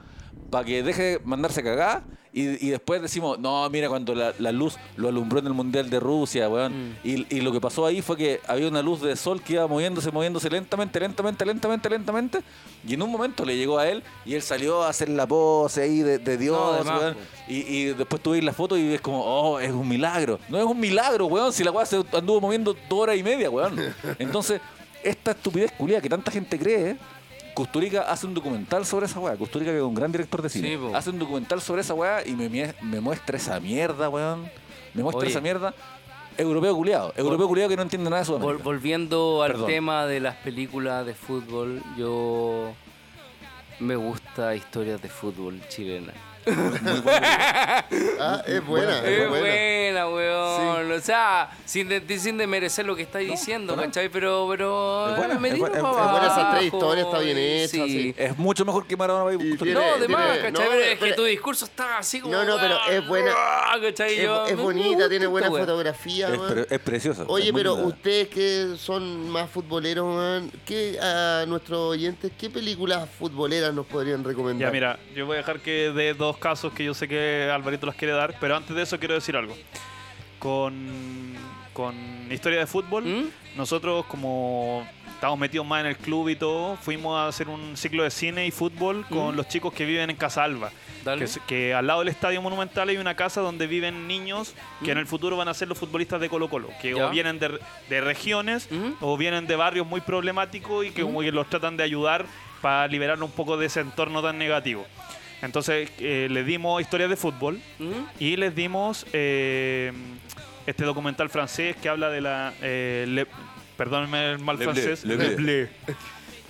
E: para que deje de mandarse a cagar. Y, y después decimos, no, mira, cuando la, la luz lo alumbró en el Mundial de Rusia, weón.
C: Mm.
E: Y, y lo que pasó ahí fue que había una luz de sol que iba moviéndose, moviéndose lentamente, lentamente, lentamente, lentamente. Y en un momento le llegó a él y él salió a hacer la pose ahí de, de Dios,
C: No, de más, pues.
E: weón.
C: po.
E: Y, y después tú ves la foto y ves como, oh, es un milagro. No es un milagro, weón, si la weá se anduvo moviendo dos horas y media, weón. Entonces, esta estupidez culia que tanta gente cree, Custurica hace un documental sobre esa weá. Custurica, que es un gran director de cine,
C: Sí, po.
E: hace un documental sobre esa weá y me, mie- me muestra esa mierda, weón. Me muestra
C: Oye.
E: esa mierda. Europeo culiado. Europeo culiado que no entiende nada de su
C: Vol- volviendo al
E: Perdón.
C: tema de las películas de fútbol, yo me gusta historias de fútbol chilena.
D: Ah, es buena,
C: Es
D: es
C: buena,
D: buena.
C: weón. O sea, sin, de- sin demerecer lo que estáis diciendo,
E: para
C: ¿cachai? Pero, pero.
E: Es buena,
C: me
E: es
C: tiro
E: buena,
C: pa'
E: es buena.
D: Es buena esas tres
C: abajo,
D: historias, está bien
C: y
D: hecha, sí.
E: Es mucho mejor que Maradona y
D: Y
E: Custurica.
D: tiene-
C: no, de más,
D: tiene-
C: ¿cachai?
D: no,
C: Pero es
D: pero-
C: que tu discurso está así como.
D: No, no, pero es buena.
C: "Ah", ¿cachai?
D: Es,
C: Yo-
D: es
C: me- me
D: bonita,
C: gusta
D: tiene buena
C: esta wea.
D: fotografía.
E: Es,
D: weón.
E: pre- es preciosa.
D: Oye,
E: es muy
D: pero
E: linda.
D: ustedes que son más futboleros, weón, ¿qué a nuestros oyentes, qué películas futboleras nos podrían recomendar?
F: Ya, mira, yo voy a dejar que dé dos casos que yo sé que Alvarito los quiere dar, pero antes de eso quiero decir algo. Con, con historia de fútbol,
C: ¿Mm?
F: nosotros como estamos metidos más en el club y todo, fuimos a hacer un ciclo de cine y fútbol con los chicos que viven en Casalba.
C: Dale.
F: Que, se- que al lado del Estadio Monumental hay una casa donde viven niños que en el futuro van a ser los futbolistas de Colo Colo, que
C: Ya.
F: o vienen de, de regiones
C: ¿Mm?
F: o vienen de barrios muy problemáticos y que como que los tratan de ayudar para liberarlo un poco de ese entorno tan negativo. Entonces eh, les dimos historias de fútbol
C: ¿Mm?
F: y les dimos eh, este documental francés que habla de la... eh, le- perdónenme el mal
E: Le bleu,
F: francés.
E: le bleu.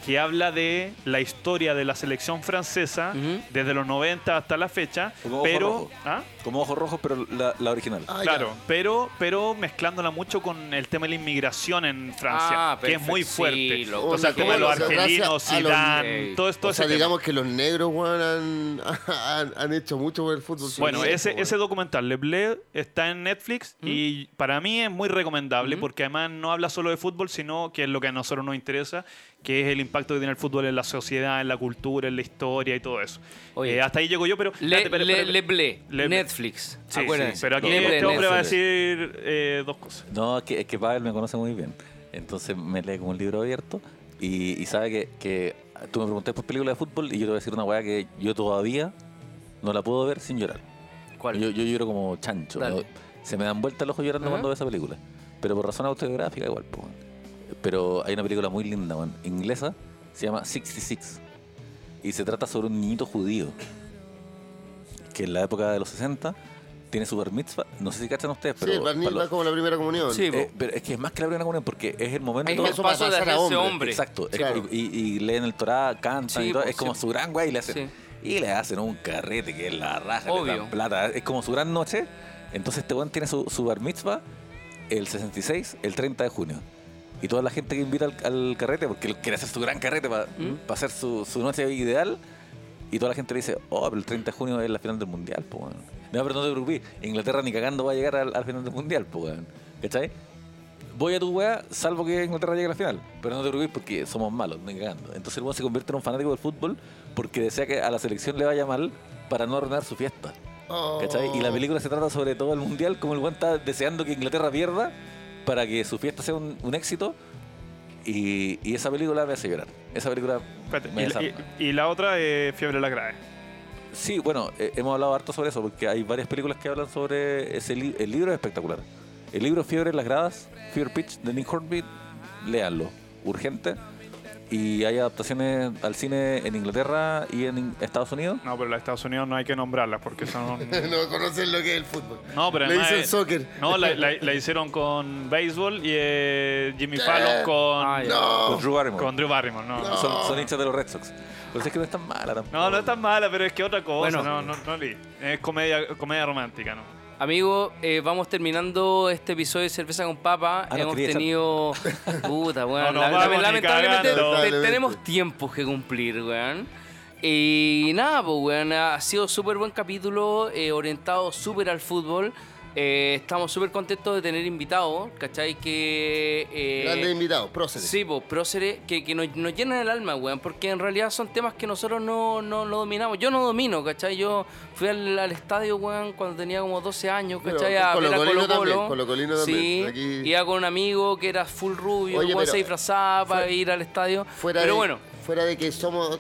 F: Que habla de la historia de la selección francesa
C: Ujú.
F: desde los 90 hasta la fecha,
E: Como ojo
F: pero...
E: rojo.
F: ¿Ah?
E: Como ojos rojos, pero la, la original.
D: Ah, ya.
F: Claro, pero, pero mezclándola mucho con el tema de la inmigración en Francia,
C: Ah,
F: que es muy
C: perfecto,
F: fuerte.
C: sí, lo-
F: o sea,
D: Onda,
F: como
D: que
F: los
D: gracias a
F: argentinos,
D: los-
F: Zidane, todo esto.
D: O sea,
F: ese tema.
D: digamos que los negros, weón, han, han, han hecho mucho por el fútbol.
F: Bueno,
D: chileno,
F: ese,
D: weón.
F: ese documental, Le Bleu, está en Netflix
C: Mm.
F: y para mí es muy recomendable porque además no habla solo de fútbol, sino que es lo que a nosotros nos interesa, que es el impacto que tiene el fútbol en la sociedad, en la cultura, en la historia y todo eso.
C: Oye.
F: Eh, hasta ahí llego yo, pero...
C: Le,
F: espérate, espérate,
C: le-
F: espérate.
C: le ble,
F: Le-
C: Netflix.
F: Sí, sí,
C: acuérdense.
F: pero aquí
C: Le ble,
F: este hombre va a
C: Netflix.
F: decir eh, dos cosas.
E: No, es que, es que Pavel me conoce muy bien. Entonces me lee como un libro abierto y, y sabe que, que tú me preguntaste por películas de fútbol y yo te voy a decir una weá que yo todavía no la puedo ver sin llorar.
C: ¿Cuál?
E: Yo, yo lloro como chancho.
C: Dale.
E: ¿no? Se me dan vuelta el ojo llorando
C: Ajá.
E: cuando veo esa película. Pero por razón autobiográfica igual. po, weón. Pero hay una película muy linda, weón, inglesa, se llama 66. Y se trata sobre un niñito judío que en la época de los 60 tiene su bar mitzvah. No sé si cachan ustedes, pero...
D: Sí, el
E: para
D: barniz
E: los-
D: va como la primera comunión.
C: Sí,
E: eh, pero es que es más que la primera comunión porque es el momento.
C: Es
D: todo
C: el
D: eso para
C: paso de
D: pasar a
C: hacerse
D: hombre.
C: hombre.
E: Exacto. es-
D: Claro.
E: y, y leen el Torah, cantan
C: Sí,
E: y todo.
C: pues,
E: Es como
C: sí.
E: su gran güey. Le hacen, Y le hacen un carrete que es la raja, le
C: Obvio.
E: dan plata. Es como su gran noche. Entonces este weón tiene su, su bar mitzvah el 66, el 30 de junio. Y toda la gente que invita al, al carrete, porque él quiere hacer su gran carrete para
C: ¿Mm?
E: hacer su, su noche ideal. Y toda la gente le dice, oh, pero el 30 de junio es la final del mundial, pues, weón. No, pero no te preocupes, Inglaterra ni cagando va a llegar al, al final del mundial, pues, weón. ¿Cachai? Voy a tu weá, salvo que Inglaterra llegue a la final. Pero no te preocupes porque somos malos, ni cagando. Entonces el weón se convierte en un fanático del fútbol porque desea que a la selección le vaya mal para no arruinar su fiesta.
D: Oh.
E: ¿Cachai? Y la película se trata sobre todo el mundial, como el weón está deseando que Inglaterra pierda para que su fiesta sea un, un éxito. Y, y esa película me hace llorar. Esa película
F: Espérate,
E: me
F: y la-
E: desarma.
F: y, y la otra es Fiebre de la Grave.
E: Sí, bueno, eh, hemos hablado harto sobre eso, porque hay varias películas que hablan sobre ese li- el libro es espectacular. El libro Fiebre en las gradas, Fever Pitch de Nick Hornby, léanlo, urgente. Y hay adaptaciones al cine en Inglaterra y en In- Estados Unidos.
F: No, pero la de Estados Unidos no hay que nombrarlas porque son.
D: no conocen lo que es el fútbol.
F: No, pero
D: Le
F: además,
D: dicen
F: eh,
D: soccer.
F: No, la, la- la hicieron con béisbol y eh, Jimmy Fallon con,
C: Ah, ya.
E: Con Drew Barrymore.
F: con Drew Barrymore. No, no.
E: Son, son hinchas de los Red Sox. Pero es que no es tan mala tampoco.
F: no, no es tan mala, pero es que otra cosa.
C: Bueno.
F: No, no, no, leí. Es comedia, comedia romántica, ¿no?
C: Amigo, eh, vamos terminando este episodio de Cerveza con Papa.
E: Ah, no,
C: Hemos
E: quería echar-
C: tenido. Puta, weón.
F: No, no
C: la- la-
F: vamos ni
C: lamentablemente
F: cagando.
C: te-
D: Lamentablemente.
C: tenemos tiempos que cumplir, weón. Y nada, pues, weón. Ha sido súper buen capítulo, eh, orientado súper al fútbol. Eh, estamos súper contentos de tener invitados, ¿cachai? Que. eh,
D: Grandes invitados, próceres.
C: Sí, pues, próceres que, que nos, nos llenan el alma, weón, porque en realidad son temas que nosotros no, no, no dominamos. Yo no domino, ¿cachai? Yo fui al, al estadio, weón, cuando tenía como 12 años,
D: Pero
C: ¿cachai? a
D: con
C: ver a
D: Colo-Colino
C: Colo-Colo.
D: también,
C: Sí,
D: Colo-Colino también. Aquí-
C: iba con un amigo que era full rubio,
D: Oye,
C: weón,
D: pero-
C: se disfrazaba para
D: fuera-
C: ir al estadio.
D: Fuera
C: pero
D: de,
C: bueno,
D: Fuera de que somos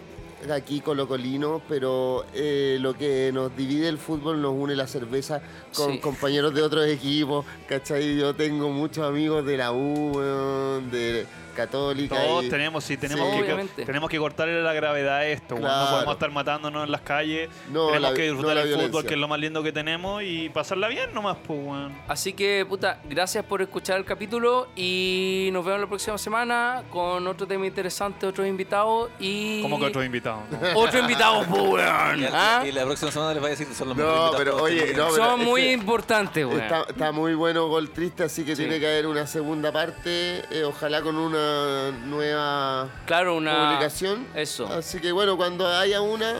D: aquí colocolinos, pero eh, lo que nos divide el fútbol nos une la cerveza con
C: Sí.
D: compañeros de otros equipos, ¿cachai? Yo tengo muchos amigos de la U, weón, de Católica.
F: Todos
D: y-
F: tenemos, sí, tenemos,
D: Sí.
F: que,
C: Obviamente.
F: tenemos que cortarle la gravedad a esto. weón. No
D: Claro.
F: podemos estar matándonos en las calles.
D: No,
F: tenemos
D: la-
F: que disfrutar
D: no la
F: el fútbol,
D: violencia.
F: que es lo más lindo que tenemos, y pasarla bien nomás, pues, weón.
C: así que, puta, gracias por escuchar el capítulo y nos vemos la próxima semana con otro tema interesante, otros invitados y.
F: Como que otros invitados. ¿no?
C: Otro invitado, pues,
E: Y,
C: weón. ¿ah?
E: y la próxima semana les voy a decir que son los
D: No,
E: mejores invitados
D: pero
E: que hemos
D: oye,
E: tenido.
D: no, pero
C: Son
D: es
C: muy
D: que-
C: importantes, weón.
D: Está, está muy bueno Gol Triste, así que tiene que haber una segunda parte, eh, ojalá con una nueva
C: Claro, una
D: publicación. Ah,
C: Eso.
D: Así que bueno, cuando haya una,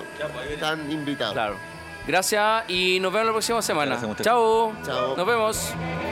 D: están invitados.
C: Claro. Gracias y nos vemos la próxima semana.
E: Gracias, muchachos.
C: Chao.
D: Chao.
C: Nos vemos.